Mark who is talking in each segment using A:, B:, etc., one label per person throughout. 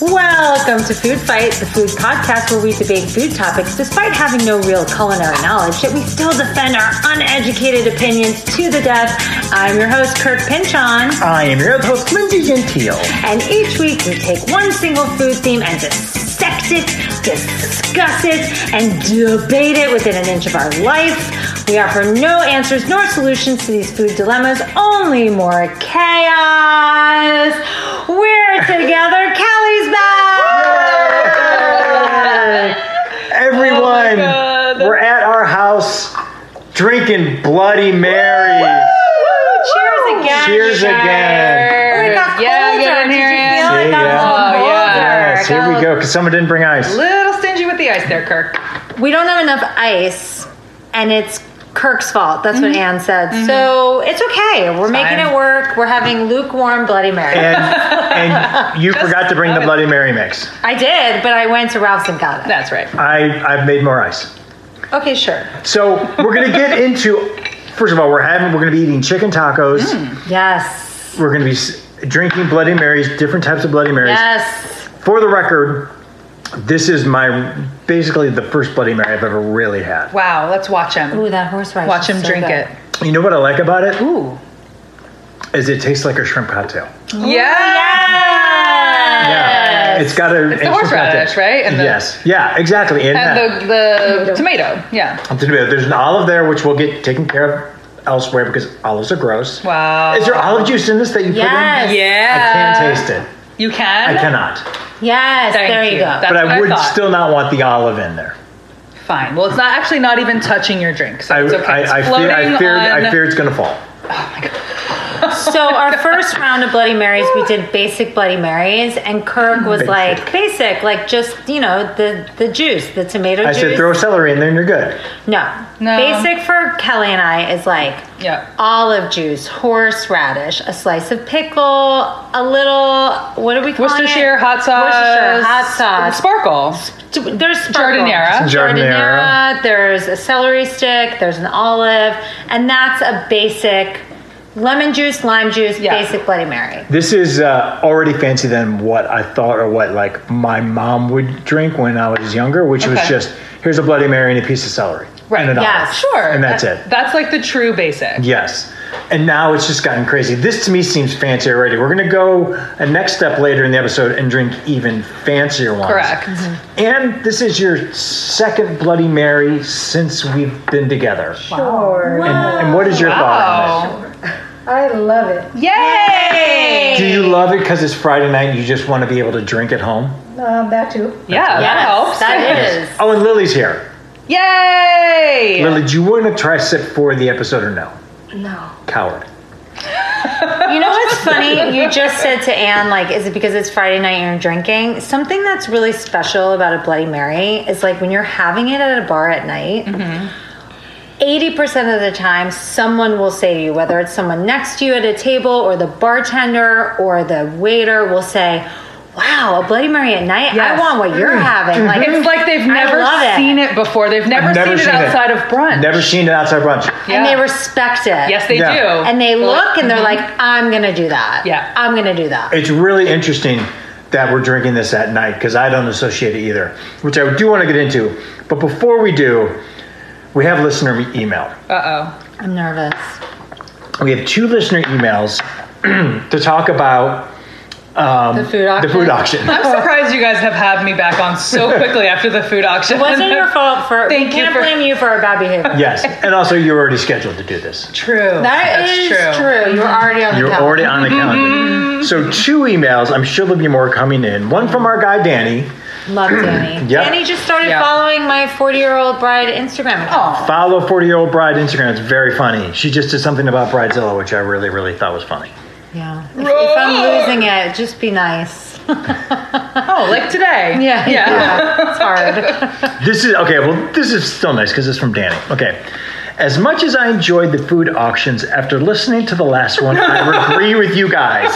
A: Welcome to Food Fight, the food podcast where we debate food topics despite having no real culinary knowledge, yet we still defend our uneducated opinions to the death. I'm your host, Kirk Pinchon,
B: I am your other host, Lindsay Gentile.
A: and each week we take one single food theme and dissect it, discuss it, and debate it within an inch of our life. We offer no answers nor solutions to these food dilemmas, only more chaos. We're together. Kelly's back.
B: Everyone,
A: Oh God.
B: we're at our house drinking Bloody Marys.
A: Cheers again.
B: Cheers
A: you guys.
B: again.
A: Oh, it got
C: Yeah,
A: colder.
C: get in
A: Did
C: here,
A: you
C: Ann.
A: feel it
B: Yeah,
A: got a
B: yeah.
A: little
C: Oh, yeah.
A: colder?
B: Yes, here we go, because someone didn't bring ice.
C: Little stingy with the ice there, Kirk.
A: we don't have enough ice, and it's Kirk's fault. That's what Anne said. So Mm-hmm. it's okay. We're making
C: fine.
A: it work. We're having lukewarm Bloody Mary.
B: And, and you forgot to bring the Bloody Mary mix.
A: I did, but I went to Ralph's and got it.
C: That's right.
B: I, I've made more ice.
A: Okay, sure.
B: So we're going to get into, first of all, we're having, we're going to be eating chicken tacos.
A: Mm. Yes.
B: We're going to be s- drinking Bloody Marys, different types of Bloody Marys.
A: Yes.
B: For the record, this is my, basically the first Bloody Mary I've ever really had.
C: Wow, let's watch him.
A: Ooh, that horseradish.
C: watch
A: is
C: him
A: so
C: drink
A: good.
C: it.
B: You know what I like about it?
C: Ooh.
B: is it tastes like a shrimp cocktail.
A: Oh, Yes.
B: Yeah, it's got a
C: the horseradish, right? And the-
B: yes, yeah, exactly. And,
C: And the, the tomato. Yeah.
B: that. there's an olive there, which will get taken care of elsewhere because olives are gross.
C: Wow.
B: Is there olive juice in this that you
A: Yes.
B: put in? I
C: Yeah.
B: can't taste it.
C: You can?
B: I cannot.
A: Yes.
C: Thank
A: there you,
C: you.
A: go.
C: That's
B: But
C: what
B: I
C: I
B: would
C: thought.
B: still not want the olive in there.
C: Fine. Well, it's not actually not even touching your drink, so
B: I,
C: it's okay. it's
B: I, I,
C: floating
B: fear, I, fear,
C: on...
B: I fear it's going to fall.
A: so our first round of Bloody Marys, we did basic Bloody Marys, and Kirk was
B: Basic.
A: like basic, like just you know the the juice, the tomato
B: I
A: juice.
B: said throw celery in there and you're good.
A: No.
C: No.
A: Basic for Kelly and I is like
C: Yeah.
A: olive juice, horseradish, a slice of pickle, a little what do we call it?
C: Worcestershire hot sauce.
A: Worcestershire hot sauce.
C: Sparkle.
A: There's sparkle.
C: Jardinera.
B: Some jardinera.
A: Jardinera, There's a celery stick. There's an olive, and that's a basic lemon juice, lime juice,
C: Yeah.
A: basic Bloody Mary.
B: This is uh, already fancy than what I thought or what like my mom would drink when I was younger, which was
C: Okay.
B: just here's a Bloody Mary and a piece of celery
C: Right,
B: and an
A: yes.
B: olive.
C: Sure.
B: And that's
C: That-
B: it.
C: That's like the true basic.
B: Yes. And now it's just gotten crazy. This to me seems fancy already. We're going to go a next step later in the episode and drink even fancier ones.
C: Correct.
B: And this is your second Bloody Mary since we've been together.
D: Sure.
B: And, and what is your thought on
C: Wow.
D: I love it.
C: Yay!
B: this? Do you love it because it's Friday night and you just want to be able to drink at home?
D: Um, that too.
C: Yeah, that helps.
A: that is.
B: Oh, and Lily's here.
C: Yay!
B: Lily, do you want to try sip for the episode or no?
D: No.
B: Coward.
A: You know what's funny? You just said to Anne, like, is it because it's Friday night and you're drinking? Something that's really special about a Bloody Mary is like when you're having it at a bar at night.
C: Mm-hmm.
A: 80% of the time, someone will say to you, whether it's someone next to you at a table or the bartender or the waiter will say, Wow, a Bloody Mary at night? I
C: Yes. Mm-hmm.
A: want what you're having. Like,
C: It's like they've never
A: love it.
C: seen it. before. They've never,
B: never
C: seen,
B: seen
C: it
B: it.
C: outside of brunch.
B: Never seen it outside brunch.
A: and
C: Yeah.
A: they respect it.
C: Yes, they
B: Yeah.
C: do. mm-hmm.
A: And they look and they're like, I'm going to do that.
C: Yeah.
A: I'm going to do that.
B: It's really interesting that we're drinking this at night because I don't associate it either, which I do want to get into. But before we do, we have listener email.
C: Uh oh.
A: I'm nervous.
B: We have two listener emails to talk about um,
A: The food auction?
B: The food auction.
C: I'm surprised you guys have had me back on so quickly after the food auction.
A: wasn't your fault for.
C: Thank
A: we
C: you
A: can't
C: for-
A: blame you for our bad behavior.
B: yes, and also you're already scheduled to do this.
C: True.
A: That's
C: That's true.
A: true. You were already on the
B: You're
A: couch.
B: already on the calendar. So two emails. I'm sure there'll be more coming in. One from our guy Danny.
A: Love Danny.
B: Yep.
A: Danny just started
C: Yeah.
A: following my 40 year old bride Instagram. account.
C: Oh,
B: Follow 40 year old bride Instagram. It's very funny. She just did something about Bridezilla, which I really, really thought was funny.
A: yeah. If, if I'm losing it, just be nice.
C: Oh, like today.
A: Yeah.
C: Yeah.
A: yeah. It's hard.
B: This is okay. Well, this is still nice because it's from Danny. Okay. As much as I enjoyed the food auctions after listening to the last one, I would agree with you guys.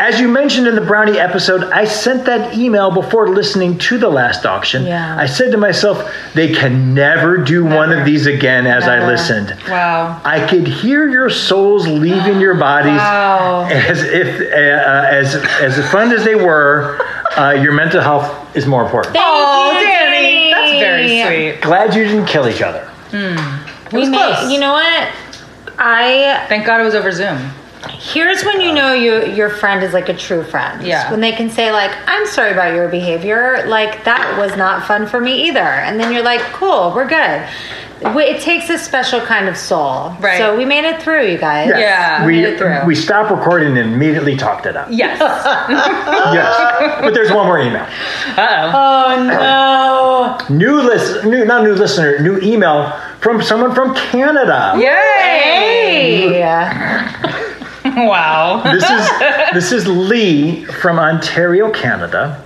B: As you mentioned in the brownie episode, I sent that email before listening to the last auction.
A: Yeah.
B: I said to myself, they can never do one of these again as I
A: Never.
B: listened.
C: Wow.
B: I could hear your souls leaving your bodies
C: Wow.
B: as if uh, as as fun as they were, uh, your mental health is more important.
A: Thank
C: Oh,
A: you,
C: Danny. That's very sweet.
B: Glad you didn't kill each other.
A: We
C: was
A: may,
C: close.
A: You know what? I
C: Thank God it was over Zoom.
A: here's when you know you your friend is like a true friend.
C: Uh, Yeah.
A: When they can say like, "I'm sorry about your behavior. Like that was not fun for me either." And then you're like, "Cool, we're good." W- It takes a special kind of soul.
C: Right.
A: So we made it through, you guys.
C: Yeah. made it through.
B: we we stopped recording and immediately talked it up.
C: Yes.
B: yes, but there's one more email.
C: Uh-oh.
A: Oh no.
B: New list, new, not new listener, new email from someone from Canada.
C: Yay!
A: Hey.
C: Wow.
B: This is this is Lee from Ontario, Canada.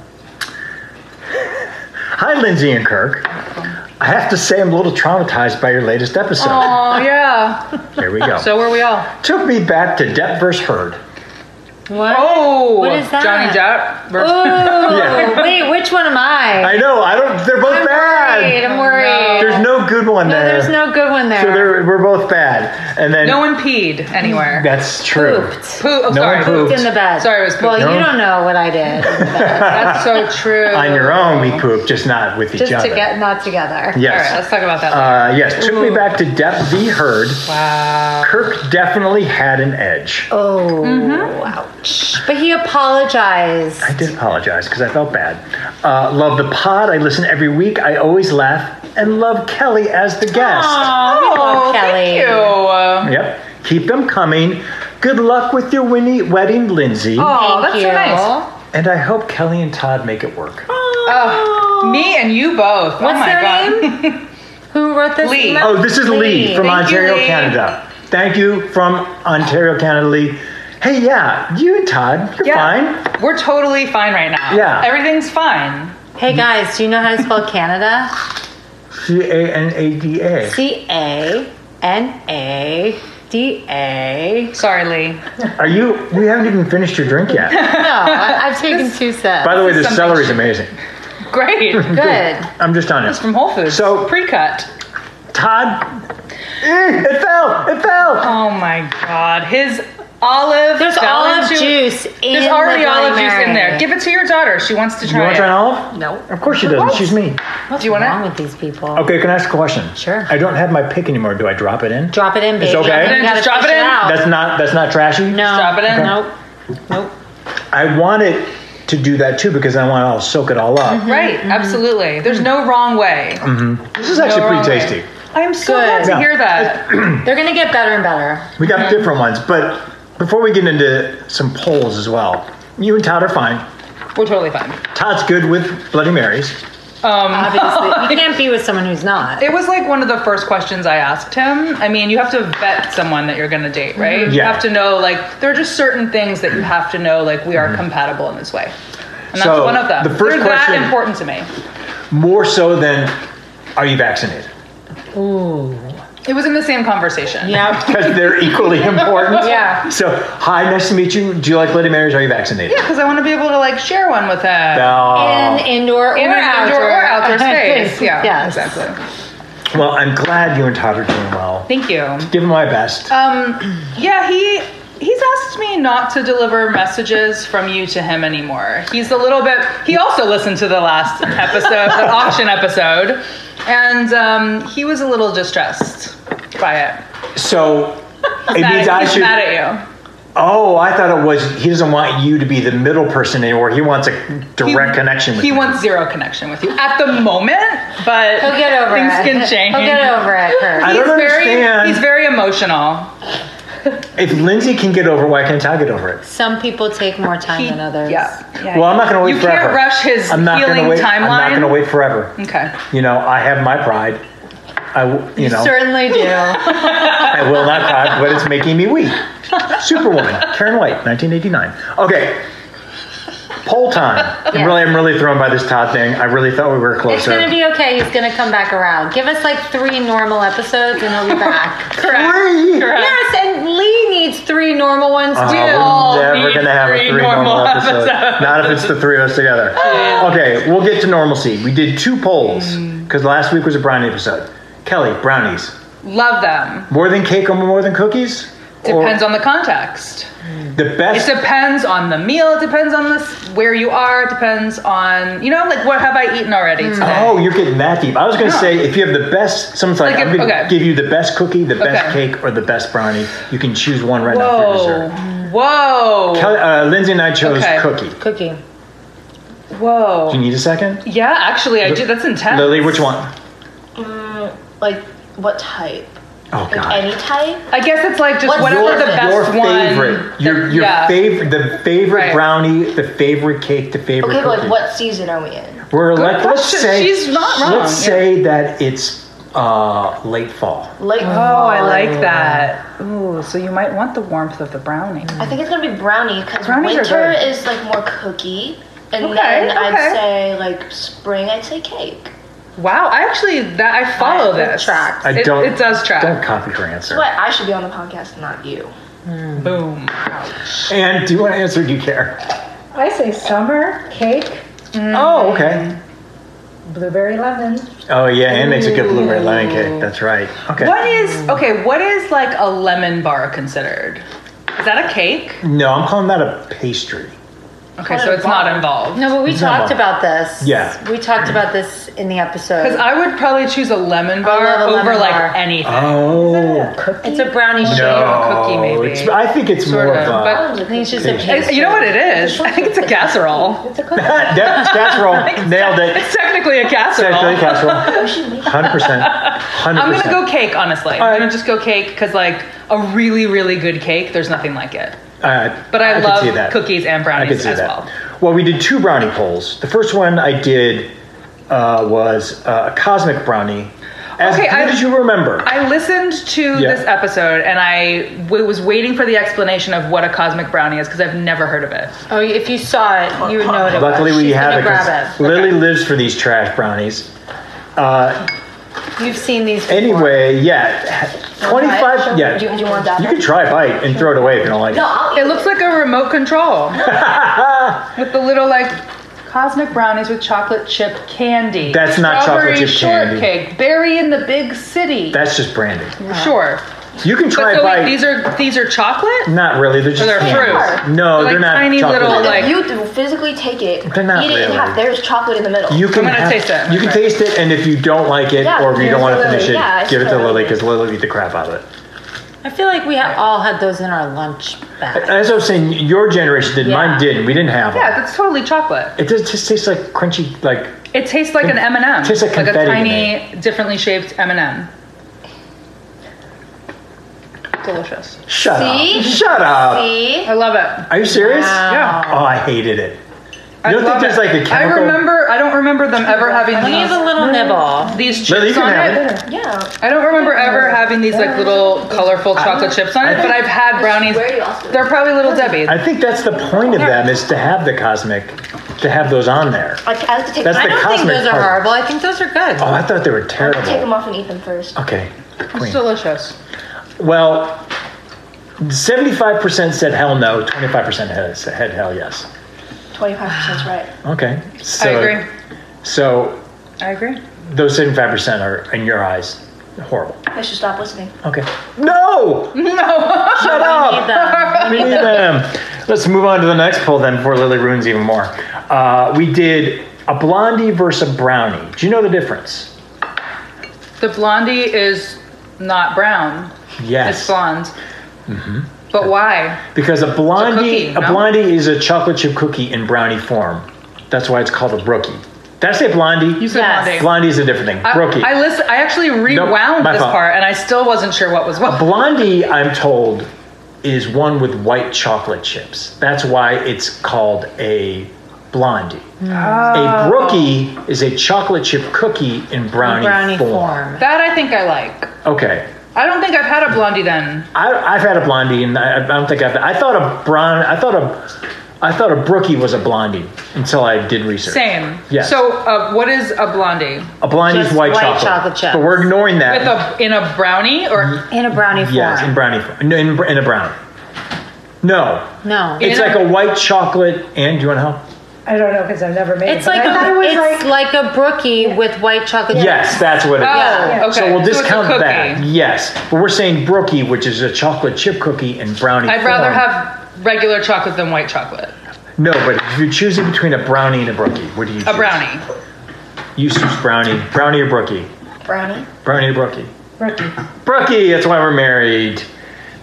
B: Hi, Lindsay and Kirk. I have to say I'm a little traumatized by your latest episode.
C: Oh yeah.
B: Here we go.
C: So were we all.
B: Took me back to Depp vs. Heard.
A: What?
C: Oh,
A: What is that?
C: Johnny Depp. versus-
A: Oh
B: Yeah.
A: wait, which one am I?
B: I know. I don't. They're both
A: am
B: bad.
A: worried. I'm worried.
B: There's no good one
A: No,
B: there.
A: there's no good one there.
B: So they're, we're both bad. And then
C: no one peed anywhere.
B: that's true.
A: Pooped.
C: Poo- oh,
B: No
C: sorry.
B: one pooped.
A: in the bed.
C: Sorry, it was pooped.
A: Well, you
B: No.
A: don't know what I did. in the bed.
C: That's so true.
B: On your own, we poop, just not with each
A: Just
B: other.
A: to get not together.
C: All right,
B: Yes.
C: let's talk about that.
B: uh, yes. Took me back to Depp v. Heard.
C: wow.
B: Kirk definitely had an edge.
A: Oh,
C: Mm-hmm.
A: ouch! But he apologized.
B: I did apologize because I felt bad. Uh, love the pod. I listen every week. I always laugh and love Kelly as the guest.
A: Oh, Kelly.
C: Thank you. Oh,
B: Yep. Keep them coming. Good luck with your winnie wedding, Lindsay.
A: Thank
C: that's
A: you.
C: so nice.
B: And I hope Kelly and Todd make it work.
C: Oh, me and you both. oh
A: What's
C: my
A: their
C: God.
A: name? Who wrote this?
C: Lee.
A: email?
B: Oh, this is Lee from
C: Thank you,
B: Ontario,
C: Lee.
B: Canada. Thank you from Ontario, Canada, Lee. Hey, yeah, you and Todd, you're fine.
C: We're totally fine right now.
B: Yeah.
C: Everything's fine.
A: Hey guys, do you know how to spell Canada?
B: C A N A D A.
A: C A N A D A.
C: Sorry, Lee.
B: Are you? We haven't even finished your drink yet.
A: No, I- I've taken two sips.
B: By the way,
C: This
B: this
C: is something-
B: celery's amazing.
C: Great.
A: Good.
B: I'm just on it.
C: From Whole Foods.
B: So-
C: pre cut.
B: Todd, Eh, it fell. It fell.
C: Oh my God. His olive.
A: There's
C: fell
A: olive
C: into-
A: juice in
C: There's already
A: the Bloody
C: olive juice in
A: Mary.
C: there. Give it to your daughter. She wants to
B: You
C: try
B: want to try an
C: it.
B: olive?
A: No.
B: Of course she doesn't. She's me.
A: What's
C: Do you wanna- Oh.
A: wrong with these people?
B: Okay, can I ask a question?
A: Sure.
B: I don't have my pick anymore. Do I drop it in?
A: Drop it in, baby.
B: It's okay.
A: You gotta
C: Just drop
A: fish
C: it in.
A: out.
B: That's not. That's not trashy.
A: no.
C: Drop it in. Okay.
A: Nope. Nope.
B: I wanted to do that too because I want to soak it all up.
A: Mm-hmm.
C: Right, absolutely. There's no wrong way.
B: This is actually
C: No
B: pretty
C: wrong way.
B: tasty.
C: I'm so
A: Good.
C: glad
B: Mm-hmm.
C: to
B: Yeah.
C: hear that.
A: They're gonna get better and better.
B: We got different ones, but before we get into some polls as well, you and Todd are fine.
C: We're totally fine.
B: Todd's good with Bloody Marys.
C: Um,
A: Obviously, you can't be with someone who's not.
C: it was like one of the first questions I asked him. I mean, you have to vet someone that you're going to date, right? You
B: Mm-hmm. Yeah.
C: have to know, like, there are just certain things that you have to know, like, we are compatible in this way. And that's
B: Mm-hmm. So,
C: one of them.
B: the first
C: They're
B: question-
C: that important to me.
B: More so than, are you vaccinated?
A: Ooh.
C: It was in the same conversation.
A: Yeah.
B: Because they're equally important.
A: Yeah.
B: So, hi, nice to meet you. Do you like Bloody Marys? Are you vaccinated?
C: Because I want to be able to, like, share one with him.
B: No.
A: In indoor or
C: Oh. In an
A: outdoor.
C: indoor or outdoor space. Yeah,
A: Yes.
C: exactly.
B: Well, I'm glad you and Todd are doing well.
C: Thank you.
B: Give him my best.
C: Um, yeah, he he's asked me not to deliver messages from you to him anymore. He's a little bit. He also listened to the last episode, the auction episode, and um, he was a little distressed by it.
B: so, it
C: Mad
B: means
C: at,
B: I
C: he's
B: should.
C: mad at you.
B: Oh, I thought it was he doesn't want you to be the middle person anymore. He wants a direct
C: He-
B: connection with
C: He
B: you.
C: wants zero connection with you at the moment, but
A: He'll get over
C: things
A: it.
C: can change.
A: He'll get over it. Kurt.
B: I
C: He's
B: don't
C: very,
B: understand.
C: he's very emotional.
B: if Lindsay can get over, it, why can't Todd get over it?
A: Some people take more time
C: He-
A: than others.
C: Yeah, yeah.
B: Well, I'm not going to wait
C: You
B: forever.
C: can't rush his
B: I'm not gonna
C: healing
B: wait, I'm
C: timeline.
B: not going to wait forever.
C: Okay.
B: You know, I have my pride. I, w- you know,
A: Certainly do.
B: I will not cry, but it's making me weak. Superwoman, Karen White, 1989. Okay. Poll time.
A: Yeah.
B: I'm really, I'm really thrown by this Todd thing. I really thought we were
A: it's
B: closer.
A: gonna be okay. He's gonna come back around. Give us like three normal episodes and he'll be back.
C: Correct.
B: Three.
C: Correct.
A: yes, and Lee needs
E: needs three normal ones
B: Uh,
E: too.
C: all
B: we're never
C: need
B: gonna have a
C: three
B: three normal,
C: normal
B: episode.
C: episodes.
B: Not if it's the three of us together. okay, we'll get to normalcy. We did two polls because last week was a brownie episode. Kelly, brownies
C: Love them.
B: more than cake or more than cookies?
C: Depends on the context.
B: on the
C: It
B: best.
C: depends on the meal. It depends on this where you are. It depends on you know like what have I eaten already today?
B: Oh, you're getting that deep. I was gonna
C: Yeah.
B: say if you have the best, sometimes like,
C: Like
B: I'm
C: if-
B: gonna
C: okay.
B: give you the best cookie, the best
C: Okay.
B: cake, or the best brownie. You can choose one right now for
C: Whoa,
B: dessert.
C: whoa,
B: Kelly, uh, Lindsay and I chose
C: Okay.
B: cookie. Do
E: Cookie.
B: you
C: whoa.
B: need a second?
C: Yeah, actually, I do. That's intense.
B: Lily, which one?
F: Mm, like what type?
B: Oh
F: Like
B: God.
F: any type?
C: I guess it's like just
F: What's
C: whatever
F: your-
C: the best
B: your
C: one.
B: favorite, your your
C: yeah.
B: favorite, the favorite
C: Right.
B: brownie, the favorite cake, the favorite.
F: Okay, but
B: cookie.
F: like what season are we in?
B: We're like, let's
C: question.
B: say
C: She's not wrong,
B: Let's
C: yeah.
B: say that it's uh, late fall.
F: Like
C: Oh, I like that. Ooh, so you might want the warmth of the brownie.
F: I think it's gonna be brownie because
C: Brownies are
F: winter
C: good.
F: is like more cookie, and
C: Okay,
F: then
C: okay.
F: I'd say like spring. I'd say cake.
C: Wow, I actually that I follow
F: Alright, it
C: this.
F: tracks.
B: I
C: It-
B: don't.
C: It does track.
B: Don't copy her answer.
F: But I should be on the podcast, not you.
C: Boom.
B: And do you want to answer? Do you care?
G: I say summer cake,
B: Oh, okay.
G: blueberry lemon.
B: Oh yeah, and makes a good blueberry lemon cake. That's right. Okay.
C: What is okay? What is like a lemon bar considered? Is that a cake?
B: No, I'm calling that a pastry.
C: Okay, so it's not involved.
E: No, but we
B: It's not
E: talked
B: mine.
E: about this.
B: Yeah.
E: We talked about this in the episode.
C: Because I would probably choose a lemon bar
E: love a
C: over
E: lemon
C: like
E: bar.
C: anything.
B: Oh.
G: Cookie.
E: it's a brownie shape.
B: No,
C: cookie, maybe.
B: It's, I think it's
C: Sort
B: more
C: of,
B: of
C: but-
B: a.
E: I think it's just a
B: Pastry.
C: It's-
E: pastry.
C: you know what it is? I think it's a casserole.
G: It's a cookie.
B: That, that's roll. Nailed it.
C: It's technically a casserole.
B: Exactly, casserole. Hundred percent. Hundred
C: I'm
B: percent.
C: gonna go cake, honestly. I'm
B: Alright.
C: gonna just go cake because like a really, really good cake, there's nothing like it.
B: Uh,
C: But I,
B: could see
C: love
B: that.
C: cookies and
B: I could
C: brownies
B: see
C: as
B: that.
C: well.
B: Well, we did two brownie polls. The first one I did uh, was uh, a cosmic brownie. As
C: Okay,
B: good
C: I-
B: as you remember.
C: I listened to
B: Yeah.
C: this episode and I w- was waiting for the explanation of what a cosmic brownie is because I've never heard of it.
E: Oh, if you saw it, you would know what it
B: Luckily,
E: was.
B: we
E: She's
B: have
E: gonna
B: it. 'cause
E: Grab
B: Lily lives for these trash brownies.
E: it. You've seen these. Before.
B: Anyway, yeah, twenty-five. Yeah,
F: Do you, do you want that?
B: you can try a bite and throw it away if you don't like it.
F: No, I'll eat
C: It looks like a remote control with the little like cosmic brownies with chocolate chip candy.
B: That's not chocolate chip
C: strawberry
B: candy.
C: shortcake. Berry in the big city.
B: That's just branding.
C: sure.
B: You can try
C: But
B: a
C: so
B: bite.
C: wait, these are these are chocolate.
B: not really. They're just
C: they're
B: candies.
C: fruit.
B: No,
C: They're like
B: they're not
C: tiny
B: chocolate.
C: little,
F: it.
C: like-
F: you do physically take it,
B: They're not
F: eat it in
B: really.
F: half. There's chocolate in the middle.
B: You can
C: gonna
B: have-
C: taste it.
B: You can taste it, and if you don't like it
F: Yeah,
B: or you
F: give it
B: don't want
F: to
B: to finish
F: Lily.
B: it,
F: Yeah, I
B: give it to
F: should try
B: Lily
F: it.
B: because Lily will eat the crap out of it.
E: I feel like we have all had those in our lunch bag.
B: As I was saying, your generation did. Mine
E: Yeah.
B: didn't. We didn't have
C: Yeah,
B: them.
C: that's totally chocolate.
B: It does just taste like crunchy, like
C: It tastes like an M and m
B: Tastes like
C: like a
B: confetti to
C: tiny, differently shaped M and m Delicious.
B: shut
F: See?
B: up, shut up.
F: See?
C: I love it.
B: Are you serious?
C: Yeah.
B: Oh, I hated it. You
C: I
B: don't think
C: love
B: there's
C: it.
B: like a chemical?
C: I remember. I don't remember them ever having
E: We have a
C: these
E: little nibble.
C: these chips
B: Lily, you can
C: on
B: have
C: it.
B: it.
F: Yeah.
C: I don't remember ever having these like little colorful chocolate chips on it, but I've had brownies.
F: Where you also-
C: They're probably little Debbie.
B: I think that's the point of them is to have the cosmic, to have those on there.
F: I, I have to take.
B: That's
F: I
E: I
B: the
E: don't think
B: cosmic
E: those are
B: part.
E: horrible. I think those are good.
B: Oh, I thought they were
F: have to take them
B: terrible.
F: off and eat them first.
B: Okay.
C: It's
B: Queen.
C: delicious.
B: Well, 75% said hell no, 25% had, said hell yes.
F: Twenty-five percent's right.
B: Okay. So,
C: I agree.
B: So
C: I agree.
B: those 75% are, in your eyes, horrible.
F: I should stop listening.
B: Okay. No! No! Shut
E: We need
B: up!
E: them. We
B: We
E: need
B: need
E: them.
B: them. um, Let's move on to the next poll then before Lily ruins even more. Uh, we did a blondie versus a brownie. Do you know the difference?
C: The blondie is not brown.
B: Yes. Mm-hmm.
C: It's blonde. But why?
B: Because a blondie,
C: It's a
B: a,
C: cookie, no?
B: blondie is a chocolate chip cookie in brownie form. That's why it's called a brookie. Did I say blondie?
C: You said
E: Yes.
C: blondie.
B: blondie is a different thing.
C: I,
B: brookie.
C: I listen. I actually rewound
B: my
C: this
B: fault.
C: part, and I still wasn't sure what was what.
B: blondie, I'm told, is one with white chocolate chips. That's why it's called a blondie.
E: Oh.
B: A brookie is a chocolate chip cookie in brownie,
E: Brownie form.
C: that I think I like.
B: Okay.
C: I don't think I've had a blondie then.
B: I, I've had a blondie, and I, I don't think I've. I thought a brown. I thought a. I thought a brookie was a blondie until I did research.
C: Same.
B: Yes.
C: So, uh, what is a blondie?
B: A blondie is
E: Just
B: white,
E: white
B: chocolate.
E: chocolate chips.
B: But we're ignoring that.
C: With a in a brownie or
B: Mm-hmm.
E: In a brownie form.
B: yes, in brownie. form. No, in, in a brownie. No,
A: No.
B: it's like a white chocolate. And do you want to help?
G: I don't know because I've never made
A: It's
G: it. but
A: like
G: I thought it
A: a,
G: was
A: it's
G: like,
A: like, a brookie with white chocolate.
B: Yes, that's what it is.
A: Ah,
C: Oh, okay.
B: So we'll
C: it's a
B: discount
C: cookie.
B: that. Yes, but we're saying brookie, which is a chocolate chip cookie and brownie.
C: I'd rather
B: form.
C: have regular chocolate than white chocolate.
B: no. But if you're choosing between a brownie and a brookie, what do you?
C: A
B: choose?
C: brownie.
B: You choose brownie. Brownie or brookie?
F: Brownie.
B: Brownie or brookie?
G: rookie.
B: Brookie. That's why we're married.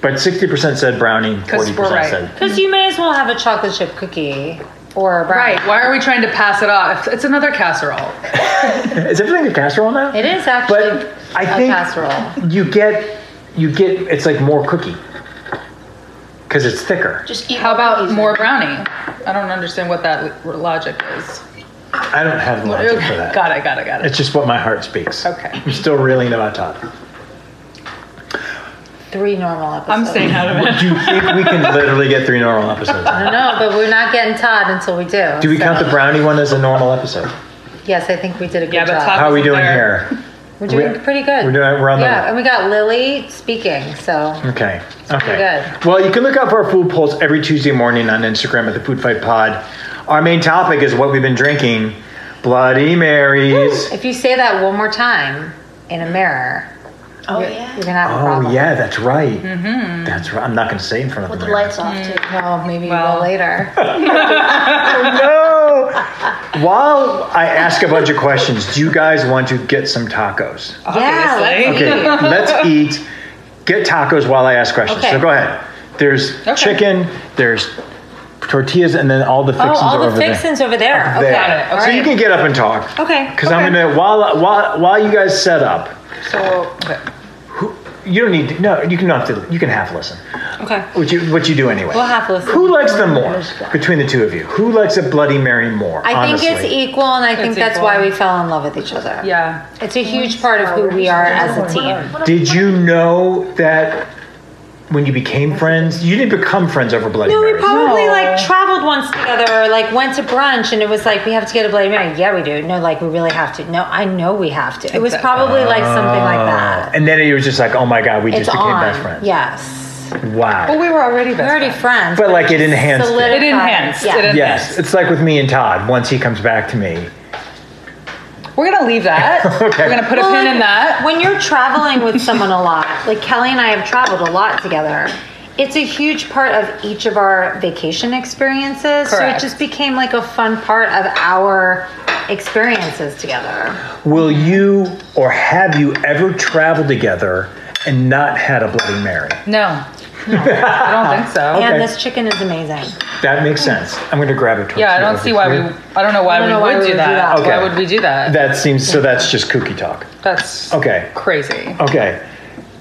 B: But sixty percent said brownie, forty
C: 'Cause we're
B: percent
C: right.
B: said.
A: Because you may as well have a chocolate chip cookie or a brownie.
C: Right. Why are we trying to pass it off? It's another casserole.
B: Is everything a casserole now?
A: It is actually
B: But I
A: a
B: think
A: casserole.
B: you get you get it's like more cookie because it's thicker.
F: Just eat
C: How about
F: cookies.
C: more brownie? I don't understand what that l- logic is.
B: I don't have the logic for that.
C: Got it, got it, got it.
B: It's just what my heart speaks.
C: Okay.
B: I'm still reeling about top.
A: Three normal episodes.
C: I'm staying out of it.
B: Do you think we can literally get three normal episodes?
A: I don't know, but we're not getting Todd until we do.
B: Do we count the brownie one as a normal episode?
A: Yes, I think we did a good
C: Yeah, but
A: job.
C: Todd-
B: How are we doing
C: There.
B: here?
A: we're doing
B: we-
A: pretty good.
B: we're doing- we're on the-
A: Yeah, and we got Lily speaking, so
B: Okay. Okay.
A: We're
B: Well, you can look out for our food polls every Tuesday morning on Instagram at the Food Fight Pod. Our main topic is what we've been drinking. Bloody Marys.
A: if you say that one more time in a mirror,
F: Oh
A: you're,
F: yeah.
A: you're gonna have a
B: Oh
A: problem.
B: yeah, that's right.
A: Mm-hmm.
B: That's right. I'm not going to say in front of
F: With
B: the
F: the
B: mirror.
F: lights off too.
A: Well, maybe
C: Well.
A: we'll later.
B: No. While I ask a bunch of questions, do you guys want to get some tacos?
A: Yeah,
C: Obviously.
B: Okay, let's eat. Get tacos while I ask questions.
A: Okay.
B: So go ahead. There's
C: Okay.
B: chicken. There's tortillas, and then all the
A: Oh,
B: fixings are
A: all
B: over
A: the fixins over there.
B: there.
A: Okay.
C: Got it.
B: So
C: Okay.
B: you can get up and talk.
A: Okay.
B: Because I'm gonna while while while you guys set up.
C: So, okay.
B: Who, you don't need to. No, you can not have to. You can half listen.
A: Okay.
B: What you what you do anyway.
A: We'll half listen.
B: Who likes them more between the two of you? Who likes a Bloody Mary more?
A: I
B: honestly?
A: think it's equal, and I think
C: It's
A: that's
C: equal.
A: why we fell in love with each other.
C: yeah.
A: It's a huge part of who we are as a team.
B: Did you know that when you became friends, you didn't become friends over Bloody
A: No, we
B: Marys?
A: probably
C: No.
A: like traveled once together, or like went to brunch, and it was like we have to get a Bloody Mary. Yeah, we do. No, like we really have to. No, I know we have to. It was
C: Exactly.
A: probably like something like that.
B: Oh. And then it was just like, oh my god, we
A: It's
B: just became
A: on.
B: best friends.
A: Yes,
B: Wow.
C: Well, we were already best
A: we're already friends,
B: But, like, it enhanced it.
A: solidified.
C: It enhanced.
A: Yeah.
C: It en-
B: yes, it's like with me and Todd. Once he comes back to me,
C: We're going to leave that.
B: Okay.
C: We're going to put
A: Well,
C: a pin in that.
A: When you're traveling with someone a lot, like Kelly and I have traveled a lot together, it's a huge part of each of our vacation experiences. So it
C: Correct.
A: just became like a fun part of our experiences together.
B: will you or have you ever traveled together and not had a Bloody Mary?
C: No. No. I don't think so.
A: And
B: Okay.
A: this chicken is amazing.
B: That makes sense. I'm going to grab a tortilla.
C: Yeah, I don't
B: over
C: see why we.
B: here.
C: I don't know why
A: I don't
C: we
A: know
C: would,
A: why we
C: do,
A: would do
C: that.
A: that.
B: Okay.
C: Why would we do that?
B: That seems so. That's just kooky talk.
C: That's
B: Okay.
C: crazy.
B: Okay.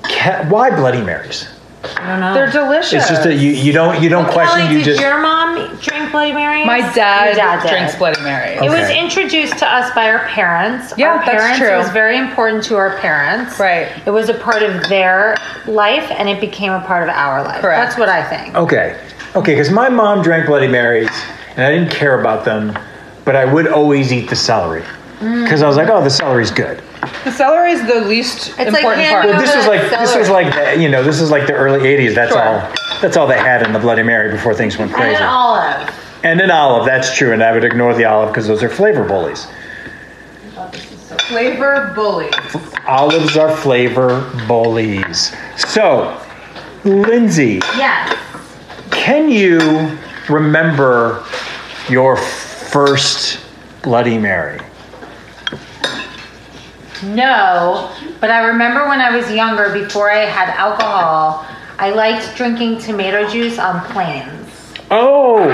B: Ca- why Bloody Marys?
A: I don't know.
C: They're delicious.
B: It's just that you, you don't you don't question.
A: Kelly,
B: you
A: did
B: just
A: your mom drink Bloody Marys?
C: My dad,
A: Your dad did.
C: drinks Bloody Mary.
A: It was
B: Okay.
A: introduced to us by our parents.
C: Yeah,
A: our
C: that's
A: parents, It
C: true.
A: was very important to our parents.
C: Right.
A: It was a part of their life and it became a part of our life.
C: Correct.
A: That's what I think.
B: Okay. Okay, because my mom drank Bloody Marys and I didn't care about them, but I would always eat the celery. Because I was like, oh, the celery's good.
C: The celery is the least
A: like
C: important
A: hand
C: part.
A: over-
B: But this was
A: the
B: like this was
A: celery.
B: like the, you know this is like the early '80s. That's
C: Sure.
B: all. That's all they had in the Bloody Mary before things went
A: And
B: crazy.
A: an olive.
B: And an olive. That's true. And I would ignore the olive because those are flavor bullies.
C: Flavor bully.
B: Olives are flavor bullies. So, Lindsay,
A: Yes.
B: Can you remember your first Bloody Mary?
A: No, but I remember when I was younger, before I had alcohol, I liked drinking tomato juice on planes.
B: Oh,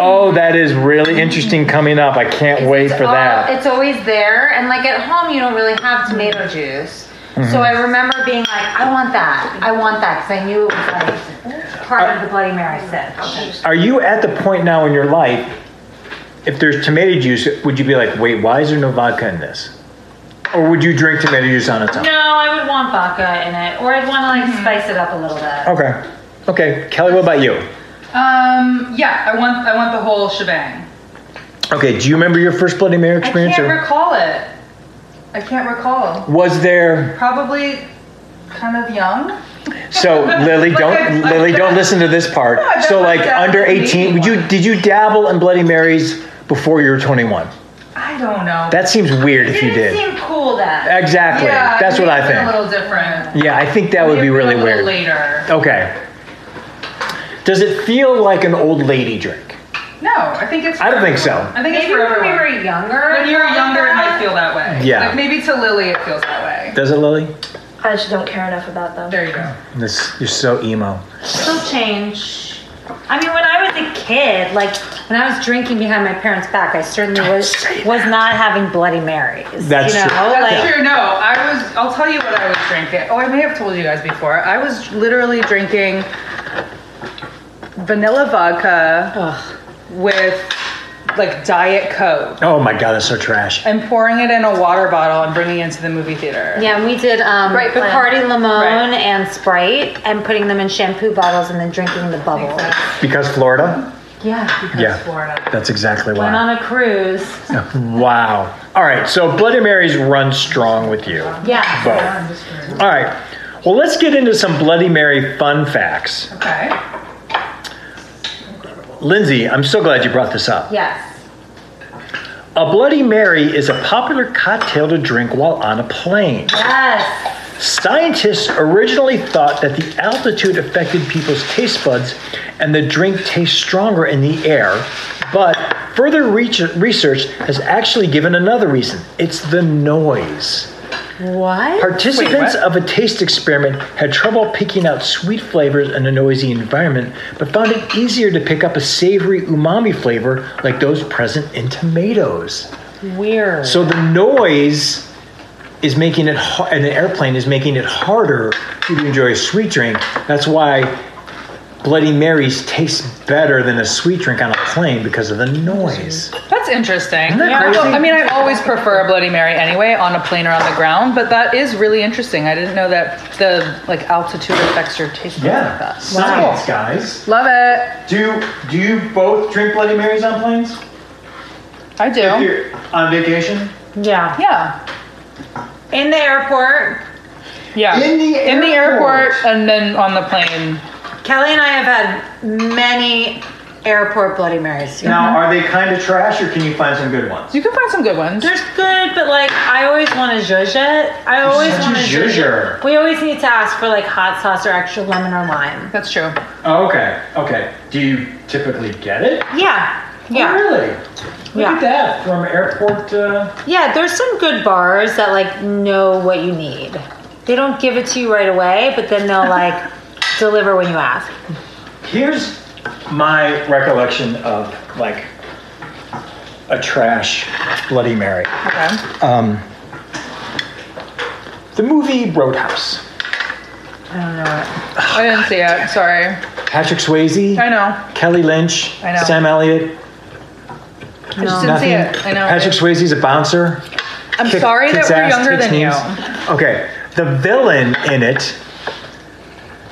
B: oh, that is really interesting coming up. I can't wait
A: It's
B: for
A: all-
B: that.
A: It's always there, and like at home, you don't really have tomato juice.
B: Mm-hmm.
A: So I remember being like, I want that, I want that, because I knew it was like part of
B: Uh,
A: the Bloody Mary sip.
B: Are you at the point now in your life, if there's tomato juice, would you be like, wait, why is there no vodka in this? Or would you drink tomato juice on its own?
A: No, I would want vodka in it, or I'd want to like spice it up a little bit.
B: Okay. Okay. Kelly, what about you?
C: Um. Yeah. I want. I want the whole shebang.
B: Okay, do you remember your first Bloody Mary
C: I
B: experience?
C: can't
B: or-
C: recall it. I can't recall.
B: was there
C: Probably kind of young.
B: So Lily, don't
C: I've-
B: Lily,
C: I've
B: don't
C: done-
B: listen to this part.
C: I've
B: so
C: done
B: like
C: that
B: under
C: with
B: 18, would you did you dabble in Bloody Marys before you were 21?
C: I don't know.
B: That seems weird if you
A: didn't
B: did.
A: seem cool then.
B: Exactly.
C: yeah,
B: That's what I
C: it's A
B: think.
C: little different.
B: Yeah, I think that would be
C: Maybe
B: really
C: a little
B: weird.
C: Later.
B: Okay. Does it feel like an old lady drink?
C: No, I think it's.
B: I don't
C: for
B: think so.
C: everyone. I think it's
A: Maybe
C: for
A: when we
C: everyone.
A: were younger.
C: when you were
A: something
C: younger, it
A: like
C: might
A: that.
C: feel that way.
B: Yeah.
C: Like maybe to Lily, it feels that way.
B: Does it, Lily?
F: I just don't care enough about them.
C: There you go.
B: This, you're so emo.
A: Still change.
E: I mean, when I was a kid, like when I was drinking behind my parents' back, I certainly was was not having Bloody Marys.
B: That's
E: you know?
B: true.
E: Like,
C: That's true. No, I was. I'll tell you what I was drinking. Oh, I may have told you guys before. I was literally drinking vanilla vodka with like diet coke
B: Oh my god, that's so trash.
C: and pouring it in a water bottle and bringing it to the movie theater.
E: Yeah, and we did um,
F: Right plan.
E: Bacardi Limon
C: Right.
E: and Sprite, and putting them in shampoo bottles and then drinking the bubbles.
B: Because Florida?
E: Yeah, because
B: Yeah.
E: Florida.
B: That's exactly
E: Went
B: why.
E: on a cruise.
B: Wow. All right, so Bloody Marys run strong with you.
E: Yeah.
B: Both. All right. Well, let's get into some Bloody Mary fun facts.
C: Okay.
B: Lindsay, I'm so glad you brought this up.
A: Yes.
B: A Bloody Mary is a popular cocktail to drink while on a plane.
A: Yes.
B: Scientists originally thought that the altitude affected people's taste buds and the drink tastes stronger in the air, but further reach- research has actually given another reason it's the noise.
E: What?
B: Participants of a taste experiment had trouble picking out sweet flavors in a noisy environment, but found it easier to pick up a savory umami flavor like those present in tomatoes.
E: Weird.
B: So the noise is making it, har- and the airplane is making it harder for you to enjoy a sweet drink. That's why Bloody Marys taste better than a sweet drink on a plane because of the noise.
C: That's interesting.
B: that
C: Yeah,
B: crazy?
C: well, I mean, I always prefer a Bloody Mary anyway, on a plane or on the ground. But that is really interesting. I didn't know that the like altitude affects your taste buds like that. That's
B: science,
C: cool.
B: guys.
C: Love it.
B: Do do you both drink Bloody Marys on planes?
C: I do.
B: If you're on vacation?
E: yeah.
C: Yeah.
E: In the airport,
C: Yeah.
B: In the
C: In the
B: airport.
C: airport and then on the plane.
E: Kelly and I have had many airport Bloody Marys.
B: Now, are they kind of trash or can you find some good ones?
C: You can find some good ones.
E: There's good, but like I always want a zhuzh it. I always
B: such a
E: want a zhuzh
B: zhuzher.
E: it. We always need to ask for like hot sauce or extra lemon or lime.
C: That's true.
B: Oh, okay, okay. Do you typically get it?
E: Yeah. Yeah.
B: Really? Look
E: Yeah.
B: at that from airport. Uh...
E: Yeah, there's some good bars that like know what you need. They don't give it to you right away, but then they'll like deliver when you ask.
B: Here's my recollection of like a trash Bloody Mary.
C: Okay.
B: The movie Roadhouse.
C: I didn't see it. Sorry.
B: Patrick Swayze,
C: I know.
B: Kelly Lynch,
C: I know.
B: Sam Elliott.
C: I just didn't see it. I know.
B: Patrick Swayze's a bouncer.
C: I'm sorry that we're younger than you.
B: you. Okay, the villain in it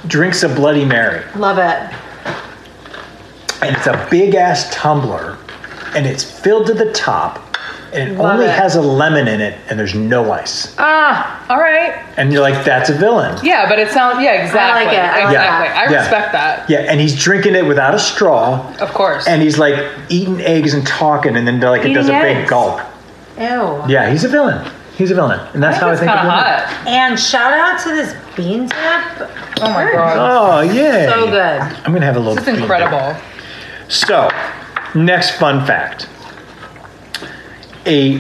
B: drinks a Bloody Mary,
E: Love it.
B: and it's a big ass tumbler, and it's filled to the top, and it only
E: it.
B: has a lemon in it, and there's no ice.
C: Ah, all right.
B: And you're like, that's a villain.
C: Yeah, but it sounds yeah, exactly.
E: it. I like
C: exactly.
E: that.
C: I
B: Yeah.
C: respect that.
B: Yeah, and he's drinking it without a straw,
C: Of course.
B: and he's like eating eggs and talking, and then like it does a
C: Eating
B: big
C: eggs.
B: gulp.
E: Ew.
B: Yeah, he's a villain. He's a villain, and that's how I
C: That's
B: think.
C: kind of
B: of women.
C: hot.
E: And shout out to this bean dip.
C: Oh my god.
B: Oh yeah,
E: So good.
B: I'm gonna have a little.
C: This
B: bean
C: is
B: dip.
C: incredible.
B: So, next fun fact: a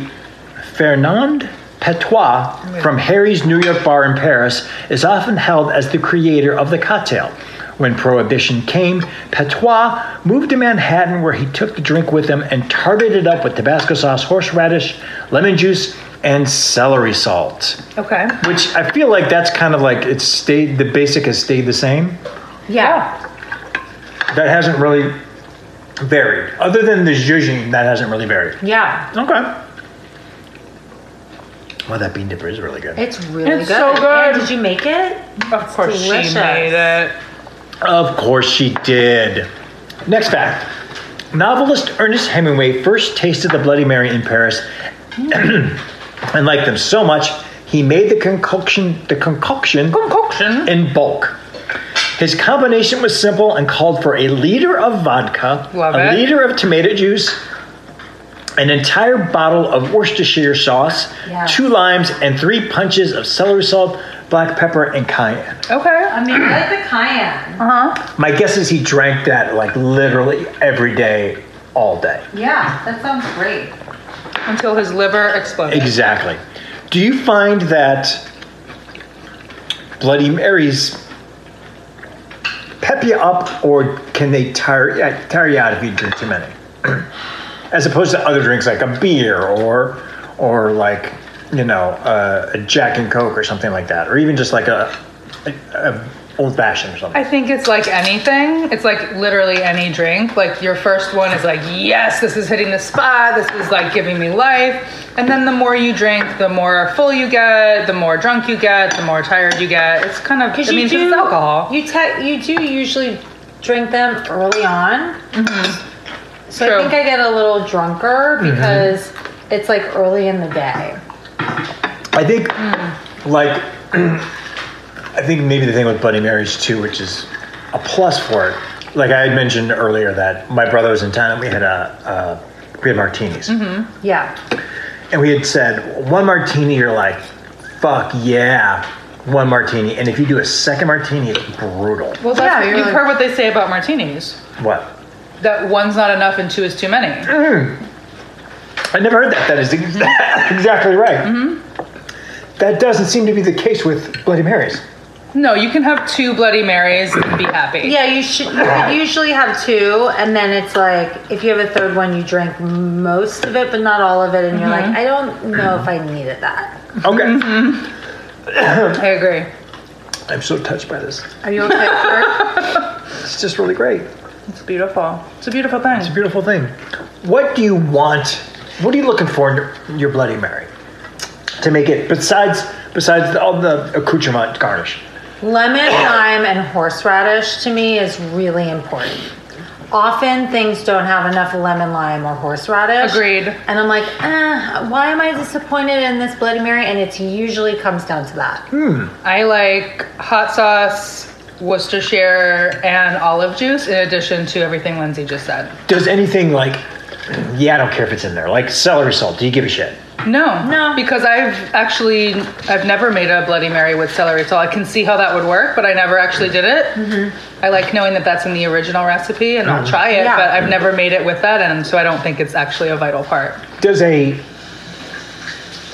B: Fernand Patois from Harry's New York bar in Paris is often held as the creator of the cocktail. When Prohibition came, Patois moved to Manhattan where he took the drink with him and tarted it up with Tabasco sauce, horseradish, lemon juice, and celery salt.
C: Okay.
B: Which I feel like that's kind of like it's stayed, the basic has stayed the same
E: Yeah.
B: that hasn't really varied. Other than the zhuzhing, that hasn't really varied.
E: Yeah.
B: Okay. Well, that bean dipper is really good.
E: It's really
C: It's
E: good.
C: so good.
E: And did you make it?
C: Of course
E: delicious.
C: she made it.
B: Of course she did. Next fact. Novelist Ernest Hemingway first tasted the Bloody Mary in Paris and liked them so much, he made the concoction the concoction
C: Concoction.
B: in bulk. His combination was simple and called for a liter of vodka,
C: Love
B: a
C: it.
B: liter of tomato juice, an entire bottle of Worcestershire sauce,
H: Yeah.
B: two limes, and three punches of celery salt, black pepper, and cayenne.
C: Okay.
H: I mean, I like the cayenne.
C: Uh huh.
B: My guess is he drank that like literally every day, all day.
H: Yeah, that sounds great.
C: Until his liver exploded.
B: Exactly. Do you find that Bloody Marys pep you up, or can they tire yeah, tire you out if you drink too many? As opposed to other drinks like a beer or or like you know uh, a Jack and Coke or something like that, or even just like a, a, a old fashioned or something.
C: I think it's like anything. It's like literally any drink. Like your first one is like, yes, this is hitting the spot. This is like giving me life. And then the more you drink, the more full you get, the more drunk you get, the more tired you get. It's kind of I
A: Because you
C: mean, 'cause
A: do
C: it's alcohol.
A: You te- you do usually drink them early on. So
C: True.
A: I think I get a little drunker because it's like early in the day.
B: I think, like, I think maybe the thing with Bloody Marys too, which is a plus for it. Like I had mentioned earlier, that my brother was in town and we had a, a we had martinis,
A: Yeah.
B: and we had said one martini, you're like, fuck yeah, one martini, and if you do a second martini, it's brutal.
C: Well, that's
A: Yeah,
C: what
A: you're
C: you've
A: like-
C: heard what they say about martinis.
B: What?
C: That one's not enough and two is too many.
B: I never heard that. That is ex- exactly right. That doesn't seem to be the case with Bloody Marys.
C: No, you can have two Bloody Marys and be happy.
A: Yeah, you should. You could usually have two, and then it's like if you have a third one, you drink most of it, but not all of it, and you're like, I don't know if I needed that.
B: Okay,
C: I agree.
B: I'm so touched by this.
A: Are you okay, Kurt?
B: It's just really great.
C: It's beautiful. It's a beautiful thing.
B: It's a beautiful thing. What do you want? What are you looking for in your- in your Bloody Mary to make it besides besides all the accoutrement garnish?
A: Lemon, lime, and horseradish to me is really important. Often things don't have enough lemon, lime, or horseradish.
C: Agreed.
A: And I'm like, eh, why am I disappointed in this Bloody Mary? And it usually comes down to that.
C: I like hot sauce, Worcestershire, and olive juice in addition to everything Lindsay just said.
B: Does anything like? Yeah, I don't care if it's in there. Like celery salt. Do you give a shit?
C: No,
A: No.
C: because I've actually I've never made a Bloody Mary with celery, so I can see how that would work, but I never actually did it. I like knowing that that's in the original recipe, and I'll try it,
A: Yeah.
C: but I've never made it with that, and so I don't think it's actually a vital part.
B: Does a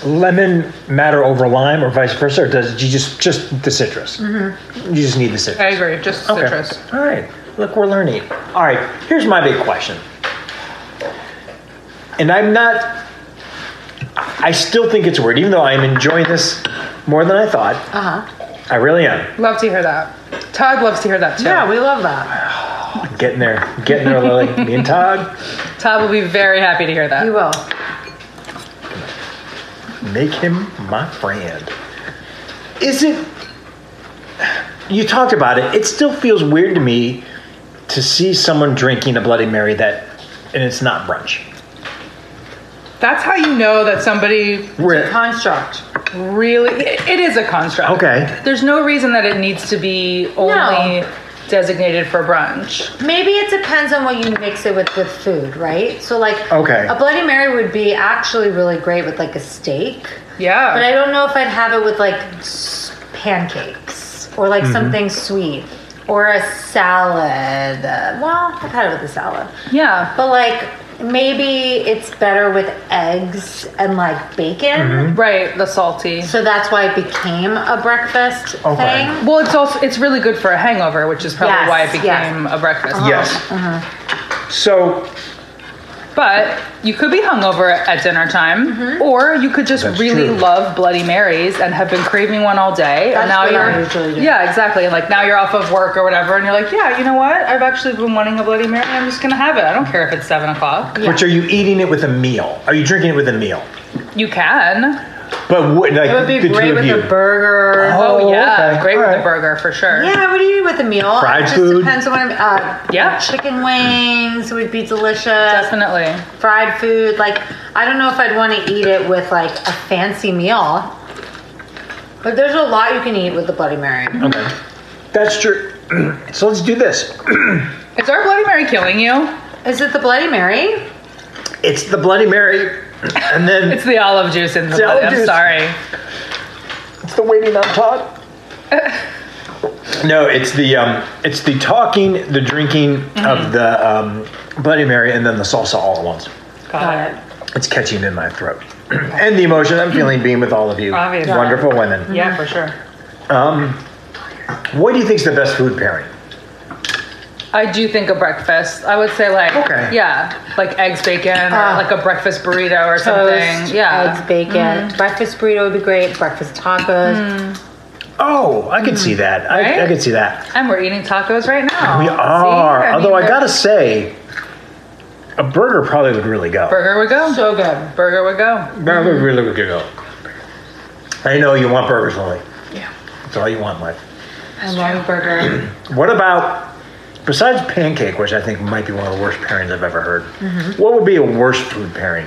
B: lemon matter over lime or vice versa, or does you just just the citrus?
A: Mm-hmm.
B: You just need the citrus.
C: I agree, just
B: Okay.
C: citrus.
B: All right. Look, we're learning. All right. Here's my big question. And I'm not. I still think it's weird, even though I'm enjoying this more than I thought. Uh huh. I really am.
C: Love to hear that. Todd loves to hear that too.
A: Yeah, we love that.
B: I'm getting there. I'm getting there, Lily. Me and Todd.
C: Todd will be very happy to hear that.
A: You will.
B: Make him my friend. Is it. You talked about it. It still feels weird to me to see someone drinking a Bloody Mary that. And it's not brunch.
C: That's how you know that somebody
B: We're,
A: Construct.
C: really it it is a construct.
B: okay.
C: There's no reason that it needs to be only designated for brunch.
A: Maybe it depends on what you mix it with with food, right? So like,
B: Okay.
A: a Bloody Mary would be actually really great with like a steak,
C: Yeah.
A: but I don't know if I'd have it with like s- pancakes or like
B: Mm-hmm.
A: something sweet or a salad. Uh, Well, I've had it with a salad,
C: yeah.
A: but like maybe it's better with eggs and like bacon.
B: Mm-hmm.
C: Right, the salty.
A: So that's why it became a breakfast
B: Okay.
A: thing.
C: Well, it's also it's really good for a hangover, which is probably
A: Yes,
C: why it
A: yes.
C: became a breakfast.
B: Yes. So
C: But you could be hungover at dinner time,
A: Mm-hmm.
C: or you could just
B: That's
C: really
B: true.
C: love Bloody Marys and have been craving one all day,
A: That's
C: and now
A: what I
C: you're
A: usually do.
C: yeah, exactly. And like now you're off of work or whatever, and you're like, yeah, you know what? I've actually been wanting a Bloody Mary. I'm just gonna have it. I don't care if it's seven o'clock.
B: Which are you eating it with a meal? Are you drinking it with a meal?
C: You can.
B: But what, like
A: It would be
B: the
A: great
B: two of
A: with
B: you,
A: a burger.
C: Oh,
B: Oh,
C: yeah,
B: okay.
C: great with
B: Alright.
C: a burger for sure.
A: Yeah, what do you eat with a meal?
B: Fried
A: it just
B: food?
A: Depends on what I'm. Uh,
C: Yeah.
A: Chicken wings would be delicious.
C: Definitely.
A: Fried food, like I don't know if I'd want to eat it with like a fancy
C: Mm-hmm.
A: meal. But there's a lot you can eat with the Bloody Mary.
B: okay, that's true. So let's do this.
C: Is our Bloody Mary killing you?
I: Is it the Bloody Mary?
B: It's the Bloody Mary, and then
C: It's the olive juice in the
B: The
C: blood.
B: olive
C: I'm
B: juice.
C: sorry.
B: It's the waiting on Todd. no, it's the um, it's the talking, the drinking
A: Mm-hmm.
B: of the um, Bloody Mary, and then the salsa all at once.
C: Got it.
B: It's catching in my throat, and the emotion I'm feeling being with all of you,
C: Obviously.
B: wonderful women.
C: Yeah, for sure.
B: What do you think's the best food pairing?
C: I do think a breakfast. I would say like
B: Okay.
C: yeah, like eggs bacon or like a breakfast burrito or
A: Toast,
C: something. Yeah. Mm-hmm.
A: eggs, Oh, bacon. Breakfast burrito would be great. Breakfast tacos.
C: Mm.
B: Oh, I could
A: Mm.
B: see that. I, I
C: Right?
B: could see that.
C: And we're eating tacos right now.
B: We
C: Oh, See?
B: are.
C: I mean,
B: Although I
C: they're-
B: gotta say, a burger probably would really go.
C: burger would go. So good. Burger would go.
B: Burger would really would go. I know you want burgers, Lily. Yeah, that's all you want, in life.
I: I love burger.
B: What about besides pancake, which I think might be one of the worst pairings I've ever heard?
C: Mm-hmm.
B: What would be a worst food pairing?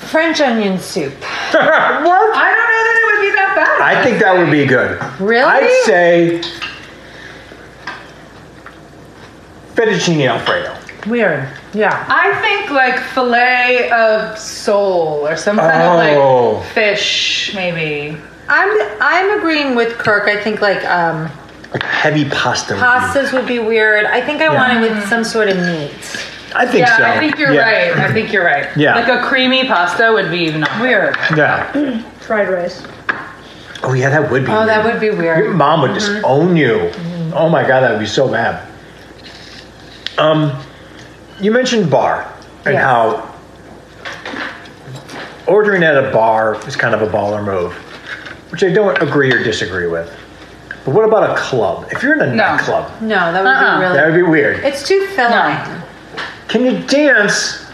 A: French onion soup.
B: what?
C: I don't know that it would be that bad.
B: I think that would be good.
A: Really?
B: I'd say fettuccine alfredo.
A: Weird. Yeah.
C: I think like filet of sole or some kind
B: Oh.
C: of like fish maybe.
A: I'm I'm agreeing with Kirk. I think like um,
B: Like heavy pasta. would be-
A: pastas would be weird. I think I
B: Yeah.
A: want
C: Mm.
A: it with some sort of meat.
B: I think
C: yeah,
B: so.
C: I think you're
B: Yeah.
C: right. I think you're right.
B: Yeah.
C: Like a creamy pasta would be not weird.
B: Yeah.
D: Fried rice.
B: Oh yeah, that would be.
A: Oh, that
B: weird.
A: would be
B: Your
A: weird. Mm-hmm.
B: mom would disown you. Oh my god, that would be so bad. Um, you mentioned bar and
A: Yes.
B: how ordering at a bar is kind of a baller move, which I don't agree or disagree with. But what about a club? If you're in a
C: No.
B: nightclub,
A: No, that would
C: Uh-uh.
A: be really.
B: that would be weird.
A: it's too feline.
B: Can you dance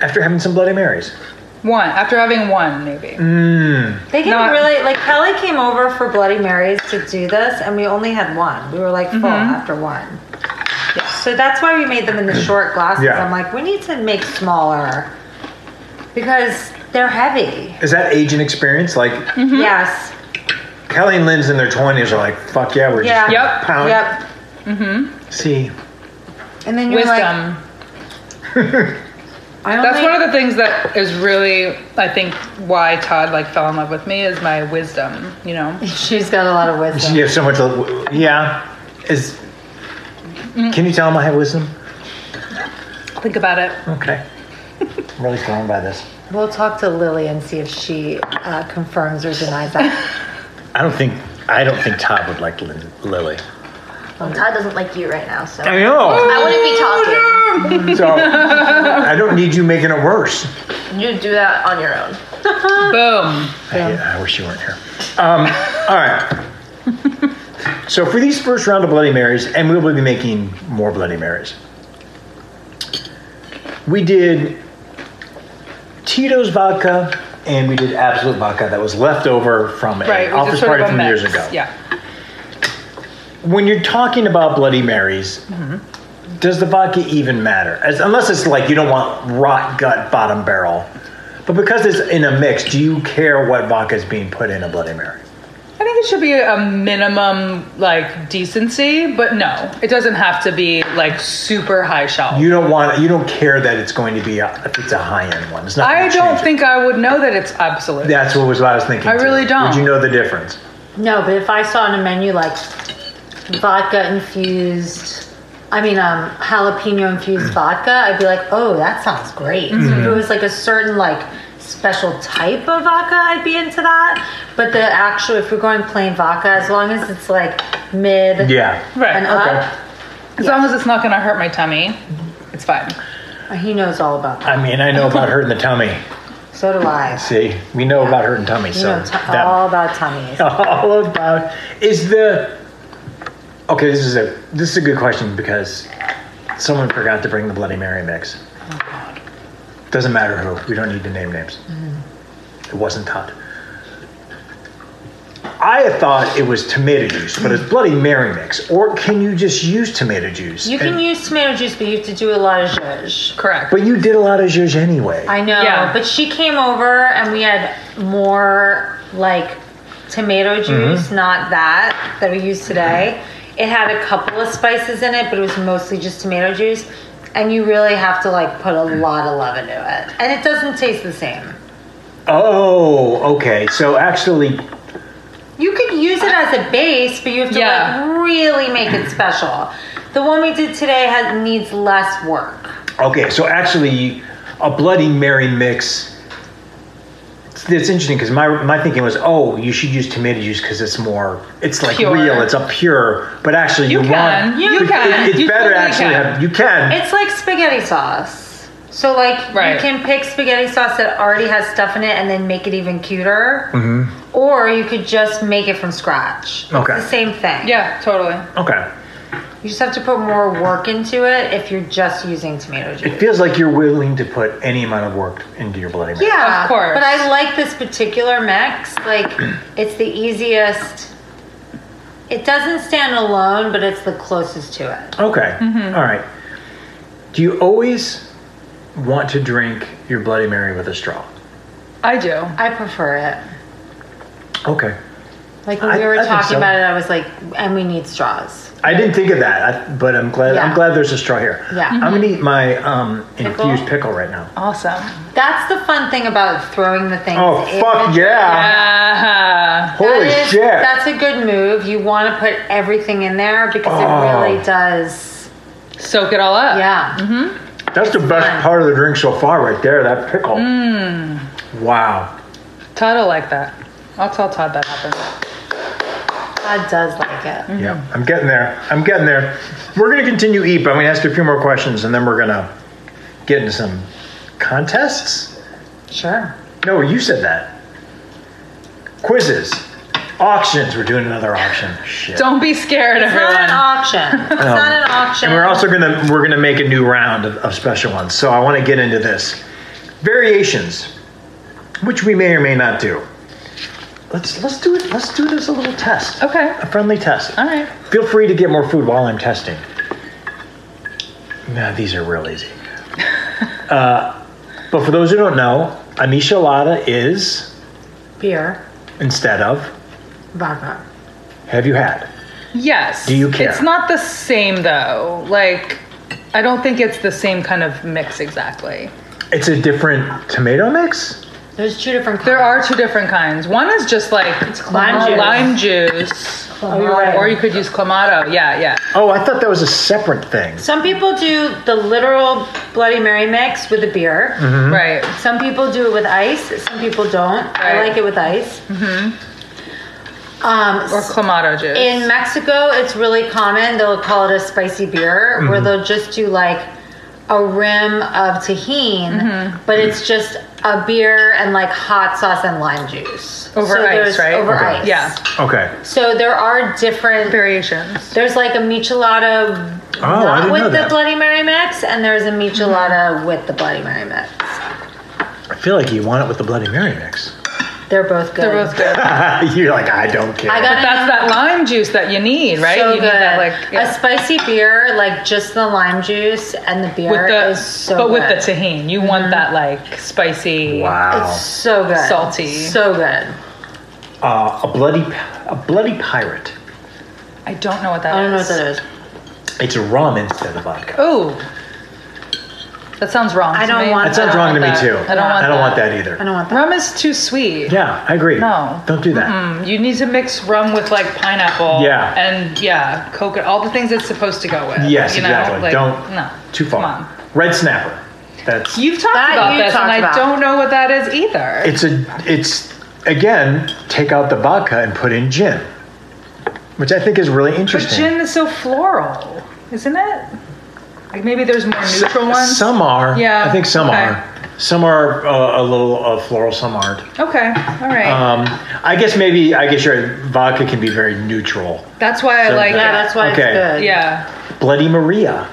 B: after having some Bloody Marys?
C: One after having one maybe.
B: Mm.
A: They get
C: Not-
A: really like Kelly came over for Bloody Marys to do this, and we only had one. We were like full
J: Mm-hmm.
A: after one. So that's why we made them in the short glasses.
B: Yeah.
A: I'm like, we need to make smaller because they're heavy.
B: Is that age and experience? Like
A: Mm-hmm.
J: Mm-hmm.
A: Yes.
B: Kelly and Lynn's in their twenties are like, fuck yeah, we're
A: Yeah.
B: just gonna
C: Yep.
B: pound.
A: Yep.
B: See,
A: And then you're
C: Wisdom.
A: like, I only,
C: That's one of the things that is really, I think, why Todd like fell in love with me is my wisdom. You know,
A: She's got a lot of wisdom.
B: You have so much. Yeah. Is can you tell him I have wisdom?
C: think about it.
B: Okay. I'm really thrown by this.
A: We'll talk to Lily and see if she uh, confirms or denies that.
B: I don't think I don't think Todd would like Lin- Lily.
J: Well, Todd doesn't like you right now, so
B: I know.
J: I wouldn't be talking.
B: So I don't need you making it worse.
J: You do that on your own.
C: Boom.
B: Yeah, I wish you weren't here. Um, all right. So for these first round of Bloody Marys, and we will be making more Bloody Marys. We did Tito's vodka, and we did Absolute vodka that was left over from a
C: Right.
B: office
C: sort
B: party
C: of a
B: from
C: mix.
B: years ago.
C: Yeah.
B: When you're talking about Bloody Marys,
C: Mm-hmm.
B: does the vodka even matter? As, unless it's like you don't want rot gut bottom barrel. But because it's in a mix, do you care what vodka is being put in a Bloody Mary?
C: I think it should be a minimum like decency, but no, it doesn't have to be like super high shelf.
B: You don't want. You don't care that it's going to be. A, if it's a high end one, it's not.
C: I
B: gonna
C: don't
B: change it.
C: think I would know that it's absolute.
B: That's what was what I was thinking.
C: I
B: too.
C: really don't.
B: Would you know the difference?
A: no, but if I saw on a menu like vodka infused, I mean, um, jalapeno
B: Mm.
A: infused vodka, I'd be like, oh, that sounds great.
B: Mm-hmm.
A: If it was like a certain like special type of vodka, I'd be into that. But the actual, if we're going plain vodka, as long as it's like mid
B: Yeah.
C: Right.
A: and up,
C: uh, As long as it's not going to hurt my tummy, it's fine.
A: he knows all about that.
B: I mean, I know about hurting the tummy.
A: So do I.
B: See, we know about hurting tummy.
A: You
B: so
A: know t-
B: that-
C: oh,
B: Oh.
A: all about tummies.
B: all about is the. Okay, this is a this is a good question because someone forgot to bring the Bloody Mary mix.
A: Oh,
B: Doesn't matter who. We don't need to name names.
A: Mm.
B: It wasn't Todd. I had thought it was tomato juice, but it's Bloody Mary mix. Or can you just use tomato juice?
A: You can
B: And-
A: use tomato juice, but you have to do a lot of zhuzh.
C: Correct.
B: But you did a lot of zhuzh anyway.
A: I know,
C: Yeah.
A: but she came over and we had more like tomato
C: Mm-hmm.
A: juice, not that that we use today. It had a couple of spices in it, but it was mostly just tomato juice. And you really have to like put
C: Mm.
A: a lot of love into it, and it doesn't taste the same.
B: Oh, okay. So actually,
A: You could use it as a base, but you have to
C: Yeah.
A: like really make it special. The one we did today has needs less work.
B: okay. So actually, a Bloody Mary mix. It's, it's interesting because my my thinking was, oh, you should use tomato juice because it's more, it's like
C: Pure.
B: real, it's a pure. But actually,
C: You
B: you,
C: can.
B: want
C: You
B: it-
C: can.
B: it- it's
C: You
B: better
C: totally
B: actually.
C: can.
B: Have, you can.
A: It's like spaghetti sauce. So like
C: Right.
A: you can pick spaghetti sauce that already has stuff in it and then make it even cuter. Mm-hmm. Or you could just make it from scratch. It's
B: Okay.
A: the same thing.
C: Yeah, totally.
B: okay.
A: You just have to put more work into it if you're just using tomato
B: It
A: juice.
B: feels like you're willing to put any amount of work into your Bloody Mary.
A: Yeah,
C: Of course.
A: But I like this particular mix. Like it's the easiest. It doesn't stand alone, but it's the closest to it.
B: Okay.
C: Mm-hmm.
B: All right. Do you always want to drink your Bloody Mary with a straw?
C: I do.
A: I prefer it.
B: Okay.
A: Like when
B: I-
A: we were
B: I think
A: talking
B: so.
A: about it, I was like, and we need straws.
B: I didn't think of that, I, but I'm glad.
A: Yeah.
B: I'm glad there's a straw here.
A: Yeah.
B: I'm gonna eat my um,
A: Pickle?
B: infused pickle right now.
C: Awesome.
A: That's the fun thing about throwing the things.
B: Oh
A: in.
B: fuck yeah!
C: Uh-huh.
A: That
B: Holy
A: is-
B: shit!
A: That's a good move. You want to put everything in there because
B: Oh.
A: it really does.
C: Soak it all up.
A: Yeah.
C: Mm-hmm.
B: That's the best
A: fun. Mm.
B: part of the drink so far, right there. That pickle. Wow.
C: Todd will like that. I'll tell Todd that happened.
A: God does like
C: Mm-hmm.
A: it.
B: Yeah, I'm getting there. I'm getting there. We're gonna continue eat, but I'm gonna ask you a few more questions, and then we're gonna get into some contests.
A: Sure.
B: No, you said that. Quizzes, auctions. We're doing another auction. Shit.
C: Don't be scared,
A: It's not an
C: everyone.
A: auction. It's not an auction.
B: Um, And we're also gonna we're gonna make a new round of, of special ones. So I want to get into this variations, which we may or may not do. Let's let's do it. Let's do this a little test.
C: Okay.
B: A friendly test.
C: All right.
B: Feel free to get more food while I'm testing. Nah, these are real easy. uh, but for those who don't know, a michelada is
G: Beer,
B: instead of
G: vodka.
B: have you had?
C: Yes.
B: Do you care?
C: It's not the same though. Like, I don't think it's the same kind of mix exactly.
B: It's a different tomato mix.
A: There's two different kinds.
C: There are two different kinds. One is just like
G: Lime juice.
C: lime juice,
G: Oh, you're right.
C: or you could use clamato. Yeah, yeah.
B: Oh, I thought that was a separate thing.
A: Some people do the literal Bloody Mary mix with a beer.
B: Mm-hmm.
C: Right.
A: Some people do it with ice. Some people don't. I
C: Right.
A: like it with ice. Mm-hmm. Um,
C: Or clamato juice.
A: In Mexico, it's really common. They'll call it a spicy beer, where
C: Mm-hmm.
A: they'll just do like a rim of tahine,
C: Mm-hmm.
A: but it's just a beer and like hot sauce and lime juice
C: Over ice,
A: there's-
C: right?
A: Over
B: Okay.
A: ice,
C: yeah.
B: Okay.
A: So there are different.
C: Variations.
A: There's like a michelada
C: Oh,
B: I
A: not
B: didn't
A: with
B: know
A: the
B: that.
A: Bloody Mary mix, and there's a michelada
C: Mm-hmm.
A: with the Bloody Mary mix.
B: I feel like you want it with the Bloody Mary mix.
A: They're both good.
C: They're both good.
B: You're like, I don't care.
A: I got
C: But that's that lime juice that you need, right?
A: So good.
C: you need that like
A: a
C: yeah.
A: spicy beer, like just the lime juice and the beer
C: with the
A: is so
C: but
A: good. Mm-hmm.
C: with the tahine. You want that like spicy.
B: wow.
A: It's so good.
C: Salty.
A: So good.
B: Uh, a bloody, a bloody pirate.
C: I don't know what that is.
A: I don't know what that is.
B: It's rum instead of vodka.
C: Oh. That sounds wrong.
A: I
C: to
A: don't
C: me.
A: want
B: That sounds
A: I
B: wrong
A: don't
B: to me
C: want
B: too.
C: that. I don't want
B: I don't
C: that.
B: want that either.
A: I don't want that.
C: Rum is too sweet.
B: Yeah, I agree.
C: No.
B: Don't do that.
C: Mm, you need to mix rum with like pineapple.
B: Yeah.
C: And yeah, coconut, all the things it's supposed to go with.
B: Yes,
C: you know?
B: exactly.
C: Like,
B: don't.
C: No.
B: Too
C: Come
B: far.
C: on.
B: Red snapper. That's.
C: You've talked
A: That
C: about
A: you
C: this,
A: talked
C: and
A: about.
C: I don't know what that is either.
B: It's a. It's again. Take out the vodka and put in gin, which I think is really
C: but
B: interesting.
C: gin is so floral, isn't it? Like maybe there's more neutral ones.
B: Some are.
C: Yeah,
B: I think some
C: okay.
B: are. Some are uh, a little uh, floral. Some aren't.
C: Okay, all right.
B: Um, I guess maybe. I guess your vodka can be very neutral.
C: that's why I
B: so
C: like
B: that-
A: Yeah,
C: it.
A: that's why
B: Okay.
A: it's good.
C: Yeah,
B: Bloody Maria.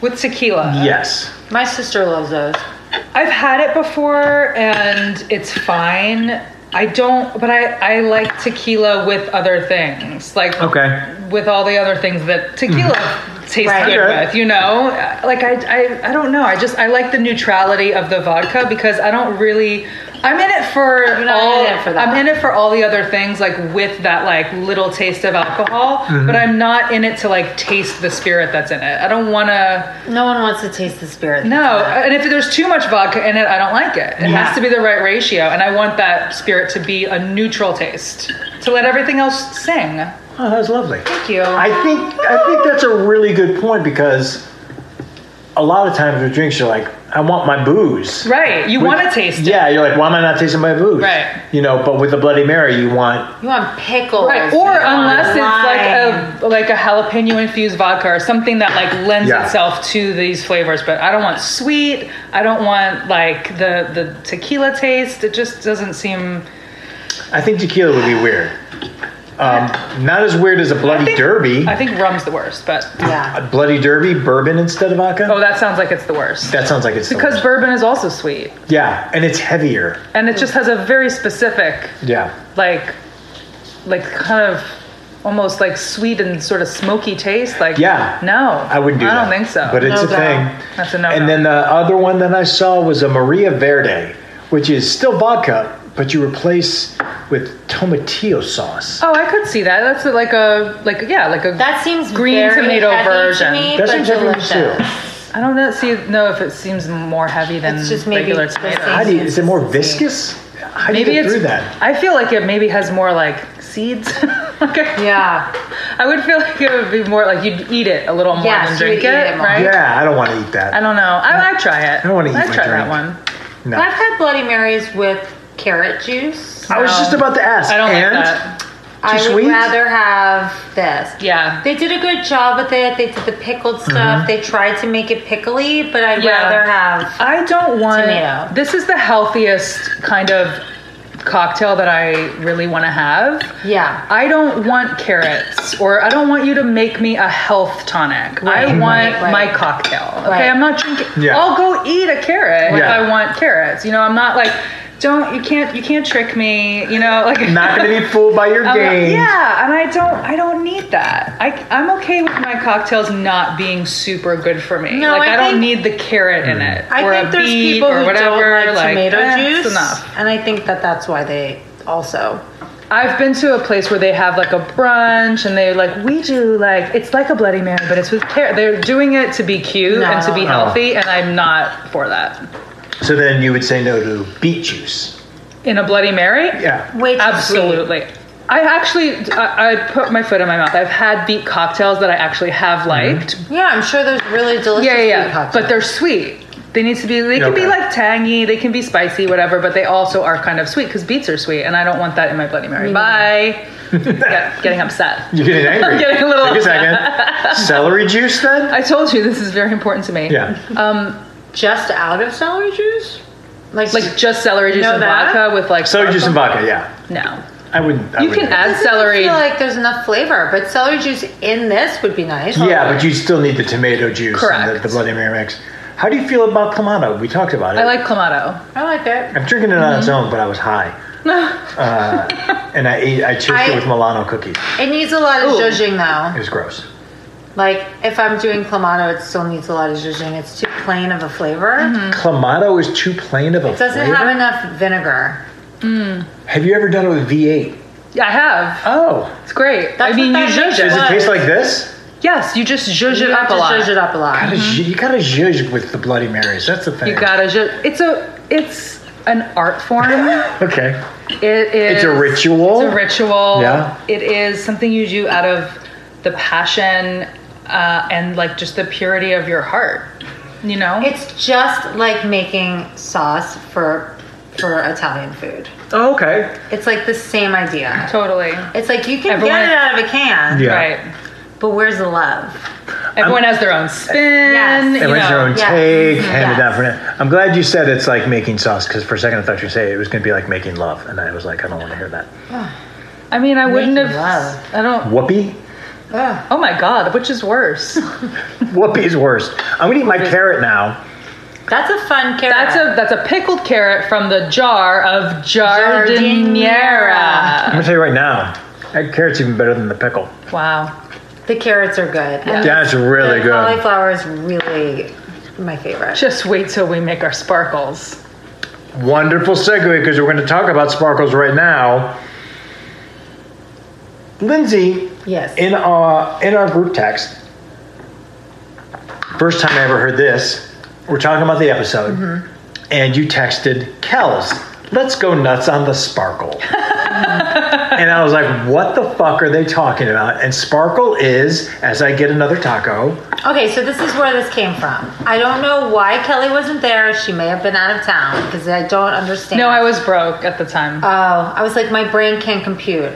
C: with tequila.
B: Yes.
A: My sister loves those.
C: I've had it before, and it's fine. I don't, but I I like tequila with other things, like
B: Okay. Mm-hmm.
C: with all the other things that tequila tastes
A: Right.
C: good
B: Okay.
C: with. You know, like I, I I don't know. I just I like the neutrality of the vodka because I don't really I'm in it for
A: not
C: all.
A: in it for that.
C: I'm in it for all the other things, like with that like little taste of alcohol.
B: Mm-hmm.
C: But I'm not in it to like taste the spirit that's in it. I don't want to.
A: No one wants to taste the spirit.
C: No, and if there's too much vodka in it, I don't like it. It has to be the right ratio, and I want that spirit to be a neutral taste to let everything else sing.
B: Oh, that was lovely.
C: Thank you.
B: I think I think that's a really good point because a lot of times with drinks you're like, I want my booze.
C: right, you
B: With-
C: want to taste it.
B: Yeah, you're like, why am I not tasting my booze?
C: Right.
B: You know, but with the Bloody Mary, you want
A: You want pickles.
C: Right, or unless it's like a like a jalapeno infused vodka or something that like lends
B: Yeah.
C: itself to these flavors. But I don't want sweet. I don't want like the the tequila taste. It just doesn't seem.
B: I think tequila would be weird. Um, not as weird as a Bloody
C: think-
B: Derby.
C: I think rum's the worst. But
A: yeah.
B: a Bloody Derby, bourbon instead of vodka.
C: oh, that sounds like it's the worst
B: That sounds like it's the
C: because
B: worst.
C: bourbon is also sweet
B: yeah, and it's heavier.
C: and it just has a very specific
B: Yeah.
C: like like kind of almost like sweet and sort of smoky taste. Like
B: Yeah.
C: no,
B: I wouldn't do
C: I
B: that.
C: don't think so.
B: But it's
A: No
B: a
A: doubt.
B: thing.
C: That's a no-no.
B: And then the other one that I saw was a Maria Verde, which is still vodka, but you replace with tomatillo sauce.
C: Oh, I could see that. That's like a like yeah, like a
A: That seems
C: green
A: very
C: tomato
A: heavy
C: version.
A: To me,
B: That
A: but
B: seems heavy
A: delicious.
B: too.
C: I don't know, see know if it seems more heavy than
A: It's just maybe
C: regular
A: the
C: tomato.
A: same.
B: How do you, is it more viscous? How do you
C: Maybe
B: get
C: it's.
B: through that?
C: I feel like it maybe has more like seeds. okay.
A: Yeah.
C: I would feel like it would be more like you'd eat it a little more
A: Yes,
C: than
A: you would
C: drink
A: eat
C: it,
A: it more.
C: right?
B: Yeah, I don't want to eat
C: I
B: that.
C: don't know. I I try it.
B: I don't wanna eat
C: I'd
B: my
C: try that
B: drink.
C: one.
B: No.
A: I've had Bloody Marys with carrot juice.
B: I was
C: No.
B: just about to ask.
C: I don't
B: and
C: like that.
A: I would
B: sweet?
A: rather have this.
C: Yeah.
A: They did a good job with it. They did the pickled
B: Mm-hmm.
A: stuff. They tried to make it pickly, but I'd
C: Yeah.
A: rather have.
C: I don't want.
A: Tomato.
C: This is the healthiest kind of cocktail that I really want to have.
A: Yeah.
C: I don't want carrots, or I don't want you to make me a health tonic. I want
A: right, right.
C: my cocktail. Okay,
A: Right.
C: I'm not drinking.
B: Yeah.
C: I'll go eat a carrot if
B: Yeah.
C: I want carrots. You know, I'm not like, don't you can't you can't trick me. You know, like
B: Not going to be fooled by your
C: I'm not-
B: games.
C: Oh, Uh, yeah, and I don't I don't need that. I I'm okay with my cocktails not being super good for me.
A: No,
C: like
A: I
C: I, don't
A: think-
C: need the carrot in it.
A: I
C: or
A: think
C: a
A: there's
C: beet
A: people
C: or
A: who
C: whatever.
A: don't like, tomato
C: eh, it's
A: juice,
C: enough.
A: and I think that that's why they also.
C: I've been to a place where they have like a brunch and they're like, we do like, it's like a Bloody Mary, but it's with care. They're doing it to be cute
A: No,
C: and to be
A: no,
B: no.
C: healthy, and I'm not for that.
B: So then you would say no to beet juice.
C: In a Bloody Mary?
B: Yeah.
A: Wait,
C: Absolutely. I actually, I, I put my foot in my mouth. I've had beet cocktails that I actually have liked.
A: Yeah, I'm sure there's really delicious.
C: Yeah, yeah,
A: sweet
C: yeah.
A: cocktails.
C: But they're sweet. They need to be, they can be
B: Okay.
C: like tangy, they can be spicy, whatever, but they also are kind of sweet because beets are sweet, and I don't want that in my Bloody Mary. Bye. Get- getting upset.
B: You're getting angry.
C: I'm getting a little
B: Take a second. Celery juice then?
C: I told you this is very important to me.
B: Yeah.
C: Um,
A: just out of celery juice, like
C: like just celery juice
A: Know
C: and
A: that?
C: vodka with like
B: Celery juice and vodka, yeah.
C: No,
B: I wouldn't. I
C: you
B: wouldn't do
C: can
B: that.
C: add
A: Doesn't
C: celery.
A: feel like there's enough flavor, but celery juice in this would be nice.
B: Yeah, but you still need the tomato juice and the,
C: Correct.
B: the Bloody Mary mix. How do you feel about clamato? We talked about it.
C: I like clamato.
A: I like it.
B: I'm drinking it on its own, but I was high. uh, and I ate. I chased
A: I-
B: it with Milano cookies.
A: It needs a lot of
C: Ooh.
A: judging though.
B: It was gross.
A: Like if I'm doing clamato, it still needs a lot of zhuzhing. It's too plain of a flavor.
C: Mm-hmm.
B: Clamato is too plain of a
A: Mm. It doesn't
B: flavor.
A: have enough vinegar.
B: Have you ever done it with V8?
C: Yeah, I have.
B: Oh,
C: It's great.
A: That's
C: I mean,
A: what
C: you
A: that
C: zhuzh
A: makes
B: does
C: it.
B: it
A: What?
B: taste like this?
C: Yes, you just zhuzh it
A: You
C: up
A: have
C: a
A: to
C: lot.
A: zhuzh it up a lot.
B: Gotta zh- You gotta zhuzh with the Bloody Marys. That's the thing.
C: You gotta zhuzh. It's a. It's an art form. it
B: okay.
C: is.
B: It's a ritual.
C: It's a ritual.
B: Yeah.
C: It is something you do out of the passion uh, and like just the purity of your heart. You know.
A: It's just like making sauce for for Italian food.
B: Oh, okay.
A: It's like the same idea.
C: totally.
A: It's like you can
C: Everyone-
A: get it out of a can,
B: Yeah.
C: Right.
A: but where's the love?
C: Everyone has their own spin.
A: Yes.
C: you
B: Everyone's
C: know.
B: their own
A: yeah.
B: take,
A: Mhm.
B: handed
A: Yes.
B: down for now. I'm glad you said it's like making sauce because for a second I thought you were saying it was going to be like making love, and I was like, I don't want to hear that.
C: I mean, I wouldn't
A: Making
C: have.
A: love.
C: I don't.
B: Whoopee?
C: Oh my god, which is worse?
B: Whoopee's worse. I'm going to eat my carrot now.
A: That's a fun carrot.
C: That's a that's a pickled carrot from the jar of
B: I'm
C: jardiniera.
B: going to tell you right now, that carrot's even better than the pickle.
C: Wow.
A: the carrots are good. And
B: That's really
A: the
B: good.
A: Cauliflower is really my favorite.
C: Just wait till we make our sparkles.
B: Wonderful segue because we're going to talk about sparkles right now. Lindsay,
G: Yes.
B: in our in our group text, first time I ever heard this. We're talking about the episode, and you texted Kels, "Let's go nuts on the sparkle." and I was like, "What the fuck are they talking about?" And sparkle is, as I get another taco,
A: Okay, so this is where this came from. I don't know why Kelly wasn't there. She may have been out of town because I don't understand.
C: No, I was broke at the time.
A: Oh, I was like, my brain can't compute.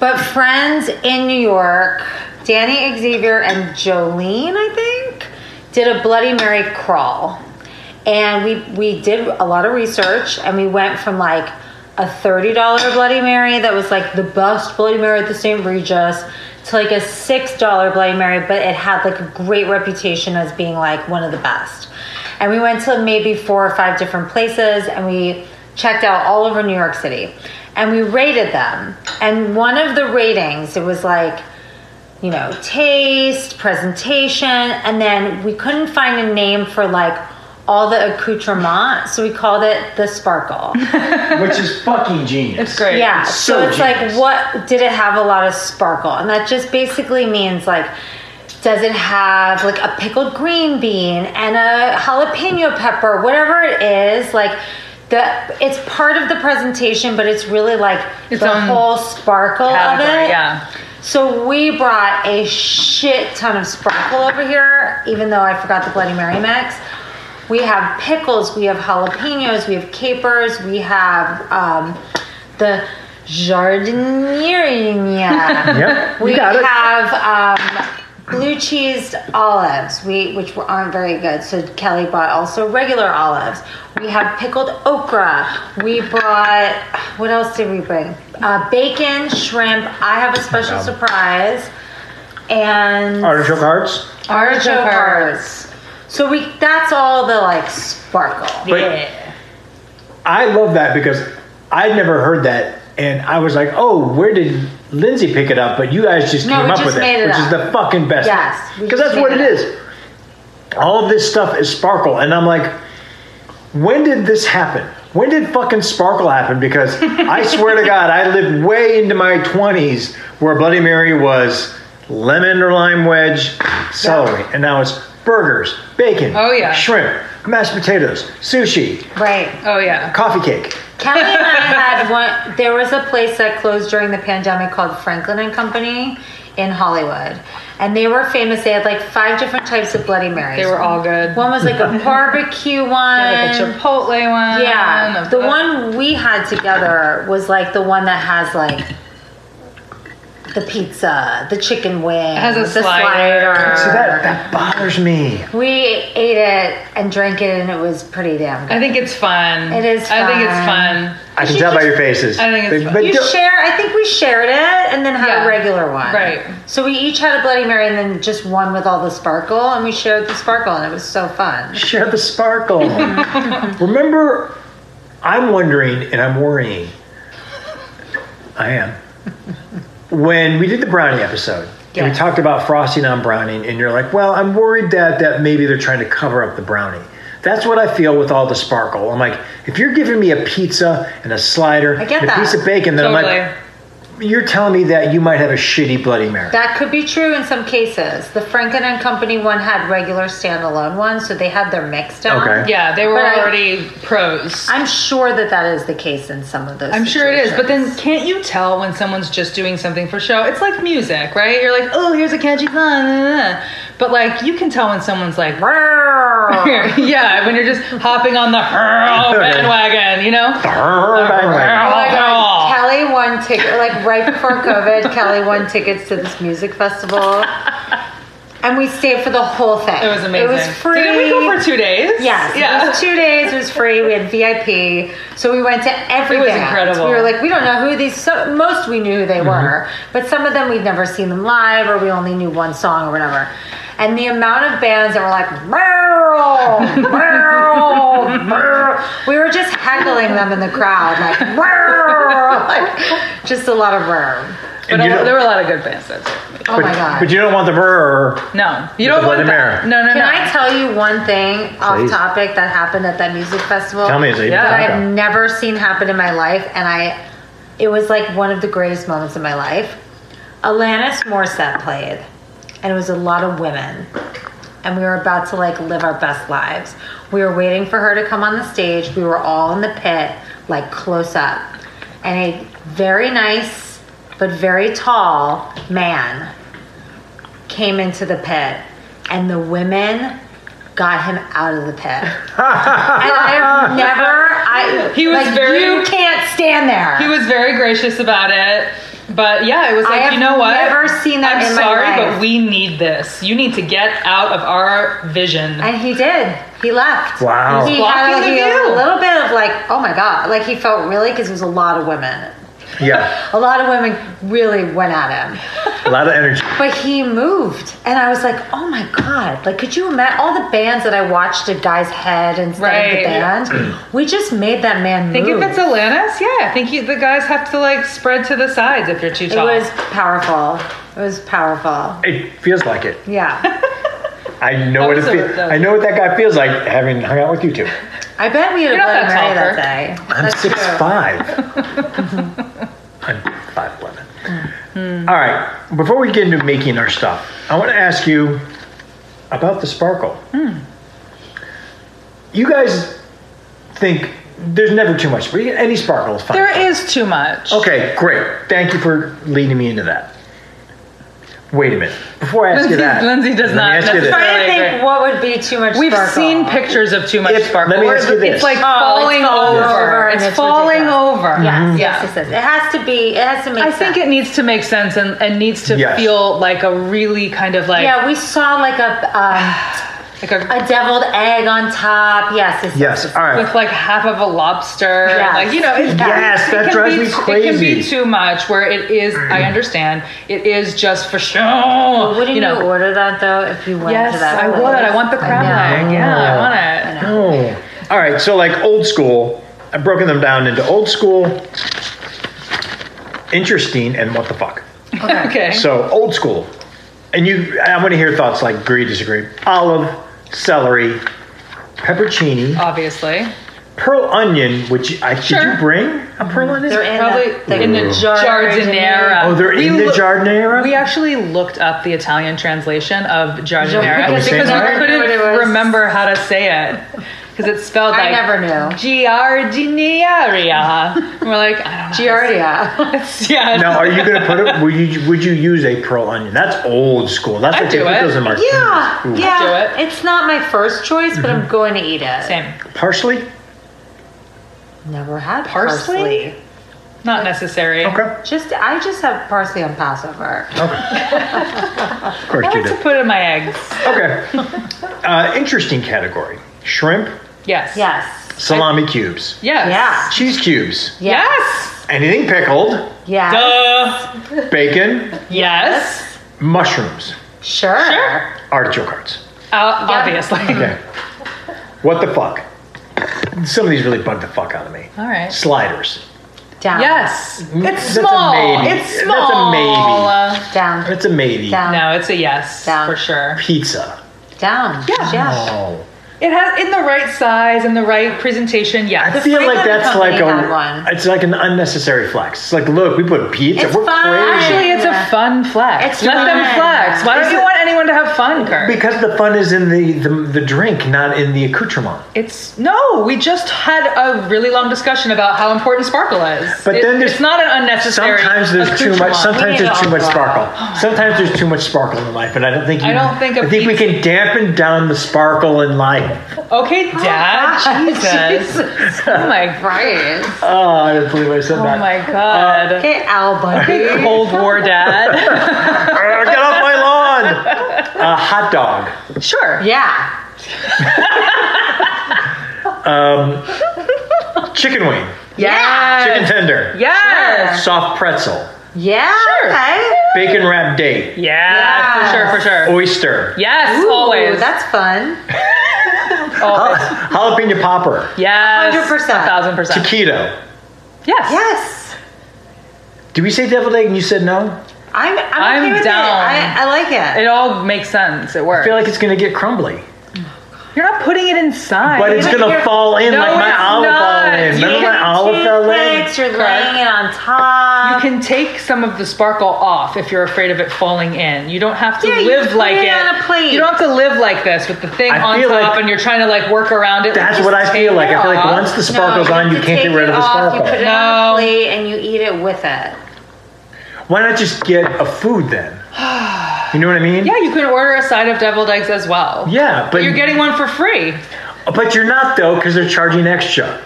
A: But friends in New York, Danny Xavier and Jolene, I think, did a Bloody Mary crawl. And we, we did a lot of research and we went from like a $30 Bloody Mary that was like the best Bloody Mary at the St. Regis to like a $6 Bloody Mary, but it had like a great reputation as being like one of the best. And we went to maybe four or five different places and we checked out all over New York City. And we rated them. And one of the ratings, it was like, you know, taste, presentation, and then we couldn't find a name for like all the accoutrement, so we called it the sparkle.
B: which is fucking genius.
C: it's great.
A: Yeah. So,
B: So
A: it's
B: genius.
A: like, what did it have a lot of sparkle? And that just basically means like, does it have like a pickled green bean and a jalapeno pepper, whatever it is? Like, the it's part of the presentation, but it's really like
C: Its
A: the
C: own
A: whole sparkle of
C: Category,
A: it.
C: yeah.
A: So we brought a shit ton of sparkle over here, even though I forgot the Bloody Mary mix. We have pickles, we have jalapenos, we have capers, we have um, the jardiniera.
B: Yep.
A: we
B: you got it.
A: have um, blue cheese olives, we, which were- aren't very good. So Kelly bought also regular olives. We have pickled okra. We brought, what else did we bring? Uh, bacon, shrimp. I have a special surprise. And
B: Artichoke hearts.
A: artichoke
C: Artichoke
A: hearts. So we that's all the like sparkle.
B: But I love that because I'd never heard that, and I was like, "Oh, where did Lindsay pick it up?" But you guys just
A: No,
B: came
A: we
B: up
A: just
B: with
A: made it
B: which is
A: up.
B: the fucking best.
A: Yes, we
B: because
A: just
B: that's
A: made
B: what
A: it
B: it
A: up.
B: is. All of this stuff is sparkle, and I'm like, "When did this happen? When did fucking sparkle happen?" Because I swear to God, I lived way into my 20s where Bloody Mary was lemon or lime wedge, celery, and now it's burgers, bacon,
C: Oh, yeah.
B: shrimp, mashed potatoes, sushi,
A: Right.
C: Oh yeah.
B: coffee cake.
A: Kelly and I had one. There was a place that closed during the pandemic called Franklin and Company in Hollywood, and they were famous. They had like five different types of Bloody Marys.
C: They were all good.
A: One was like a barbecue one.
C: like a Chipotle one.
A: yeah,
C: a-
A: the one we had together was like the one that has like the pizza, the chicken wing,
C: has a
A: the
C: slider.
B: See that that bothers me.
A: We ate it and drank it, and it was pretty damn good.
C: I think it's fun.
A: It is
C: I think it's
A: fun.
C: fun.
B: I can tell by your faces.
C: I think
B: But-
C: it's fun.
B: but
A: You
B: don't-
A: share. I think we shared it, and then had
C: Yeah.
A: a regular one.
C: Right.
A: So we each had a Bloody Mary, and then just one with all the sparkle, and we shared the sparkle, and it was so fun.
B: share the sparkle. Remember, I'm wondering and I'm worrying. I am. When we did the brownie episode, and
A: Yeah.
B: we talked about frosting on brownie, and you're like, "Well, I'm worried that that maybe they're trying to cover up the brownie." That's what I feel with all the sparkle. I'm like, if you're giving me a pizza and a slider
A: get
B: and a
A: that.
B: piece of bacon, then
C: Totally.
B: I'm like, you're telling me that you might have a shitty Bloody Mary.
A: That could be true in some cases. The Franklin and Company one had regular standalone ones, so they had their mixed down.
B: Okay.
C: yeah, they were
A: But I-
C: already pros.
A: I'm sure that that is the case in some of those.
C: I'm sure it is, but
A: situations.
C: then can't you tell when someone's just doing something for show? It's like music, right? You're like, oh, here's a catchy song, uh, uh, uh." but like you can tell when someone's like, yeah, when you're just hopping on the bandwagon, you know?
B: Bandwagon.
A: Oh my
C: Oh.
A: God. Kelly won ticket like right before COVID. Kelly won tickets to this music festival, and we stayed for the whole thing.
C: It was amazing.
A: It was free.
C: Didn't we go for two days?
A: Yes, it
C: Yeah.
A: was two days. It was free. We had VIP, so we went to every.
C: It was
A: band.
C: incredible. Mm-hmm.
A: We were like, we don't know who these. So, most we knew who they were, but some of them we'd never seen them live, or we only knew one song or whatever. And the amount of bands that were like, "Meryl, Meryl, Meryl," we were just heckling them in the crowd, like, "Meryl," like just a lot of verb.
C: But
B: And you
C: a-
B: don't-
C: there were a lot of good bands that
A: Oh my god.
B: But you don't want the brr.
C: No,
B: With
C: you don't
B: the
C: want
B: Bloody Mary.
C: that. No, no,
A: Can
C: no.
A: I tell you one thing off
B: Please.
A: topic that happened at that music festival?
B: Tell me, is it even
C: Yeah.
A: that
B: taco?
A: I've never seen happen in my life, and I, it was like one of the greatest moments in my life. Alanis Morissette played, and it was a lot of women, and we were about to like live our best lives. We were waiting for her to come on the stage. We were all in the pit, like close up, and a very nice but very tall man came into the pit, and the women got him out of the pit. And I've never. I
C: He was
A: like,
C: very-
A: You can't stand there.
C: He was very gracious about it. But yeah, it was
A: I
C: like,
A: have
C: you know what?
A: never seen that
C: I'm
A: in my
C: sorry,
A: life.
C: but we need this. You need to get out of our vision.
A: And he did. He left.
B: Wow.
A: He
C: He was
A: had a,
C: blocking
A: he
C: the
A: had
C: view.
A: a little bit of like, oh my god, like he felt really because it was a lot of women.
B: Yeah,
A: A lot of women really went at him.
B: a lot of energy.
A: But he moved, and I was like, "Oh my god!" Like, could you imagine all the bands that I watched a guy's head instead
C: Right.
A: of the band? We just made that man
C: I think
A: move.
C: if it's Alanis, yeah, I think you, the guys have to like spread to the sides if you're too
A: it
C: tall.
A: was powerful. It was powerful.
B: It feels like it.
A: Yeah,
B: I know what it
C: That was a-
B: feels.
C: that was-
B: I know what that guy feels like having hung out with you two.
A: I bet we had
C: You're
A: a
C: not
A: Bloody Mary
C: that tall,
A: that day.
B: I'm
A: That's
B: six
A: true.
B: five. I'm five eleven. All right. Before we get into making our stuff, I want to ask you about the sparkle.
A: Hmm.
B: You guys think there's never too much, but you- any sparkle is fine.
C: there is too much.
B: Okay, great. Thank you for leading me into that. Wait a minute. Before I ask you
C: Lindsay-
B: that,
C: Lindsay does
B: let me
C: not
B: ask you this.
C: necessarily-
A: I
C: Right,
A: think what would be too much.
C: We've
A: sparkle?
C: seen pictures of too much
B: If-
C: sparkle.
B: let me
C: where
B: ask you
C: It's
B: this.
C: like
B: Oh,
C: falling
A: falling
C: over.
A: over and
C: It's,
A: it's
C: falling
A: ridiculous.
C: over.
A: Yes,
C: Mm-hmm. Yeah.
A: yes, yes, yes. It has to be. It has to make.
C: I think it
A: sense.
C: needs to make sense and, and needs to
B: Yes.
C: feel like a really kind of like,
A: Yeah, we saw like a um,
C: like a
A: a deviled egg on top. Yes, yes,
B: Yes. All right.
C: with like half of a lobster.
A: Yes.
C: Like, you know, it,
B: Yes,
C: it
B: that
C: can
B: drives
C: be,
B: me
C: It can
B: crazy. Mm.
C: be too much where it is, I understand, it is just for show.
A: Wouldn't you,
C: you know,
A: order that though if you went to
C: yes,
A: that?
C: I
A: place?
C: would. I want the crab
A: know.
C: leg. Yeah, I want it.
B: Oh. All right. So, like old school, I've broken them down into old school, interesting, and what the fuck.
C: Okay.
B: So, old school. And you, I want to hear thoughts like agree, disagree. Olive, celery, peppercini,
C: Obviously.
B: pearl onion, which I did
C: Sure.
B: you bring a pearl onion?
A: They're in
C: Probably
A: the, the
C: in the jardinera.
B: oh, they're
C: We
B: in the
C: look-
B: jardinera.
C: We actually looked up the Italian translation of
B: Are we
C: jardinera
B: saying
C: because
B: that
C: we
B: right?
A: I knew what
C: couldn't
A: it was.
C: remember how to say it because it's spelled
A: I
C: like
A: never knew.
C: giardiniera. And we're like, I don't know.
A: Giardia.
C: yeah. it's-
B: now, are you going to put it? Would you would you use a pearl onion? That's old school. That's
C: I'd
B: like they
C: do
B: put
C: it.
B: those in martinis.
A: yeah,
B: Ooh.
A: yeah.
C: Do
A: It's not my first choice, but I'm going to eat it.
C: Same.
B: Parsley.
A: Never had
C: Parsley?
A: parsley.
C: Not necessary.
B: Okay.
A: Just I just have parsley on Passover.
B: Of course
C: I
B: you
C: like
B: do.
C: to put in my eggs.
B: Okay. Uh, interesting category. Shrimp,
C: Yes.
A: Yes.
B: salami cubes,
C: Yes.
A: Yeah.
B: cheese cubes,
C: Yes.
B: anything pickled,
A: Yeah.
C: Duh.
B: bacon,
C: Yes.
B: mushrooms,
A: Sure.
C: Sure.
B: artichoke hearts.
C: Uh, Obviously.
A: Mm-hmm.
B: Okay. What the fuck? Some of these really bug the fuck out of me.
C: All right.
B: Sliders.
A: Down.
C: Yes. It's
B: That's a
C: small.
B: maybe. That's
C: It's
B: a
C: small. Uh,
B: maybe.
A: Down.
B: It's a maybe.
A: Down.
C: No, it's a yes
A: Down.
C: for sure.
B: Pizza.
A: Down.
C: Yeah.
A: Yeah.
B: Oh.
C: It has in the right size and the right presentation.
B: I
C: Yes.
B: feel
A: Franklin
B: like that's
A: Company
B: like a
A: had one.
B: it's like an unnecessary flex. It's like, look, we put pizza.
A: It's
B: We're
A: fine.
B: crazy.
C: Actually, it's
A: Yeah.
C: a fun flex.
A: It's
C: Let them
A: fun.
C: flex. Why don't you want anyone to have fun, Kurt?
B: Because the fun is in the, the the drink, not in the accoutrement.
C: It's no. We just had a really long discussion about how important sparkle is.
B: But
C: It-
B: then there's-
C: it's not an unnecessary.
B: Sometimes there's too much.
C: accoutrement.
B: Sometimes
A: We need
B: there's
A: to
B: too much
A: up our-
B: sparkle. Sometimes there's too much sparkle in life, and I don't think. You,
C: Oh I don't think a
B: I think we
C: pizza-
B: can dampen down the sparkle in life.
C: Okay, Dad. Jesus. Oh my.
A: Right.
B: Oh, I don't believe I said
C: Oh
B: that.
C: my God.
A: Okay, Al Bundy.
C: Cold War Dad.
B: Arr, Ah, Get off my lawn! A hot dog.
C: sure.
A: Yeah.
B: Um, Chicken wing.
A: Yeah.
B: Chicken tender.
C: Yes.
B: Soft pretzel.
A: Yeah.
C: Sure.
A: Okay.
B: Bacon wrap date.
C: Yeah,
A: Yes.
C: for sure, for sure.
B: Oh, Oyster.
C: Yes,
A: Ooh,
C: always.
A: That's fun.
C: always.
B: Jalapeno popper.
C: Yes.
A: 100%.
C: A thousand percent.
B: Taquito.
C: Yes.
A: Yes.
B: Did we say deviled egg and you said no?
D: I'm, I'm,
C: I'm
D: okay with
C: down.
D: it. I, I like it.
C: It all makes sense. It works.
B: I feel like it's gonna get crumbly,
C: You're not putting it inside.
B: but it's gonna fall in
C: No,
B: like my
C: it's
B: olive
C: not.
B: fell in.
C: You
B: Remember my olive fell in?
G: Toothpicks, you're
C: Correct.
G: laying it on top.
C: you can take some of the sparkle off if you're afraid of it falling in. You don't have to
D: Yeah, you
C: live
D: put
C: like
D: it
C: it.
D: on a plate.
C: You don't have to live like this with the thing
B: I
C: on
B: feel
C: top
B: like-
C: and you're trying to like work around it.
B: That's
C: Just
B: what I
C: take
B: feel like. I feel like
C: off.
B: once the sparkle's
A: No,
B: on, you
A: have to
B: can't get
A: take
B: rid
A: it
B: of the
A: off,
B: sparkle.
A: You put it on
C: No.
A: a plate and you eat it with it.
B: Why not just get a food then? You know what I mean?
C: Yeah, you can order a side of deviled eggs as well.
B: Yeah, but
C: But you're getting one for free.
B: but you're not though because they're charging extra.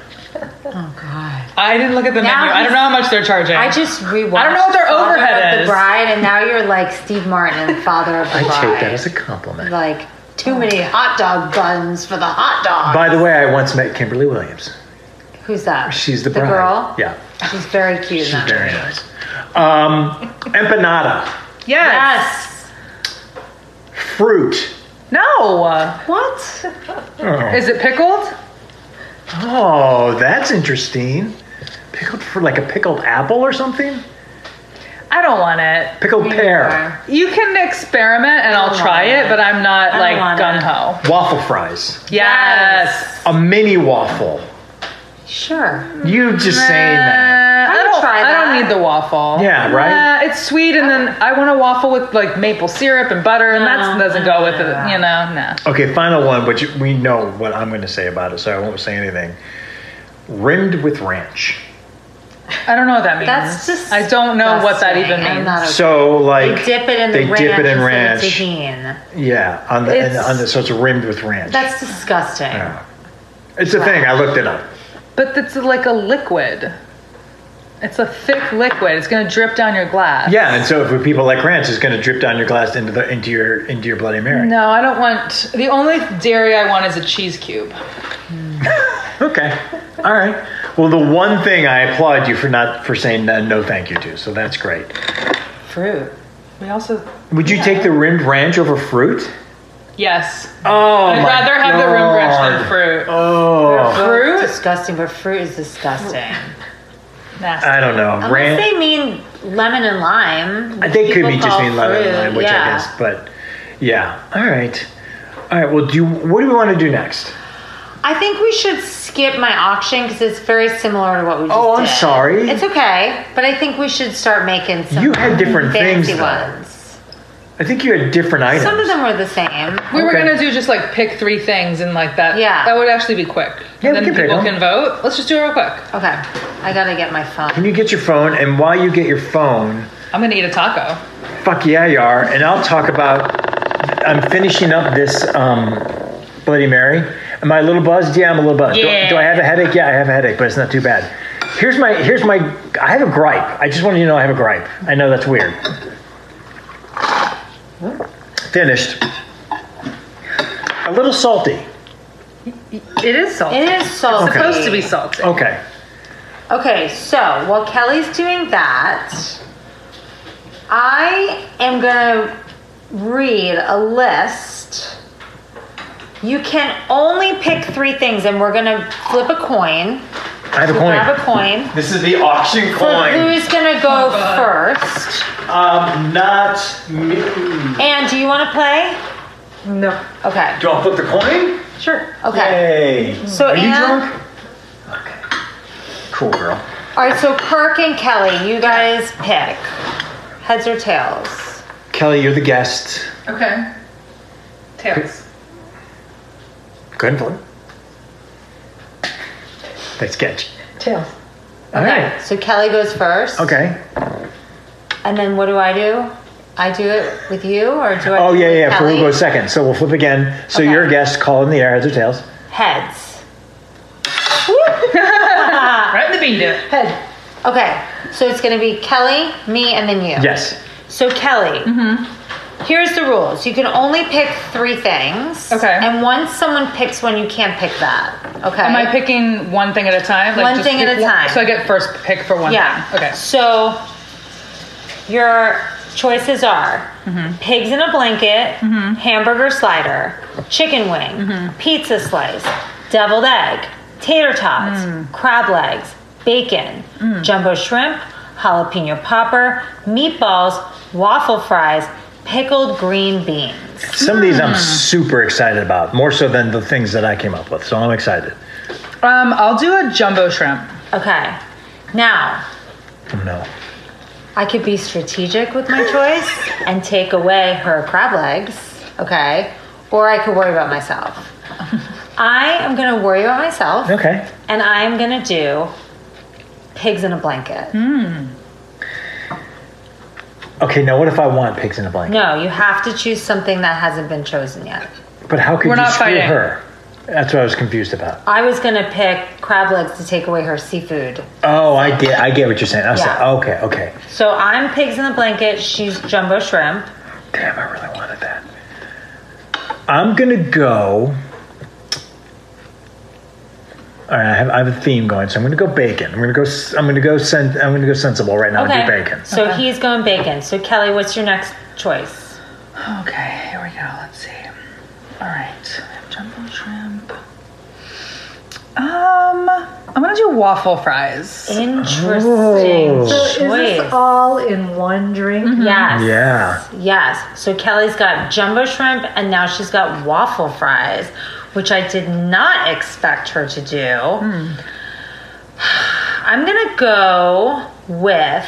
C: Oh, I didn't look at the
A: Now
C: menu. I don't know how much they're charging.
A: I just rewatched.
C: I don't know what their
A: Father
C: overhead
A: of the
C: is.
A: Bride, and now you're like Steve Martin, in Father of the
B: I
A: Bride.
B: take that as a compliment.
A: Like too many hot dog buns for the hot dog.
B: By the way, I once met Kimberly Williams.
A: Who's that?
B: She's the,
A: the
B: bride.
A: girl.
B: Yeah,
A: She's very cute. in
B: she's
A: that
B: very
A: movie.
B: nice. Um, empanada,
C: yes.
A: Yes.
B: fruit.
C: No.
D: What?
B: Oh,
C: Is it pickled?
B: Oh, that's interesting. Pickled for like a pickled apple or something.
C: I don't want it.
B: Pickled pear,
C: You can experiment and I'll try it, but I'm not like
D: want it.
C: gung ho.
B: waffle fries,
C: Yes.
B: a mini waffle.
A: Sure.
B: You just saying that.
C: Uh, I
A: would
C: don't.
A: try
C: I don't
A: that.
C: need the waffle.
B: Yeah, right?
C: Uh, it's sweet, and then I want a waffle with like maple syrup and butter, and that doesn't go with it. You know, nah.
B: Okay, final one, which we know what I'm going to say about it, so I won't say anything. Rimmed with ranch.
C: I don't know what that means.
A: That's just.
C: I don't know what that even
A: disgusting. I'm
C: means.
A: not okay.
B: So like
A: They dip it in
B: they
A: the ranch.
B: dip it
A: instead
B: in
A: of
B: ranch.
A: Tahini.
B: Yeah, on the, and
C: It's-
B: on the so it's rimmed with ranch.
A: That's disgusting.
B: Yeah. It's a thing. I looked it up.
C: but it's like a liquid. It's a thick liquid. It's gonna drip down your glass.
B: Yeah, and so if people like ranch, it's going to drip down your glass into the into your into your Bloody Mary.
C: No, I don't want. The only dairy I want is a cheese cube.
B: Okay. All right. Well, the one thing I applaud you for not for saying uh, no thank you to. So that's great.
A: Fruit.
C: We also.
B: Would you take the rimmed ranch over fruit?
C: Yes.
B: Oh,
C: I'd
B: my
C: rather have the rim branch than
B: God.
C: fruit.
B: Oh,
C: Fruit?
A: It's disgusting, but fruit is disgusting.
C: Nasty.
B: I don't know.
A: Unless
B: Ranch.
A: they mean lemon and lime. which
B: They could
A: people
B: be just
A: call
B: mean lemon
A: fruit,
B: and lime, which
A: yeah.
B: I guess, but yeah. All right. All right. Well, do you, what do we want to do next?
A: I think we should skip my auction because it's very similar to what we just
B: Oh, I'm
A: did.
B: sorry.
A: It's okay, but I think we should start making some
B: You had different things,
A: fancy
B: though.
A: ones.
B: I think you had different items.
A: Some of them were the same.
C: We were
B: Okay.
C: gonna do just like pick three things and like that.
A: Yeah.
C: that would actually be quick.
B: Yeah,
C: and
B: we
C: then
B: can pick
C: people
B: 'em.
C: can vote. Let's just do it real quick.
A: Okay, I gotta get my phone.
B: Can you get your phone? And while you get your phone,
C: I'm gonna eat a taco.
B: fuck yeah, you are. And I'll talk about. I'm finishing up this um, Bloody Mary. Am I a little buzzed? Yeah, I'm a little buzzed. Do-
C: Yeah.
B: Do, I have a headache? Yeah, I have a headache, but it's not too bad. Here's my. Here's my. I have a gripe. I just wanted you to know I have a gripe. I know that's weird. Finished. A little salty.
C: It is salty.
A: It is so
B: Okay.
C: supposed to be salty.
B: Okay.
A: Okay, so while Kelly's doing that, I am gonna read a list. You can only pick three things, and we're gonna flip a coin.
B: I have a
A: Grab a
B: coin.
A: coin.
B: This is the auction
A: For who's gonna go first?
B: Um, not me.
A: And do you want to play?
D: No.
A: Okay.
B: Do you want to flip the coin?
D: Sure.
A: Okay.
B: Yay.
A: So
B: Are you
A: Anne-
B: drunk? Okay. Cool girl.
A: All right. So Kirk and Kelly, you guys pick heads or tails.
B: Kelly, you're the guest.
C: Okay. Tails.
B: Go ahead and flip. That's sketch.
D: Tails.
B: All right.
A: So Kelly goes first.
B: Okay.
A: And then what do I do? I do it with you, or do I?
B: Oh
A: do it
B: yeah,
A: with
B: yeah. Peru
A: Kelly?
B: goes second, so we'll flip again. So
A: Okay.
B: you're a guest. Call in the air, heads or tails.
A: heads.
C: Right in the bean dip.
D: Head.
A: Okay. So it's gonna be Kelly, me, and then you.
B: Yes.
A: So Kelly,
C: Mm-hmm.
A: here's the rules. You can only pick three things.
C: Okay.
A: And once someone picks one, you can't pick that. Okay.
C: Am I picking one thing at a time?
A: One
C: just
A: thing
C: pick
A: at a
C: one-
A: time.
C: So I get first pick for one
A: Yeah.
C: thing. Okay.
A: So your choices are pigs in a blanket, hamburger slider, chicken wing, pizza slice, deviled egg, tater tots, crab legs, bacon, jumbo shrimp, jalapeno popper, meatballs, waffle fries, pickled green beans.
B: Some of these I'm super excited about, more so than the things that I came up with. So I'm excited.
C: Um, I'll do a jumbo shrimp.
A: Okay. Now,
B: Oh, No.
A: I could be strategic with my choice and take away her crab legs, okay? Or I could worry about myself. I am gonna worry about myself.
B: Okay.
A: And I am gonna do pigs in a blanket.
B: Okay, now what if I want pigs in a blanket?
A: No, you have to choose something that hasn't been chosen yet.
B: But how could
C: We're
B: you
C: not
B: screw
C: fighting.
B: her? That's what I was confused about.
A: I was gonna pick crab legs to take away her seafood.
B: Oh, I get I get what you're saying. I was
A: Yeah.
B: like, okay, okay.
A: So I'm pigs in a blanket, she's jumbo shrimp.
B: Damn, I really wanted that. I'm gonna go. All right, I have, I have a theme going, so I'm gonna go bacon. I'm gonna go. s- I'm gonna go. Sen- I'm gonna go sensible right now.
A: Okay.
B: And do bacon.
A: So he's going bacon. So Kelly, what's your next choice?
C: Okay, here we go. Let's see. All right, jumbo shrimp. Um, I'm gonna do waffle fries.
A: Interesting
D: So is
A: choice. Mm-hmm.
D: this all in one drink?
A: Yes.
B: Yeah.
A: Yes. So Kelly's got jumbo shrimp and now she's got waffle fries, which I did not expect her to do.
C: Hmm.
A: I'm going to go with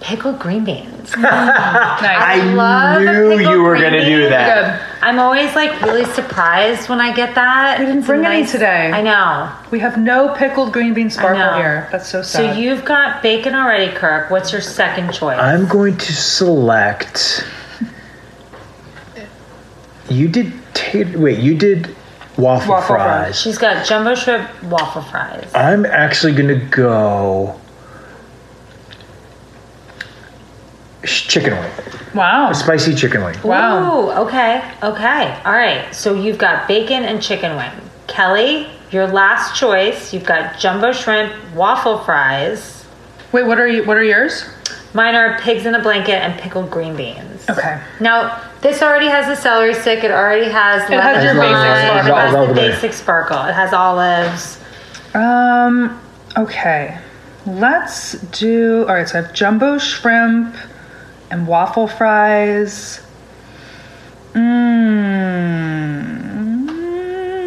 A: pickled green beans.
C: Nice.
B: I
A: love
B: knew
A: pickled
B: you were
A: green
B: gonna do
A: beans.
B: that.
C: Good.
A: I'm always like really surprised when I get that. We
C: didn't bring any today.
A: I know.
C: We have no pickled green bean sparkle
A: know.
C: here. That's so
A: So
C: sad.
A: you've got bacon already, Kirk. What's your second choice?
B: I'm going to select. You did. tat- Wait, you did waffle,
C: Waffle
B: fries.
A: She's got jumbo shrimp waffle fries.
B: I'm actually gonna go. sh- Chicken wing,
C: wow.
B: spicy chicken wing.
C: Wow.
A: Ooh, okay, okay. All right. So you've got bacon and chicken wing. Kelly, your last choice. You've got jumbo shrimp waffle fries.
C: Wait, what are you? What are yours?
A: Mine are pigs in a blanket and pickled green beans.
C: Okay.
A: Now, this already has the celery stick. It already has
C: It has your
A: lemon
C: basic
A: lime,
C: sparkle.
A: It has the
B: Olive oil.
A: basic sparkle. It has olives.
C: Um. Okay. Let's do. All right. So I have jumbo shrimp and waffle fries. Mmm.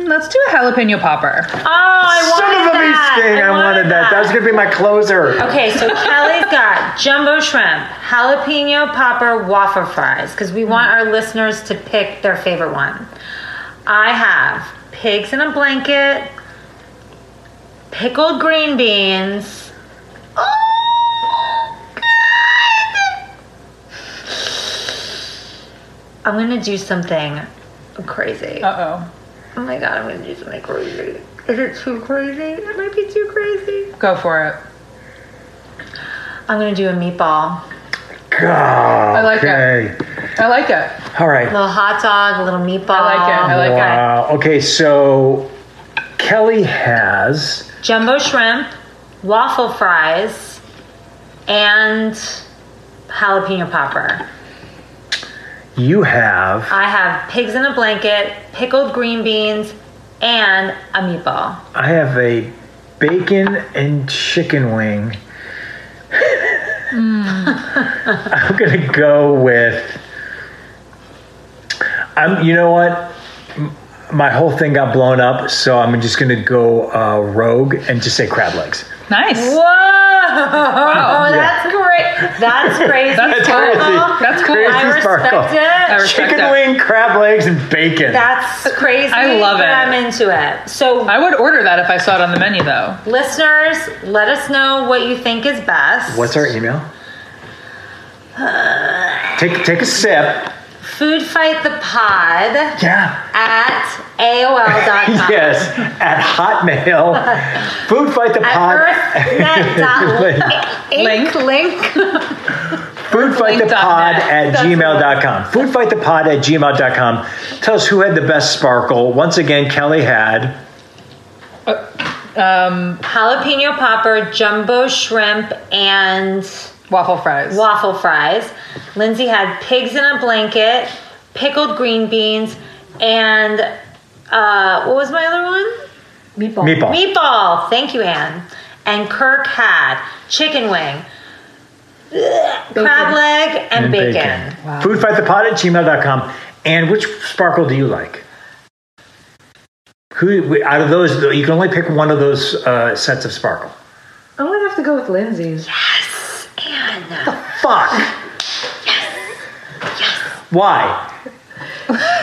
C: Let's do a jalapeno popper.
A: Oh, I
B: Son
A: wanted
B: of a beach
A: that.
B: thing! I wanted that. That was gonna be my closer.
A: Okay, so Kelly's got jumbo shrimp, jalapeno popper, waffle fries, because we want our listeners to pick their favorite one. I have pigs in a blanket, pickled green beans. Oh, God. I'm gonna do something crazy.
C: Uh
A: Oh my god, I'm gonna do something crazy. Is it too crazy? It might be too crazy.
C: oh. Go for it.
A: I'm gonna do a meatball,
B: God.
C: I like
B: okay.
C: I like it.
B: All right.
A: little hot dog, a little meatball.
C: I like it. I like it.
B: Wow. Okay, so Kelly has
A: Jumbo shrimp, waffle fries, and jalapeno popper.
B: you have
A: I have pigs in a blanket, pickled green beans, and a meatball.
B: I have a bacon and chicken wing. I'm gonna go with I'm you know what? M- My whole thing got blown up, so I'm just gonna go uh, rogue and just say crab legs.
C: Nice.
A: Whoa! that's great. That's crazy.
C: That's
A: Sparkle.
B: crazy.
C: That's cool.
B: Crazy
A: I
B: sparkle.
A: respect
C: I
A: it.
C: respect
B: Chicken
C: that.
B: wing, crab legs, and bacon.
A: That's crazy.
C: I love
A: but
C: it.
A: I'm into it. So
C: I would order that if I saw it on the menu, though.
A: Listeners, let us know what you think is best.
B: What's our email? Take take a sip.
A: Food Fight the Pod
B: Yeah.
A: at AOL.com.
B: Yes. At Hotmail. Food Fight the Pod.
A: At Link. Link.
B: Food Fight the Pod at gmail.com. Food Fight the Pod at gmail.com. Tell us who had the best sparkle. Once again, Kelly had.
C: Um,
A: Jalapeno popper, jumbo shrimp, and
C: Waffle fries.
A: waffle fries. Lindsay had pigs in a blanket, pickled green beans, and uh, what was my other one?
B: Meatball.
A: Meatball. Thank you, Anne. and Kirk had chicken wing, ugh, crab leg, and, bacon.
B: Foodfightthepod at gmail.com. And which sparkle do you like? Who we- out of those? You can only pick one of those uh, sets of sparkle.
D: I'm gonna have to go with Lindsay's.
B: Fuck. Why?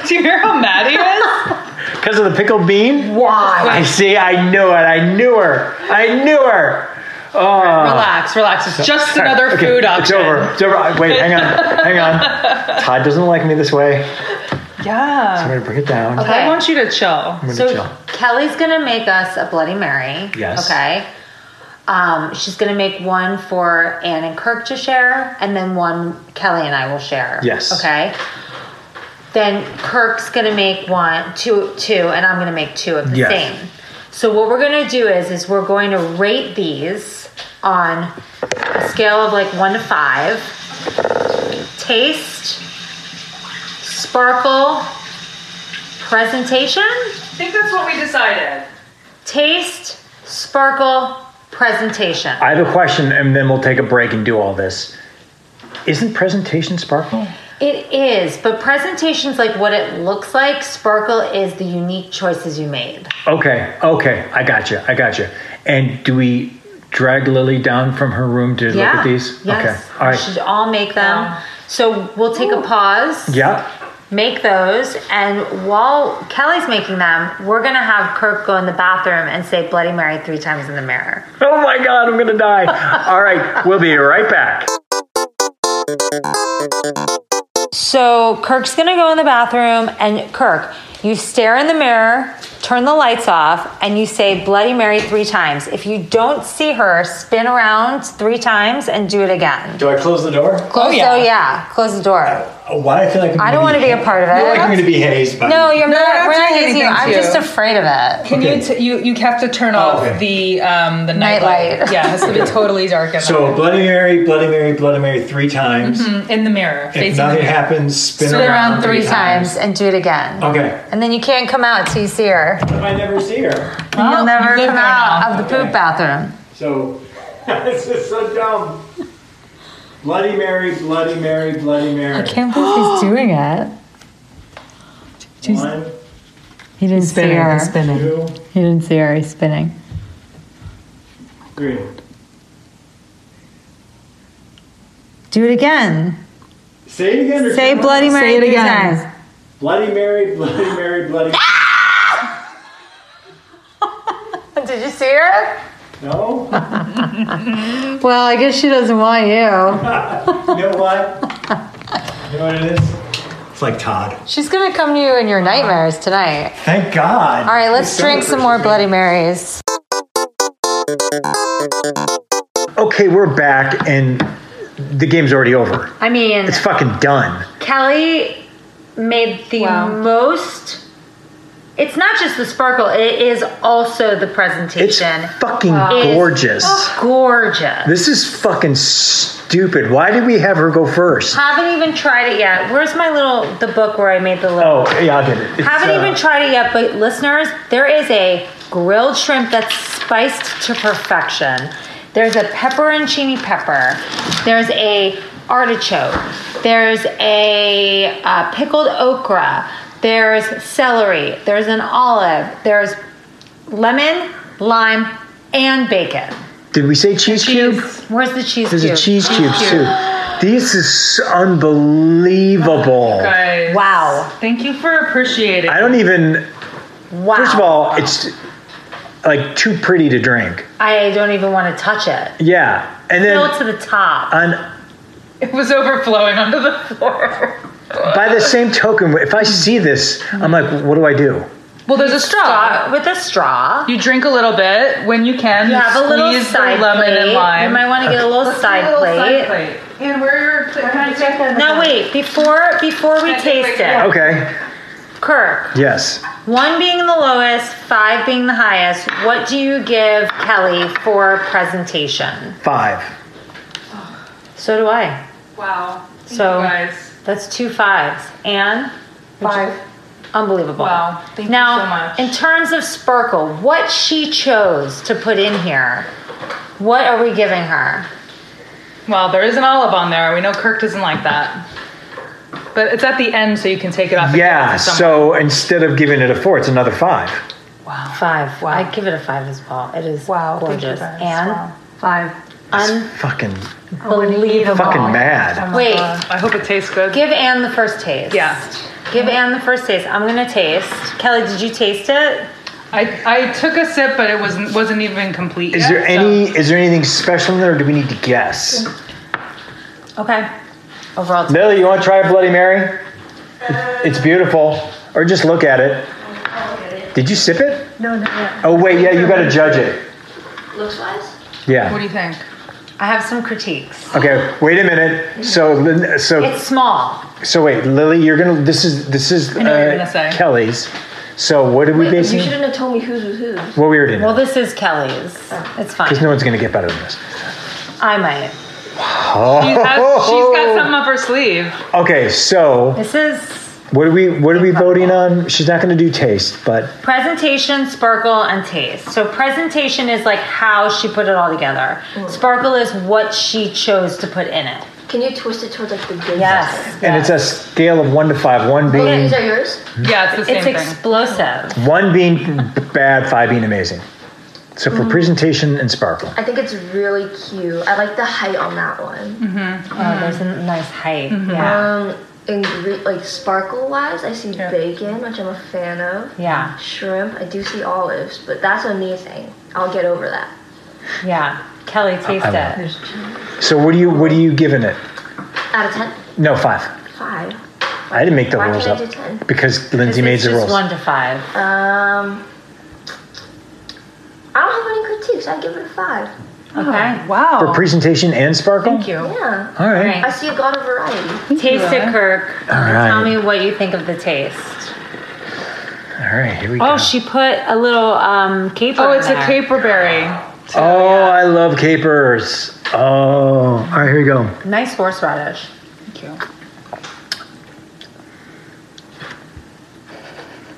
C: Do you hear how mad he is?
B: Because of the pickled bean? Why? I see. I knew it. I knew her. I knew her. Oh.
C: relax, relax. It's just another
B: Okay,
C: food option.
B: It's over. It's over. Wait, hang on. Hang on. Todd doesn't like me this way. I'm
C: Yeah.
B: gonna bring it down. I'm
C: I
A: Okay.
C: want you to chill.
B: gonna
A: So
B: chill.
A: Kelly's gonna make us a Bloody Mary.
B: Yes.
A: Okay. Um, she's gonna make one for Anne and Kirk to share, and then one Kelly and I will share.
B: Yes.
A: Okay. Then Kirk's gonna make one, two, two, and I'm gonna make two of the
B: Yes.
A: same. So what we're gonna do is, is we're going to rate these on a scale of like one to five. Taste, sparkle, presentation
C: I think that's what we decided.
A: taste, sparkle, presentation.
B: I have a question, and then we'll take a break and do all this. Isn't presentation sparkle?
A: It is, but presentation's like what it looks like. Sparkle is the unique choices you made.
B: Okay, okay, I got you, I got you. And do we drag Lily down from her room to look at these?
A: Yes.
B: Okay, all
A: We
B: right.
A: should all make them. So we'll take a pause,
B: Yeah,
A: make those, and while Kelly's making them, we're gonna have Kirk go in the bathroom and say Bloody Mary three times in the mirror.
B: Oh my God, I'm gonna die. All right, we'll be right back.
A: So Kirk's gonna go in the bathroom, and Kirk, you stare in the mirror, turn the lights off, and you say Bloody Mary three times. If you don't see her, spin around three times and do it again.
K: Do I close the door?
A: Close, oh, yeah. close the door.
K: Oh, Why I feel like I'm
A: I don't
K: gonna
A: want to be a part of
K: I feel like I'm
A: it.
K: going to be hazed. By
A: No, you're
C: No, we're
A: not.
C: not
A: We're not
C: doing
A: using you.
C: anything
A: I'm
C: to
A: just
C: you.
A: afraid of it.
C: Can
K: Okay.
C: you, t- you you have to turn off
K: okay.
C: the um the
A: Nightlight.
C: nightlight. yeah, it has to be totally dark at
K: So Bloody Mary, Bloody Mary, Bloody Mary three times.
C: night. in the mirror,
K: If
C: facing the
K: nothing
C: mirror.
K: happens, spin,
A: Mm-hmm, Spin around three times and do it again.
K: Okay.
A: And then you can't come out till you see her.
K: What if I never see her?
A: And
C: Well,
A: You'll never
C: you live
A: come
C: there
A: out
C: now.
A: of the poop bathroom.
K: So this is so dumb. Bloody Mary, Bloody Mary, Bloody Mary.
A: Can't believe he's doing it.
K: One,
A: He didn't see her.
D: spinning.
K: two,
A: He didn't see her. He's spinning.
K: three.
A: Do it again.
K: Say it again. Or
A: Say
K: come on.
A: Bloody Mary
D: it
A: three
D: again.
A: times.
K: Bloody Mary, Bloody Mary, Bloody.
A: Did you see her?
K: No.
A: Well, I guess she doesn't want you.
K: You know what? You know what it is? It's like Todd.
A: She's gonna come to you in your nightmares tonight.
K: Thank God.
A: All right, let's drink some more Bloody Marys.
B: Okay, we're back, and the game's already over.
A: I mean,
B: It's fucking done.
A: Kelly made the most. It's not just the sparkle; it is also the
B: It's
A: presentation.
B: fucking
A: It's
B: gorgeous.
A: gorgeous.
B: This is fucking stupid. Why did we have her go first?
A: Haven't even tried it yet. Where's my little the book where I made the little?
B: Oh, yeah, I did it. It's,
A: Haven't
B: uh,
A: even tried it yet, but listeners, there is a grilled shrimp that's spiced to perfection. There's a pepperoncini pepper. There's a artichoke. There's a uh, pickled okra. There's celery. There's an olive. There's lemon, lime, and bacon.
B: Did we say cheese cube?
A: Where's the cheese
B: There's
A: cube?
B: a cheese cube too. This is unbelievable.
C: Guys,
A: Wow.
C: Thank you for appreciating.
B: I don't even.
A: Wow.
B: First of all, it's like too pretty to drink.
A: I don't even want to touch it.
B: Yeah, and
A: Fill
B: then
A: to the top.
B: on
C: It was overflowing onto the floor.
B: by the same token, if I see this, I'm like, what do I do?
C: Well, there's a
A: straw
C: straw.
A: with a straw.
C: You drink a little bit when you can.
A: You have a little
C: squeeze the
A: side
C: lemon
A: plate.
C: and lime.
A: You might want to get a little side plate.
C: And we're trying to check that.
A: Now wait, before before we taste it,
B: Okay.
A: Kirk.
B: Yes.
A: One being the lowest, five being the highest. What do you give Kelly for presentation?
B: Five.
A: So do I.
C: Wow.
A: So-
C: So guys,
A: That's two fives. And
C: five.
A: unbelievable.
C: Wow. Thank
A: now,
C: you so much.
A: in terms of sparkle, what she chose to put in here What are we giving her?
C: Well, there is an olive on there. We know Kirk doesn't like that. But it's at the end, so you can take it off. and give
B: Yeah,
C: it to someone.
B: so instead of giving it a four, it's another five.
A: Five. Wow. I give it a five as well. It is wow, gorgeous and
D: Five.
B: It's fucking
A: unbelievable.
B: fucking mad.
A: Wait,
C: Uh, I hope it tastes good.
A: give Anne the first taste.
C: yeah.
A: Give Anne the first taste. I'm gonna taste. Kelly, did you taste it?
C: I, I took a sip, but it wasn't wasn't even complete.
B: Is
C: yet,
B: there
C: so-
B: any is there anything special in there, or do we need to guess?
A: Okay. Overall, it's
B: Lily, you want to try a Bloody Mary? It's beautiful, or just look at it. Did you sip it?
D: No, not yet.
B: Oh wait, yeah, you got to judge it.
F: Looks wise?
C: What do
B: Yeah.
C: you think?
A: I have some critiques.
B: Okay. Wait a minute. So, Lin- so,
A: It's small.
B: so wait, Lily, you're gonna. This is this is
C: know what you're gonna
B: uh,
C: say.
B: Kelly's. So what did we
F: Wait, you
B: basically?
F: shouldn't have told me whose was whose.
B: Well, we already
A: Well,
B: know
A: this is Kelly's. It's fine.
B: because no one's gonna get better than this.
A: I might.
C: She has, she's got
B: Oh.
C: something up her sleeve.
B: Okay, so
A: This is
B: what are we what are we voting on? She's not going to do taste, but
A: presentation, sparkle, and taste. So presentation is like how she put it all together. Sparkle is what she chose to put in it.
F: Can you twist it towards like the good
A: Yes.
B: and it's a scale of one to five. One
F: side? Okay,
B: being
F: these are yours?
C: Yeah, it's the same
A: It's
C: thing.
A: explosive.
B: one being bad, five being amazing. So for presentation and sparkle,
F: I think it's really cute. I like the height on that one.
A: Oh, there's a nice height.
B: Mm-hmm.
A: Yeah.
F: Um, ingre- like sparkle wise, I see bacon, which I'm a fan of.
A: Yeah.
F: Shrimp, I do see olives, but that's amazing. I'll get over that.
A: Yeah. Kelly, taste
B: I
A: it.
B: so what do you what are you giving it?
F: Out of ten,
B: No five.
F: five.
B: I didn't make the
F: Why
B: rules
F: can't I do
B: up
F: ten?
B: because Lindsay made
A: it's
B: the
A: just
B: rules.
A: one to five.
F: Um, I don't have any critiques. I give it a five.
A: Okay.
B: For
C: Wow.
B: presentation and sparkle.
C: Thank you.
F: Yeah,
B: All right.
F: I see a lot of variety.
A: Taste it, Kirk.
B: All right.
A: Tell me what you think of the taste.
B: All right. Here we
A: Oh,
B: go.
A: she put a little um caper.
C: Oh,
A: in
C: it's a
A: there.
C: caper berry.
B: oh, I love capers. Oh. All right. Here we go.
A: Nice horseradish.
C: Thank you.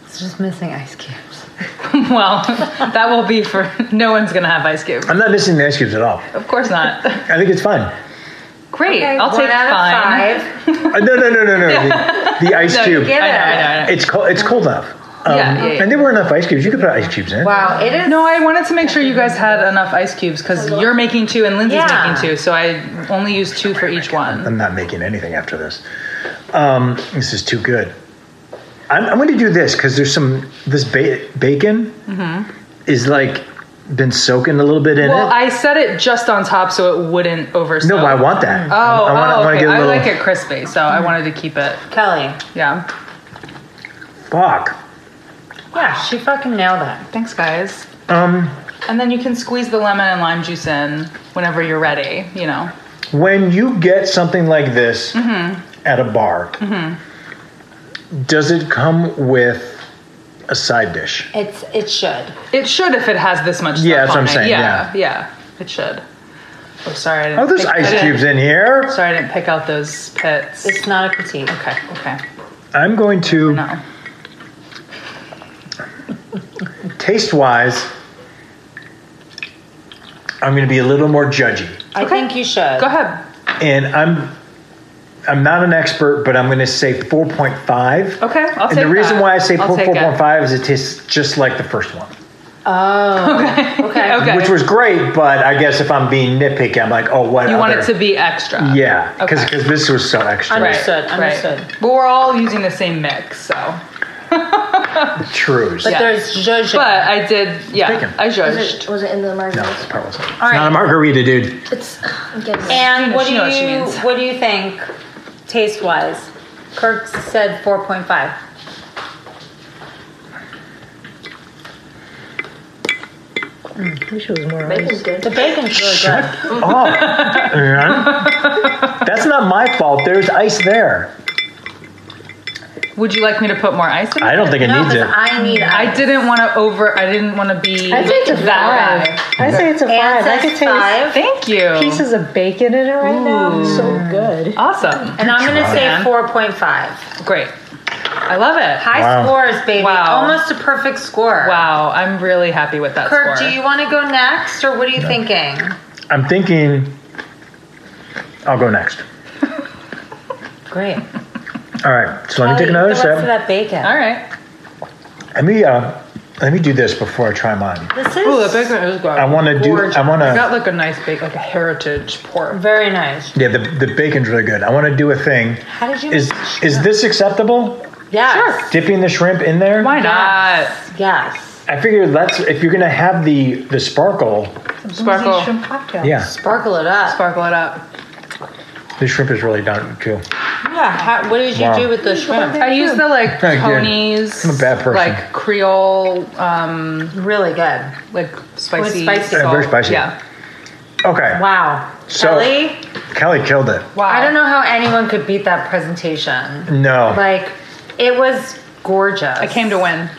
A: It's just missing ice cubes.
C: Well, that will be for no one's gonna have ice cube.
B: I'm not missing the ice cubes at all.
C: Of course not.
B: I think it's fun.
C: Great. I'll
A: One
C: take
A: out
C: fine.
A: of five.
B: Uh, no, no, no, no, no. The, the ice
C: No, you
B: cube.
C: get I know, I know, I know.
B: It's cold. It's cold enough. Um,
C: Yeah, yeah, yeah.
B: And there were enough ice cubes. You could put ice cubes in.
A: Wow, it is.
C: No, I wanted to make sure you guys had enough ice cubes because you're making two and Lindsay's
A: Yeah.
C: making two, so I only used two for each one.
B: I'm not making anything after this. Um, this is too good. I'm, I'm going to do this because there's some this ba- bacon is like been soaking a little bit in
C: Mm-hmm. Well,
B: it.
C: I set it just on top so it wouldn't over.
B: no, but I want that.
C: Oh,
B: I wanna-
C: oh,
B: I wanna
C: okay.
B: get a
C: I
B: little
C: like it crispy, so I wanted to keep it.
A: Kelly.
C: Yeah.
B: fuck.
A: Yeah, she fucking nailed it.
C: Thanks, guys.
B: Um,
C: And then you can squeeze the lemon and lime juice in whenever you're ready. You know.
B: when you get something like this
C: Mm-hmm.
B: at a bar, does it come with a side dish?
A: It's it should.
C: It should if it has this much.
B: Yeah, that's
C: stuff on
B: what I'm
C: it.
B: saying,
C: Yeah, yeah, it should. Oh, sorry. I didn't
B: Oh, there's
C: pick- I
B: ice
C: didn't-
B: cubes in here.
C: Sorry, I didn't pick out those pits.
A: It's not a critique.
C: Okay, okay.
B: I'm going to
C: No.
B: taste wise. I'm going to be a little more judgy,
A: I think you should.
C: Go ahead.
B: and I'm I'm not an expert, but I'm going to say 4.5.
C: Okay, I'll
B: and
C: take
B: the reason
C: that.
B: why I say
C: I'll
B: 4,
C: take it.
B: 4.5 is it tastes just like the first one,
A: Oh. Okay. Okay.
C: Okay.
B: which was great. But I guess if I'm being nitpicky, I'm like, oh, what?
C: You want it
B: other-
C: to be extra.
B: Yeah, because
C: Okay.
B: this was so extra.
C: Right,
A: Understood, understood.
C: Right. But we're all using the same mix, so.
B: Trues.
A: But
C: Yeah.
A: there's judging.
C: But I did,
B: Bacon.
C: yeah, I
F: Was it,
C: judged.
F: was it in the
B: No,
F: margaritas?
B: it's a powerful. It's
A: right.
B: not a margarita, dude.
F: It's. I'm getting it.
A: and
C: knows-
A: what
C: she
A: do
C: knows what she
A: you
C: means.
A: what do you think taste wise? Kirk said four point five.
D: Wish it was more
F: bacon's
D: ice.
F: good.
A: The bacon's really good.
B: Oh, man. that's not my fault. There's ice there.
C: Would you like me to put more ice in it?
B: I don't think it
A: No,
B: needs it.
A: because I need
C: I didn't want to over, I didn't want to be
D: I think it's a
C: that
D: five. I say it's a
A: Anne
D: five. I could
A: says
D: taste
A: five.
C: Thank you.
D: pieces of bacon in it right now. It's so good.
C: Awesome.
A: And I'm gonna say
C: Anne.
A: four point five.
C: Great. I love it.
A: High
B: Wow.
A: scores, baby.
C: Wow.
A: Almost a perfect score.
C: Wow, I'm really happy with that
A: Kirk,
C: score.
A: do you want to go next, or what are you thinking?
B: I'm thinking I'll go next.
A: Great.
B: All right, so let me
A: I'll
B: take
A: eat
B: another
A: the rest of
B: sip.
A: that bacon.
C: All right.
B: Let me uh, let me do this before I try mine.
A: This is
C: Ooh, the bacon is good.
B: I wanna do- I wanna-
C: got like a nice bacon, like a heritage pork.
A: very nice.
B: Yeah, the, the bacon's really good. I want to do a thing.
A: How did you?
B: Is is this acceptable?
A: yes.
B: Dipping the shrimp in there?
C: Why not?
A: Yes.
B: I figured that's if you're gonna have the the sparkle.
C: Sparkle,
D: shrimp cocktail.
B: Yeah,
A: Sparkle it up.
C: sparkle it up.
B: the shrimp is really done too.
A: yeah. How, what did you
B: Wow.
A: do with the shrimp?
C: I use the like
B: Thank you.
C: Tony's,
B: I'm a bad person.
C: like Creole, um,
A: Really good.
C: like Oh, spicy,
A: spicy.
B: Yeah, very spicy.
C: Yeah.
B: Okay,
A: Wow.
B: So-
A: Kelly,
B: Kelly killed it.
C: Wow.
A: I don't know how anyone could beat that presentation.
B: No,
A: Like, it was gorgeous.
C: I came to win.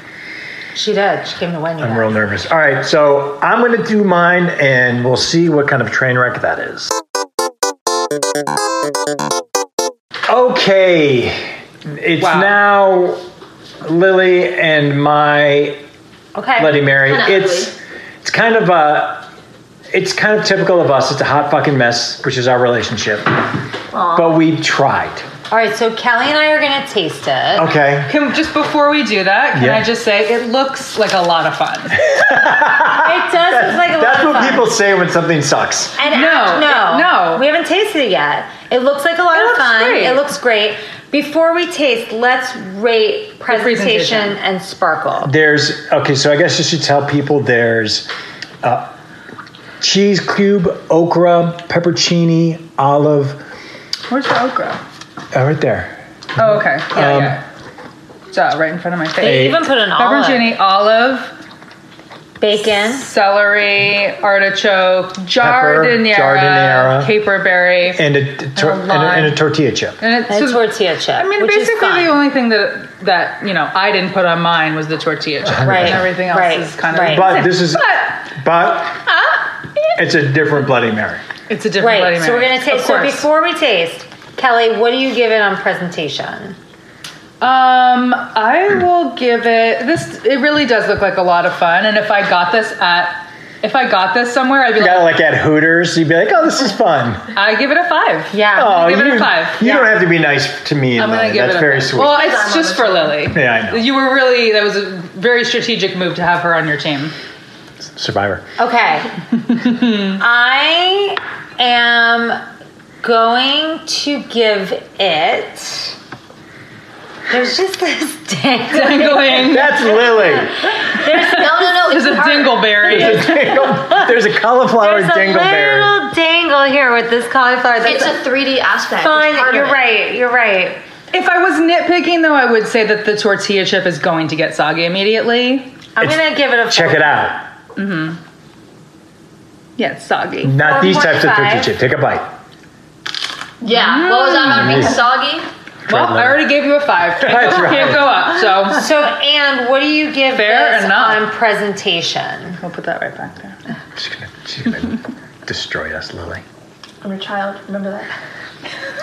A: She did. She came to win you.
B: I'm
A: guys.
B: real nervous. All right, so I'm gonna do mine, and we'll see what kind of train wreck that is. Okay, it's
C: Wow.
B: now Lily and my
A: Okay.
B: Bloody Mary.
F: Kinda
B: it's it's kind of uh it's kind of typical of us. It's a hot fucking mess, which is our relationship. But we tried.
A: All right, so Kelly and I are going to taste it.
B: Okay.
C: Can just before we do that, can
B: Yeah.
C: I just say it looks like a lot of fun.
A: It does look like a
B: That's
A: lot of
B: what
A: fun.
B: people say when something sucks.
A: And
C: No,
A: act- no,
C: no.
A: We haven't tasted it yet. It looks like a lot
C: It
A: of
C: looks
A: fun.
C: great.
A: It looks great. Before we taste, let's rate presentation,
C: presentation.
A: and sparkle.
B: There's okay, so I guess you should tell people there's uh, cheese cube, okra, peppercini, olive.
C: Where's the okra?
B: Oh, right there.
C: Oh, okay. Yeah,
B: Um,
C: yeah. It's uh, right in front of my
A: They
C: face.
A: even put an olive,
C: Pepperoncini, olive,
A: bacon,
C: celery, artichoke, jardinera,
B: jardinera.
C: caper berry,
B: And a, tor- and, a,
C: lime.
B: and a tortilla chip.
C: and Oh it's
A: and a tortilla chip.
C: I mean,
A: which is
C: basically
A: fun.
C: the only thing that that you know I didn't put on mine was the tortilla chip,
A: Right,
C: And everything else
A: right,
C: is kind of.
A: right.
B: But this is
C: But
B: but it's a different Bloody Mary.
C: it's a different
A: Right.
C: Bloody
A: So we're
C: Mary.
A: gonna taste.
C: Of
A: So
C: course.
A: before we taste, Kelly, what do you give it on presentation?
C: Um, I will give it this. It really does look like a lot of fun, and if I got this at, if I got this somewhere, I'd be
B: You gotta
C: like,
B: like at Hooters, you'd be like, oh, this is fun.
C: I give it a five.
A: Yeah.
B: Oh,
C: give it
B: you,
C: a five.
B: You
C: Yeah.
B: don't have to be nice to me.
C: I'm
B: Lily.
C: gonna give
B: That's
C: it a
B: very
C: five.
B: sweet.
C: Well, it's just for Lily.
B: Yeah, I know.
C: You were really that was a very strategic move to have her on your team.
B: Survivor.
A: Okay. I am going to give it. There's just this dang.
C: Dangling.
B: That's Lily.
F: No, no, no.
C: There's a dingleberry.
B: There's a dingle- There's a cauliflower
A: There's a
B: dingleberry.
A: little dangle here with this cauliflower. That's
F: It's a 3D aspect. It's part
A: fun.
F: of
A: You're
F: it.
A: right. You're right.
C: If I was nitpicking, though, I would say that the tortilla chip is going to get soggy immediately.
A: I'm
B: It's-
A: gonna give it a
B: Check it out.
C: Yeah, it's soggy.
B: Not these types of
A: 1.5.
B: turkey chip. Take a bite.
F: Yeah. What was that about being
B: Mm-hmm.
F: soggy?
C: Well, I already gave you a five. Can't,
B: That's
C: go,
B: right.
C: can't go up. So
A: So, and what do you give
C: Fair
A: this
C: enough.
A: on presentation?
C: we'll put that right back there.
B: She's gonna, she's gonna destroy us, Lily.
F: I'm a child. Remember that.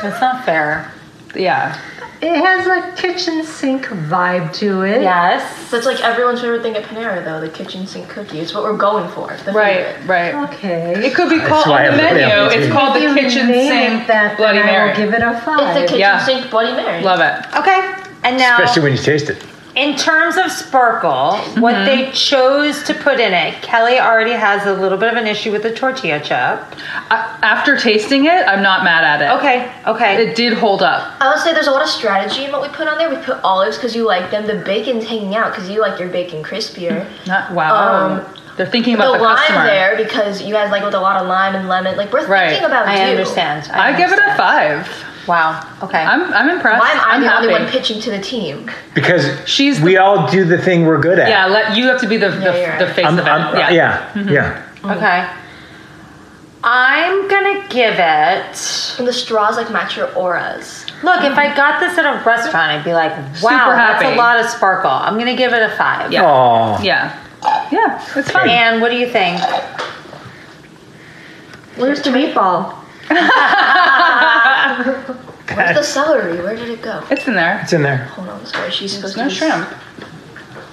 A: That's not fair.
C: Yeah.
D: It has a kitchen sink vibe to it.
A: Yes.
F: That's like everyone's favorite thing at Panera, though. The kitchen sink cookie. It's what we're going for. The
C: Right.
F: favorite.
C: Right.
D: Okay.
C: It could be called
B: why
C: on the
B: I-
C: menu.
B: yeah,
C: it's
B: it's-
C: called the
D: If you
C: kitchen
D: name
C: sink
D: it that,
C: Bloody
D: then
C: Mary.
D: I will give it a
F: It's the
D: five.
F: kitchen
C: Yeah.
F: sink Bloody Mary.
C: Love it.
A: Okay. And now,
B: Especially when you taste it.
A: in terms of sparkle, what
C: Mm-hmm.
A: they chose to put in it, Kelly already has a little bit of an issue with the tortilla chip.
C: I, after tasting it, I'm not mad at it.
A: Okay. Okay.
C: It did hold up.
F: I would say there's a lot of strategy in what we put on there. We put olives because you like them. The bacon's hanging out because you like your bacon crispier.
C: Not wow.
F: Um,
C: They're thinking
F: the
C: Hmm. about the,
F: lime
C: customer.
F: there because you guys like it with a lot of lime and lemon. Like we're
C: Right.
F: thinking about you.
A: I understand.
C: Oh, I give it a
A: understand.
C: five.
A: Wow. Okay.
C: I'm I'm impressed.
F: Why am I
C: I'm
F: the
C: happy.
F: only one pitching to the team?
B: Because
C: She's the-
B: we all do the thing we're good at.
C: yeah, let you have to be the the,
F: you're
C: the
F: right.
C: face
B: I'm,
C: of it.
B: I'm-
C: yeah. Mm-hmm.
B: yeah. yeah.
A: okay. I'm gonna give it.
F: And the straws like match your auras.
A: Look, if I got this at a restaurant, I'd be like, "Wow, that's a
C: happy.
A: lot of sparkle." I'm gonna give it a five.
C: Yeah.
B: Oh.
C: Yeah. Yeah, it's fun.
A: And what do you think?
D: Where's the meatball?
F: Where's the celery? Where did it go?
C: It's in there.
B: It's in there.
F: Hold on, sorry. She's supposed
C: No
F: to be
C: shrimp.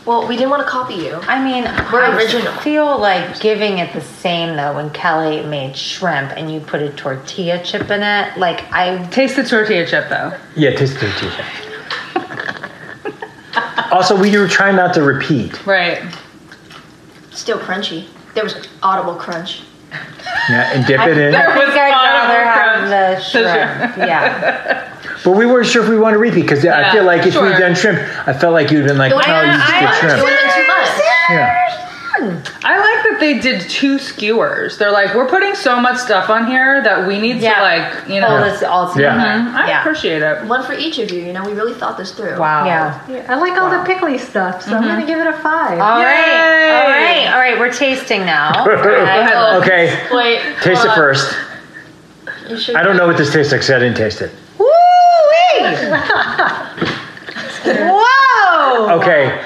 F: Well, we didn't want to copy you.
A: I mean,
F: We're
A: I
F: original.
A: feel like giving it the same though when Kelly made shrimp and you put a tortilla chip in it. Like I
C: Taste the tortilla chip though.
B: Yeah, taste the tortilla. also, we were trying not to repeat.
C: Right.
F: Still crunchy. There was audible crunch.
B: Yeah, and dip it in.
C: There
A: think
C: was
A: I'd rather
C: audible
A: have the
C: crunch.
A: shrimp. yeah.
B: But we weren't sure if we wanted to repeat because I
C: Yeah,
B: feel like if
C: sure.
B: we'd done shrimp, I felt like you'd been like,
F: It
B: oh,
F: would
B: you just
F: have been too
B: did
F: much. It
B: shrimp.
F: would have been too much.
B: Yeah.
C: I like that they did two skewers. They're like, we're putting so much stuff on here that we need
A: Yeah.
C: to like, you know.
A: All this all together.
B: Yeah.
C: I
A: Yeah. Mm-hmm.
C: appreciate it.
F: One for each of you, you know, we really thought this through.
A: Wow.
D: Yeah, I like all the pickly stuff, so I'm gonna give it a five.
A: All right.
C: Yay.
A: All right. All right. We're tasting now. Okay.
F: Oh,
B: okay,
F: Wait.
B: taste
F: hold
B: it
F: on.
B: first.
F: You should-
B: I don't know what this tastes like because I didn't taste it.
A: Whoa!
C: Oh.
B: Okay,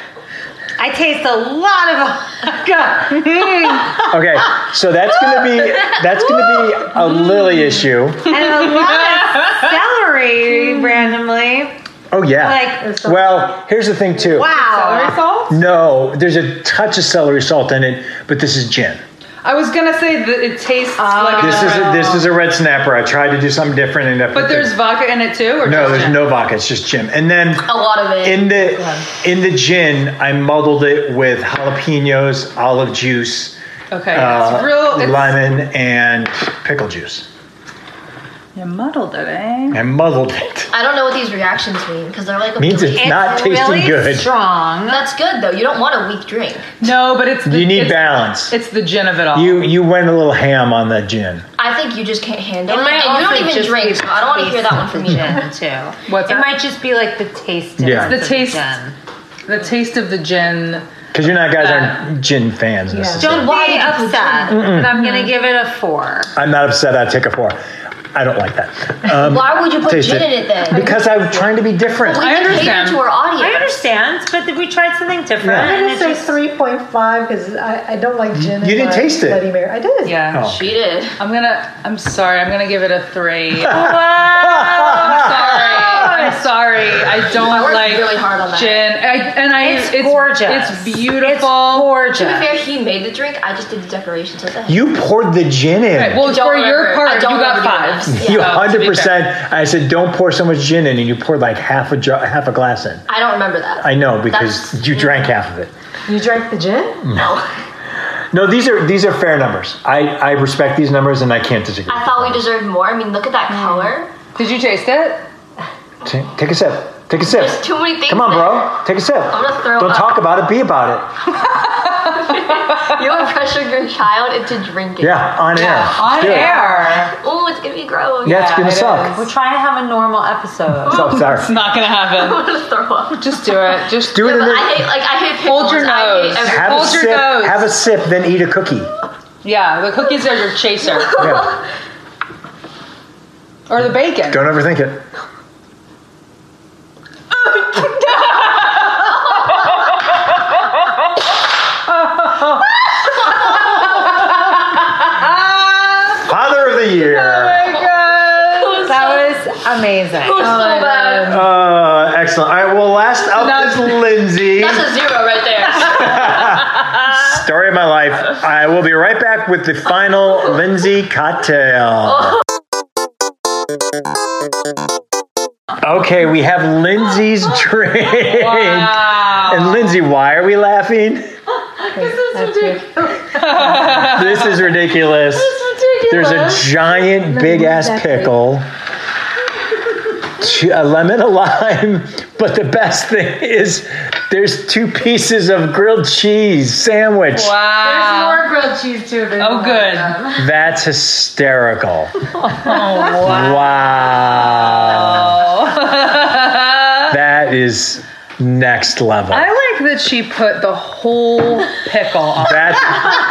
A: I taste a lot of vodka.
B: okay, so that's gonna be that's gonna be a lily issue.
A: and a lot of celery randomly.
B: Oh yeah.
A: Like
B: Well, here's the thing too.
C: Celery
A: wow.
C: salt?
B: No, there's a touch of celery salt in it, but this is gin.
C: I was gonna say that it
A: Oh.
C: tastes like
B: This is a,
C: a,
B: this is a red snapper. I tried to do something different, and
C: But there's vodka in it too, or
B: no,
C: just
B: there's
C: gin? Oh,
B: no vodka. It's just gin. And then
F: A lot of it.
B: in the in the gin, I muddled it with jalapenos, olive juice,
C: Okay,
B: uh,
C: it's real. It's,
B: lemon, and pickle juice.
C: You muddled it, eh?
B: I muddled it.
F: I don't know what these reactions mean because they're like a
B: Means it's,
F: weak-
B: not tasting
A: really
B: good.
A: strong.
F: That's good though. You don't want a weak drink.
C: No, but it's the,
B: You need
C: it's,
B: balance.
C: It's the gin of it all.
B: You you went a little ham on that gin.
F: I think you just can't handle
A: It
F: it.
A: might
F: and you
A: also
F: don't even
A: just be
F: drink, so I don't want to hear that one from you.
A: Gin too.
C: What's
A: it
C: that?
A: might just be like the taste.
B: Yeah.
A: of
B: The
C: taste-
A: Gin.
C: the taste of the gin.
B: Because you're not guys aren't gin fans necessarily.
A: Don't be upset. But I'm gonna give it a four.
B: I'm not upset. I take a four. I don't like that um,
F: Why would you put
B: Taste
F: gin
B: it.
F: in it then?
B: because I'm trying to be different.
F: we
C: I
F: didn't
C: understand.
F: cater to our audience.
A: I understand, but we tried something different.
B: Yeah.
D: I'm
A: and
D: gonna
A: it
D: say
A: just-
D: three point five because I, I don't like gin.
B: You
D: in
B: didn't
D: my
B: taste it.
D: Bloody Mary. I did.
C: Yeah.
B: Oh.
F: She did.
C: I'm gonna. I'm sorry. I'm gonna give it a three.
A: Wow.
C: sorry. I'm sorry. I don't
F: I worked
C: like
F: really hard on that.
C: gin. I, and I,
A: It's gorgeous.
C: It's beautiful.
A: It's gorgeous.
F: To be fair, he made the drink. I just did the decorations. What the heck?
B: You poured the gin in.
C: Right, well,
F: I don't
C: for your
F: remember.
C: part,
F: I
C: you
F: don't
C: got
F: remember the
C: five.
F: names.
B: You
C: Yeah.
B: hundred
C: So, to be
B: percent. I said, don't pour so much gin in, and you poured like half a jar, half a glass in.
F: I don't remember that.
B: I know because
F: That's-
B: you drank half of it.
D: You drank the gin?
F: No.
B: No, these are these are fair numbers. I, I respect these numbers, and I can't disagree.
F: I thought we deserved more. I mean, look at that
C: Mm.
F: color.
C: Did you taste it?
B: Ta- Take a sip. Take a sip.
F: There's too many things.
B: Come on,
F: there.
B: bro. Take a sip.
F: I'm gonna throw
B: Don't
F: up.
B: talk about it. Be about
F: You want to pressure your child into drinking.
B: it. Yeah, on air.
C: On
B: Do it.
C: air.
F: Oh, it's gonna be gross.
B: Yeah, it's
C: Yeah,
B: gonna
C: it
B: suck.
A: We're trying to have a normal episode.
B: So
C: It's
B: Oh, sorry.
C: not gonna happen.
F: I'm gonna throw up.
C: Just do it. Just
B: Do it in
F: But I
B: the.
F: hate like I hate pickles.
C: Hold your
F: I hate
C: nose.
F: everything.
B: Have a
C: Hold your
B: sip.
C: nose.
B: Have a sip, then eat a cookie.
C: Yeah, the cookies are your chaser
B: Yeah.
C: or the bacon.
B: Don't overthink it. Father of the year.
A: That was amazing.
C: Oh,
F: It was so bad.
B: Uh, excellent. All right. Well, last up
C: now-
B: is Lindsay.
F: That's a zero right there.
B: Story of my life. I will be right back with the final Lindsay cocktail. Okay, we have Lindsay's drink. And Lindsay, why are we laughing? This is ridiculous. There's a giant big ass pickle. Two- A lemon, a lime, but the best thing is there's two pieces of grilled cheese sandwich.
C: Wow.
A: More grilled cheese too.
C: Oh, good.
B: That's hysterical.
C: Oh, wow.
B: Wow.
C: I
B: That is next level.
C: like that she put the whole pickle on.
B: That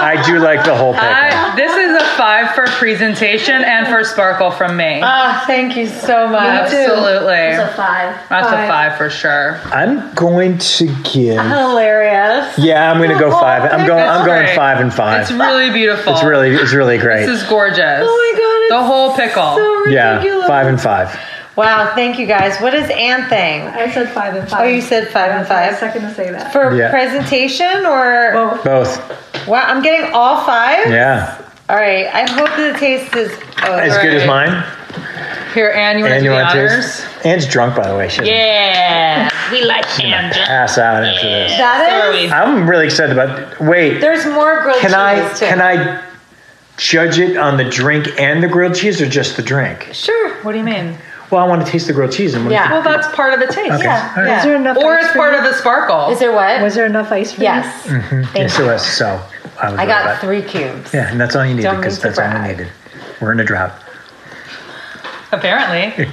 B: I do like the whole pickle.
C: I, this is a five for presentation and for sparkle from me.
L: Uh,
D: Ah, thank you so much.
F: It's a
C: Absolutely.
F: five.
C: That's a
D: five.
C: five for sure.
B: I'm going to give
D: Hilarious.
B: Yeah, I'm gonna go five. I'm going I'm
C: That's
B: going
C: great.
B: five and
C: It's
B: five.
C: really beautiful.
B: It's really it's really
C: This
B: great.
C: is gorgeous.
D: Oh my god.
C: the whole pickle.
D: So ridiculous.
B: Yeah, five and five.
L: Wow, thank you guys. What is Ann thing?
D: I said five and five.
L: Oh, you said five and
D: I
L: five.
D: was second to say that.
L: For
B: Yeah.
L: presentation or?
B: Both.
L: Wow, I'm getting all five?
B: Yeah.
L: All right, I hope the taste is oh,
B: As good as
L: right.
B: mine.
C: Here, Anne, you want to
B: And
C: do
B: you
C: the
B: want to
C: honors?
B: taste? Anne's drunk, by the way. She's
C: Yeah. We like
B: gonna pass out after this.
L: That
C: is.
B: I'm really excited about. Wait,
L: There's more grilled
B: can I
L: cheese too.
B: can I judge it on the drink and the grilled cheese, or just the drink?
C: Sure. What do you mean?
B: Well, I want to taste the grilled cheese. And what do you
C: Well, that's part of the taste.
B: Okay.
C: Yeah.
B: All right.
C: yeah.
D: Is there enough
C: or
D: ice
C: it's
D: cream?
C: part of the sparkle.
A: Is there what?
D: Was there enough ice for
A: yes.
D: you?
B: think? Yes, it was. So I was
A: I
B: Mm-hmm. right
A: got
B: about-
A: three cubes.
B: Yeah, and that's all you needed
A: Don't
B: because
A: need to
B: that's all we
A: brag.
B: needed. We're in a drought.
C: Apparently.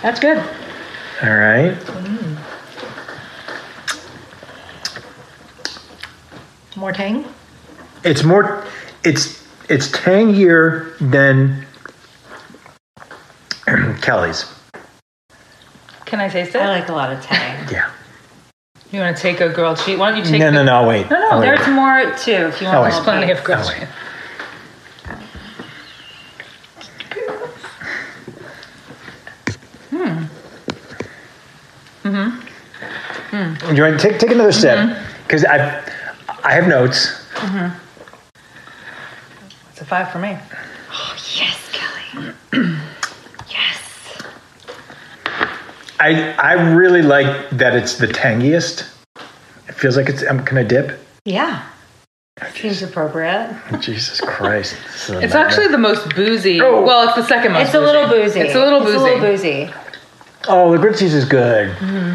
D: That's good.
B: All right.
D: More tang?
B: It's more. It's it's tangier than Kelly's.
C: Can I taste it?
A: I like a lot of tang.
B: Yeah.
C: You want to take a grilled cheese? Why don't you take
B: no,
C: the-
B: no, no. I'll wait.
A: No, no,
B: I'll wait.
A: there's more too. If you
B: Oh,
A: want
B: wait.
A: to
C: There's plenty of grilled cheese. Hmm. Mm-hmm.
B: You want to take take another sip because I I have notes.
C: It's a five for me.
A: Yes, Kelly. yes.
B: I I really like that it's the tangiest. It feels like it's. I'm gonna dip.
A: Yeah. Seems appropriate.
B: Jesus Christ. this is a
C: It's
B: nightmare.
C: actually the most boozy. Well, it's the second most.
A: It's a little boozy.
C: It's a little boozy.
A: It's a little boozy.
B: Oh, the grilled cheese is good.
C: I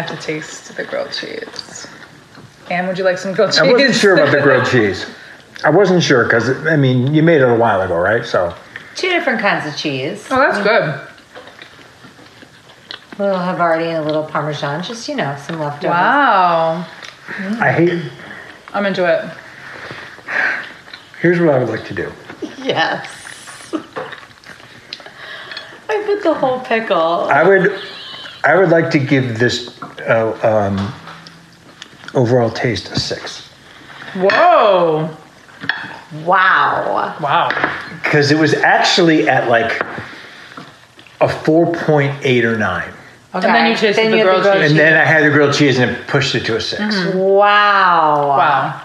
C: have to taste the grilled cheese. And would you like some grilled cheese?
B: I wasn't sure about the grilled cheese. I wasn't sure because I mean you made it a while ago, right? So
A: Two different kinds of cheese.
C: oh, that's good.
A: A little Havarti and a little Parmesan. Just, you know, some leftovers.
C: Wow.
B: I hate.
C: I'm into it.
B: Here's what I would like to do.
A: Yes. I put the whole pickle.
B: I would, I would like to give this uh, um, overall taste a six
C: Whoa.
A: Wow.
C: Wow.
B: because it was actually at like a four point eight or nine,
A: Okay.
C: And then you tasted the
A: had
C: grilled cheese.
B: and then I had the grilled cheese and it pushed it to a 6
A: Mm-hmm.
C: Mm.
A: Wow.
C: Wow.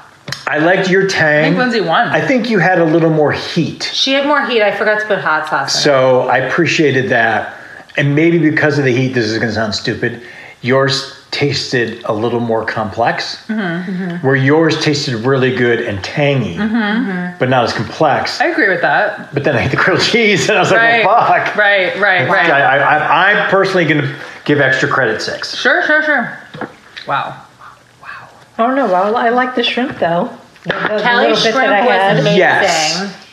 B: I liked your
C: I
B: tang.
C: think Lindsay won.
B: I think you had a little more heat,
A: She had more heat. I forgot to put hot sauce.
B: so I appreciated that. And maybe because of the heat, this is going to sound stupid. Yours tasted a little more complex,
C: Mm-hmm,
B: where yours tasted really good and tangy, but not as complex.
C: Mm-hmm, I agree with that.
B: But then I ate the grilled cheese, and I was
C: Right.
B: like, well, fuck.
C: Right, right, right.
B: I, I, I, I'm personally going to give extra credit six.
C: Sure, sure, sure. Wow.
D: I don't know. Well, I like the shrimp though. The, the
A: in. Kelly
D: little bit
A: shrimp
D: that I had.
A: was amazing.
B: Yes.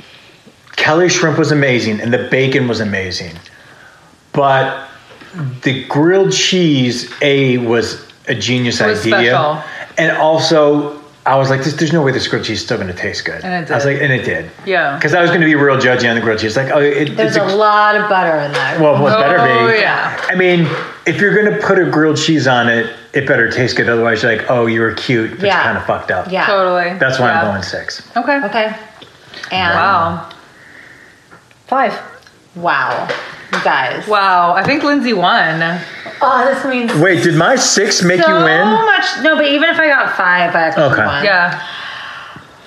B: Kelly shrimp was amazing, and the bacon was amazing. But the grilled cheese, A, was a genius
C: was
B: idea.
C: special.
B: And also, I was like, this, there's no way this grilled cheese is still going to taste good.
C: And it
B: I was
C: did.
B: like, and it did.
C: Yeah.
B: Because I was going to be real judgy on the grilled cheese. Like, oh, it,
A: There's
B: it's
A: a lot of butter in there.
B: Well, what better
C: Oh,
B: be?
C: yeah.
B: I mean, if you're gonna put a grilled cheese on it, it better taste good. Otherwise, you're like, oh, you were cute, but
A: Yeah.
B: you kind of fucked up.
A: yeah.
C: Totally.
B: That's why I'm
C: Yeah.
B: going six.
C: Okay.
A: Okay. And
C: Wow.
D: Five.
A: wow. You guys.
C: Wow. I think Lindsay won.
A: Oh, this means
B: Wait, did my six make
A: so
B: you win?
A: much. No, but even if I got five, I could
B: Okay.
A: won.
C: Yeah.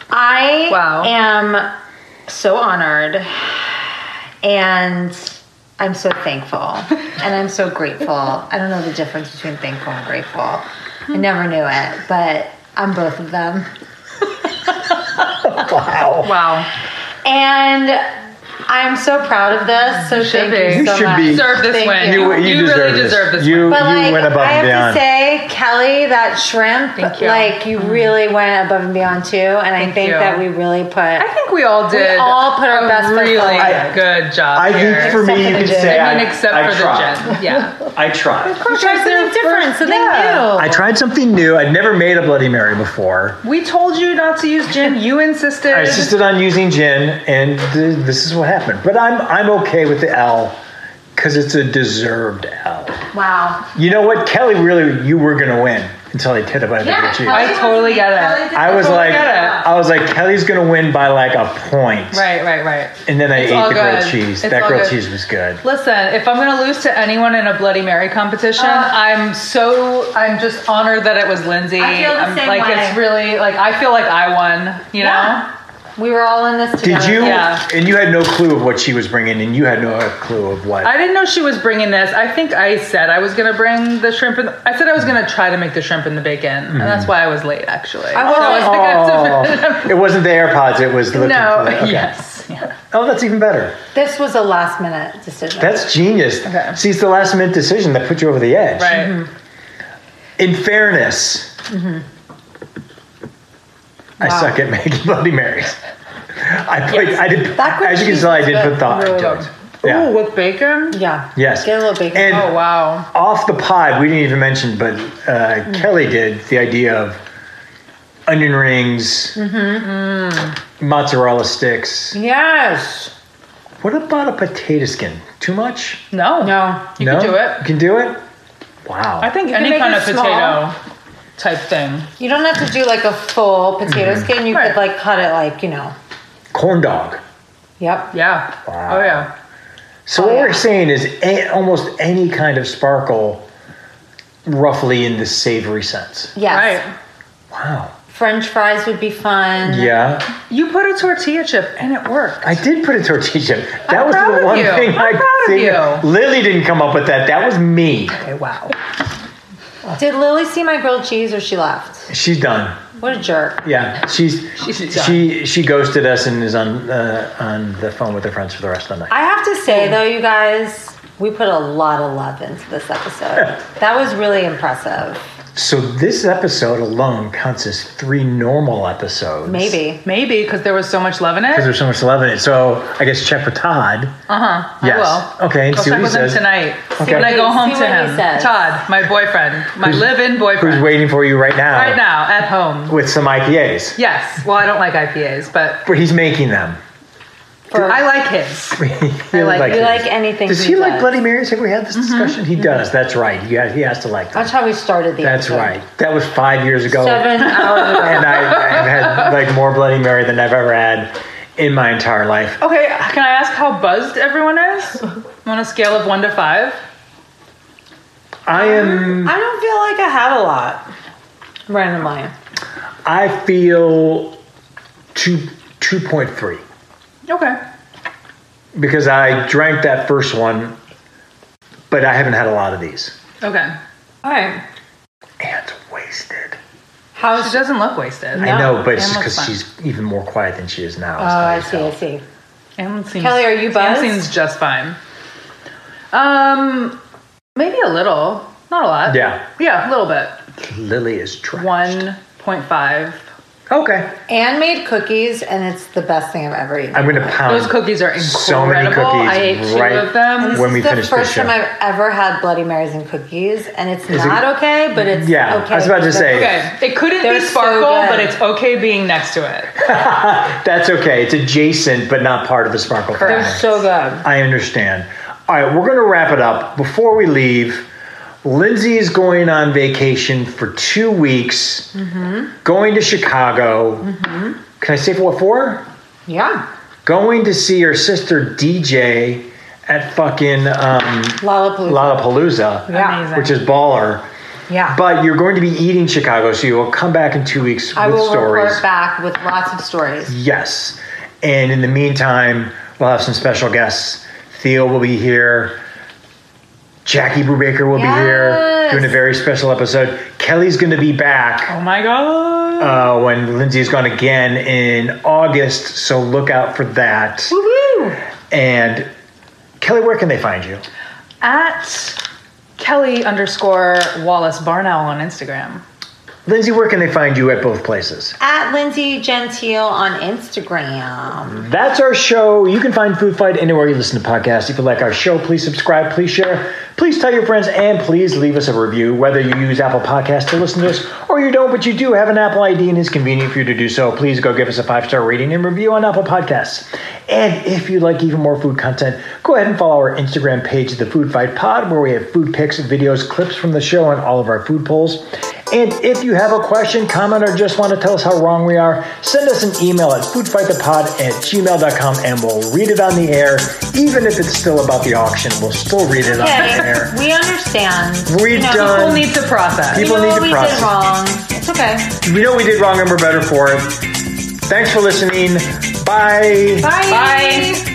A: I
C: Wow.
A: am so honored and I'm so thankful and I'm so grateful. I don't know the difference between thankful and grateful. I never knew it, but I'm both of them.
C: Wow.
A: And I'm so proud of this. So thank
C: should be.
A: you
B: You
A: so
B: should
A: much.
B: be.
C: Deserve this
A: Thank
C: win.
A: you.
C: You really deserve this
B: You you
A: But like,
B: went above
A: I have
B: and beyond.
A: to say, Kelly, that shrimp,
C: Thank you. Mm-hmm.
A: like you really went above and beyond too. And I think
C: you.
A: that we really put.
C: I think we all did.
A: all put our
C: a
A: best foot
C: really
A: forward.
C: good job.
B: I
C: here.
B: think for me, you
A: Except for the
B: can say
A: gin.
B: I,
C: And except
B: I
C: for
B: tried.
C: the gin. Yeah.
B: I tried.
A: you tried something different, so
C: Yeah.
B: I
A: they knew.
B: tried something new. I'd never made a Bloody Mary before.
C: We told you not to use gin. You insisted.
B: I insisted on using gin, and th- this is what happened. But I'm I'm okay with the L because it's a deserved L.
A: Wow.
B: You know what, Kelly? Really, you were gonna win. until I did it by the
C: Yeah,
B: cheese.
C: I totally get it.
B: I was
C: Totally
B: like,
C: get it.
B: I was like, Kelly's gonna win by like a point,
C: Right, right, right.
B: and then I
C: It's
B: ate
C: all
B: the grilled
C: good.
B: cheese.
C: It's
B: that
C: all
B: grilled
C: good.
B: cheese was good.
C: Listen, if I'm gonna lose to anyone in a Bloody Mary competition, I'm so I'm just honored that it was Lindsay.
A: I feel the
C: I'm-
A: same
C: like
A: way.
C: it's really like I feel like I won. You
A: Yeah. We were all in this together.
B: Did you?
C: Yeah.
B: And you had no clue of what she was bringing, and you had no clue of what.
C: know, I didn't know she was bringing this. I think I said I was gonna bring the shrimp and I said I was gonna try to make the shrimp and the bacon, and that's why I was late actually. I
B: Mm-hmm. oh, it wasn't the AirPods. It was looking
C: no,
B: for that. Okay.
C: yes,
B: Oh, that's even better.
A: This was a last minute decision.
B: That's genius. See, it's the last minute decision that put you over the edge.
C: right. Mm-hmm.
B: In fairness, I
A: Wow.
B: suck at making Bloody Marys. I put, I did,
A: That grilled
B: as you can
A: cheese
B: tell, I
A: is
B: did
A: good.
B: put thought
C: Really
B: into it.
C: good.
B: Yeah.
C: Ooh, with bacon.
A: Yeah.
B: Yes.
A: Get a little bacon.
B: And
C: Oh wow.
B: off the pod, we didn't even mention, but uh,
C: Mm-hmm.
B: Kelly did the idea of onion rings,
C: Mm-hmm.
B: mozzarella sticks.
A: Yes.
B: What about a potato skin? Too much?
C: No.
A: No.
C: You
B: no?
C: can do
B: You
C: it.
B: can do it? Wow.
C: I think any
A: make
C: kind
A: it
C: of potato
A: small.
C: type thing.
A: You don't have to do like a full potato
B: Mm-hmm.
A: skin. You
C: Right.
A: could like cut it like, you know.
B: Corn dog.
A: Yep.
C: Yeah.
B: Wow.
C: Oh yeah. Oh,
B: So what we're saying is a, almost any kind of sparkle, roughly in the savory sense.
A: Yes.
C: Right.
B: Wow.
A: French fries would be fun.
C: Mm-hmm.
B: Yeah,
C: You put a tortilla chip and it worked.
B: I did put a tortilla chip. That
C: I'm
B: was
C: proud
B: the
C: of
B: one
C: you.
B: thing
C: I'm
B: I
C: proud of
B: figured-
C: you.
B: Lily didn't come up with that. That was me.
C: Okay, wow.
A: Did Lily see my grilled cheese or she left?
B: She's done.
A: What a jerk.
B: Yeah, she's,
C: She's done.
B: she she ghosted us and is on uh, on the phone with her friends for the rest of the night.
A: I have to say though, you guys, we put a lot of love into this episode. that was really impressive.
B: So this episode alone counts as three normal episodes.
A: Maybe.
C: Maybe because there was so much love in it.
B: because there's so much love in it. So I guess check with Todd.
C: Uh huh.
B: Yes.
C: I will.
B: Okay, and
C: I'll
B: see what
C: check
B: he
C: with
B: says.
C: him tonight.
B: Okay.
C: When I go
A: See
C: home to
A: what he
C: him,
A: says.
C: Todd, my boyfriend, my
B: Who's-
C: live-in
B: Who's
C: boyfriend,
B: waiting for you right now?
C: right now at home.
B: With some IPAs.
C: Yes. Well, I don't like IPAs, but
B: But he's making them.
A: For,
C: I like his.
B: I
C: like-
A: you like anything.
B: Does he like
A: does.
B: Bloody Marys? Have we had this discussion? He does. That's right. He has, he has to like them.
A: That's how we started the
B: That's
A: episode.
B: right. That was five years ago.
A: Seven hours ago.
B: And I, I've had like more Bloody Mary than I've ever had in my entire life.
C: Okay. Can I ask how buzzed everyone is on a scale of one to five?
B: I am.
M: I don't feel like I have a lot.
A: Randomly.
B: I feel two two point three
C: Okay.
B: because I drank that first one, but I haven't had a lot of these
C: Okay.
A: All right.
B: and wasted.
C: She doesn't look wasted.
B: I know, but it's
C: Anne
B: just
C: looks
B: because
C: fun.
B: she's even more quiet than she is now.
A: Oh, I see. I see.
C: Alan seems,
A: Kelly, are you
C: Alan
A: buzzed?
C: seems just fine. Um, maybe a little, not a lot.
B: Yeah.
C: yeah, a little bit.
B: Lily is trash.
C: One point five.
B: Okay.
A: Anne made cookies, and it's the best thing I've ever eaten.
B: I'm gonna pound.
C: Those cookies are incredible.
B: So many cookies
C: I ate two
B: right
C: of them.
B: when we
A: It's the
B: finish the
A: first
B: show.
A: time I've ever had Bloody Marys and cookies, and it's
B: Is it-
A: not okay, but it's
B: Yeah, I
A: okay.
B: was about to
A: because
B: say.
A: they're-
C: Okay, it couldn't
A: They're
C: be
A: so
C: sparkle,
A: good.
C: but it's okay being next to it.
B: That's okay. It's adjacent, but not part of the sparkle.
A: They're
B: family.
A: so good.
B: I understand. All right, we're gonna wrap it up. Before we leave, Lindsay is going on vacation for two weeks,
A: Mm-hmm.
B: going to Chicago. Can I say for what for?
A: Yeah.
B: Going to see her sister DJ at fucking um,
A: Lollapalooza.
B: Lollapalooza,
A: Yeah.
C: Amazing.
B: which is baller.
A: yeah.
B: But you're going to be eating Chicago, so you will come back in two weeks
A: I
B: with
A: will
B: stories.
A: report back with lots of stories.
B: Yes. And in the meantime, we'll have some special guests. Theo will be here. Jackie Brubaker will be here
A: Yes.
B: doing a very special episode. Kelly's going to be back
C: Oh my god!
B: uh, when Lindsay's gone again in August, so look out for that.
C: Woo!
B: And Kelly, where can they find you?
C: At Kelly underscore Wallace Barnell on Instagram.
B: Lindsay, where can they find you at both places?
A: At Lindsay Gentile on Instagram.
B: That's our show. You can find Food Fight anywhere you listen to podcasts. If you like our show, please subscribe, please share, please tell your friends, and please leave us a review, whether you use Apple Podcasts to listen to us or you don't, but you do have an Apple ID and it's convenient for you to do so. Please go give us a five star rating and review on Apple Podcasts. And if you like even more food content, go ahead and follow our Instagram page, The Food Fight Pod, where we have food pics, videos, clips from the show, and all of our food polls. And if you have a question, comment, or just want to tell us how wrong we are, send us an email at foodfightthepod at gmail.com and we'll read it on the air. Even if it's still about the auction, we'll still read it on the
A: Okay,
B: air.
A: we understand.
B: We're
A: You know,
B: done.
C: People need to process.
A: We
B: People
A: know
B: need
A: what
B: to
A: we
B: process.
A: did wrong. It's okay.
B: We know we did wrong and we're better for it. Thanks for listening. Bye.
C: Bye.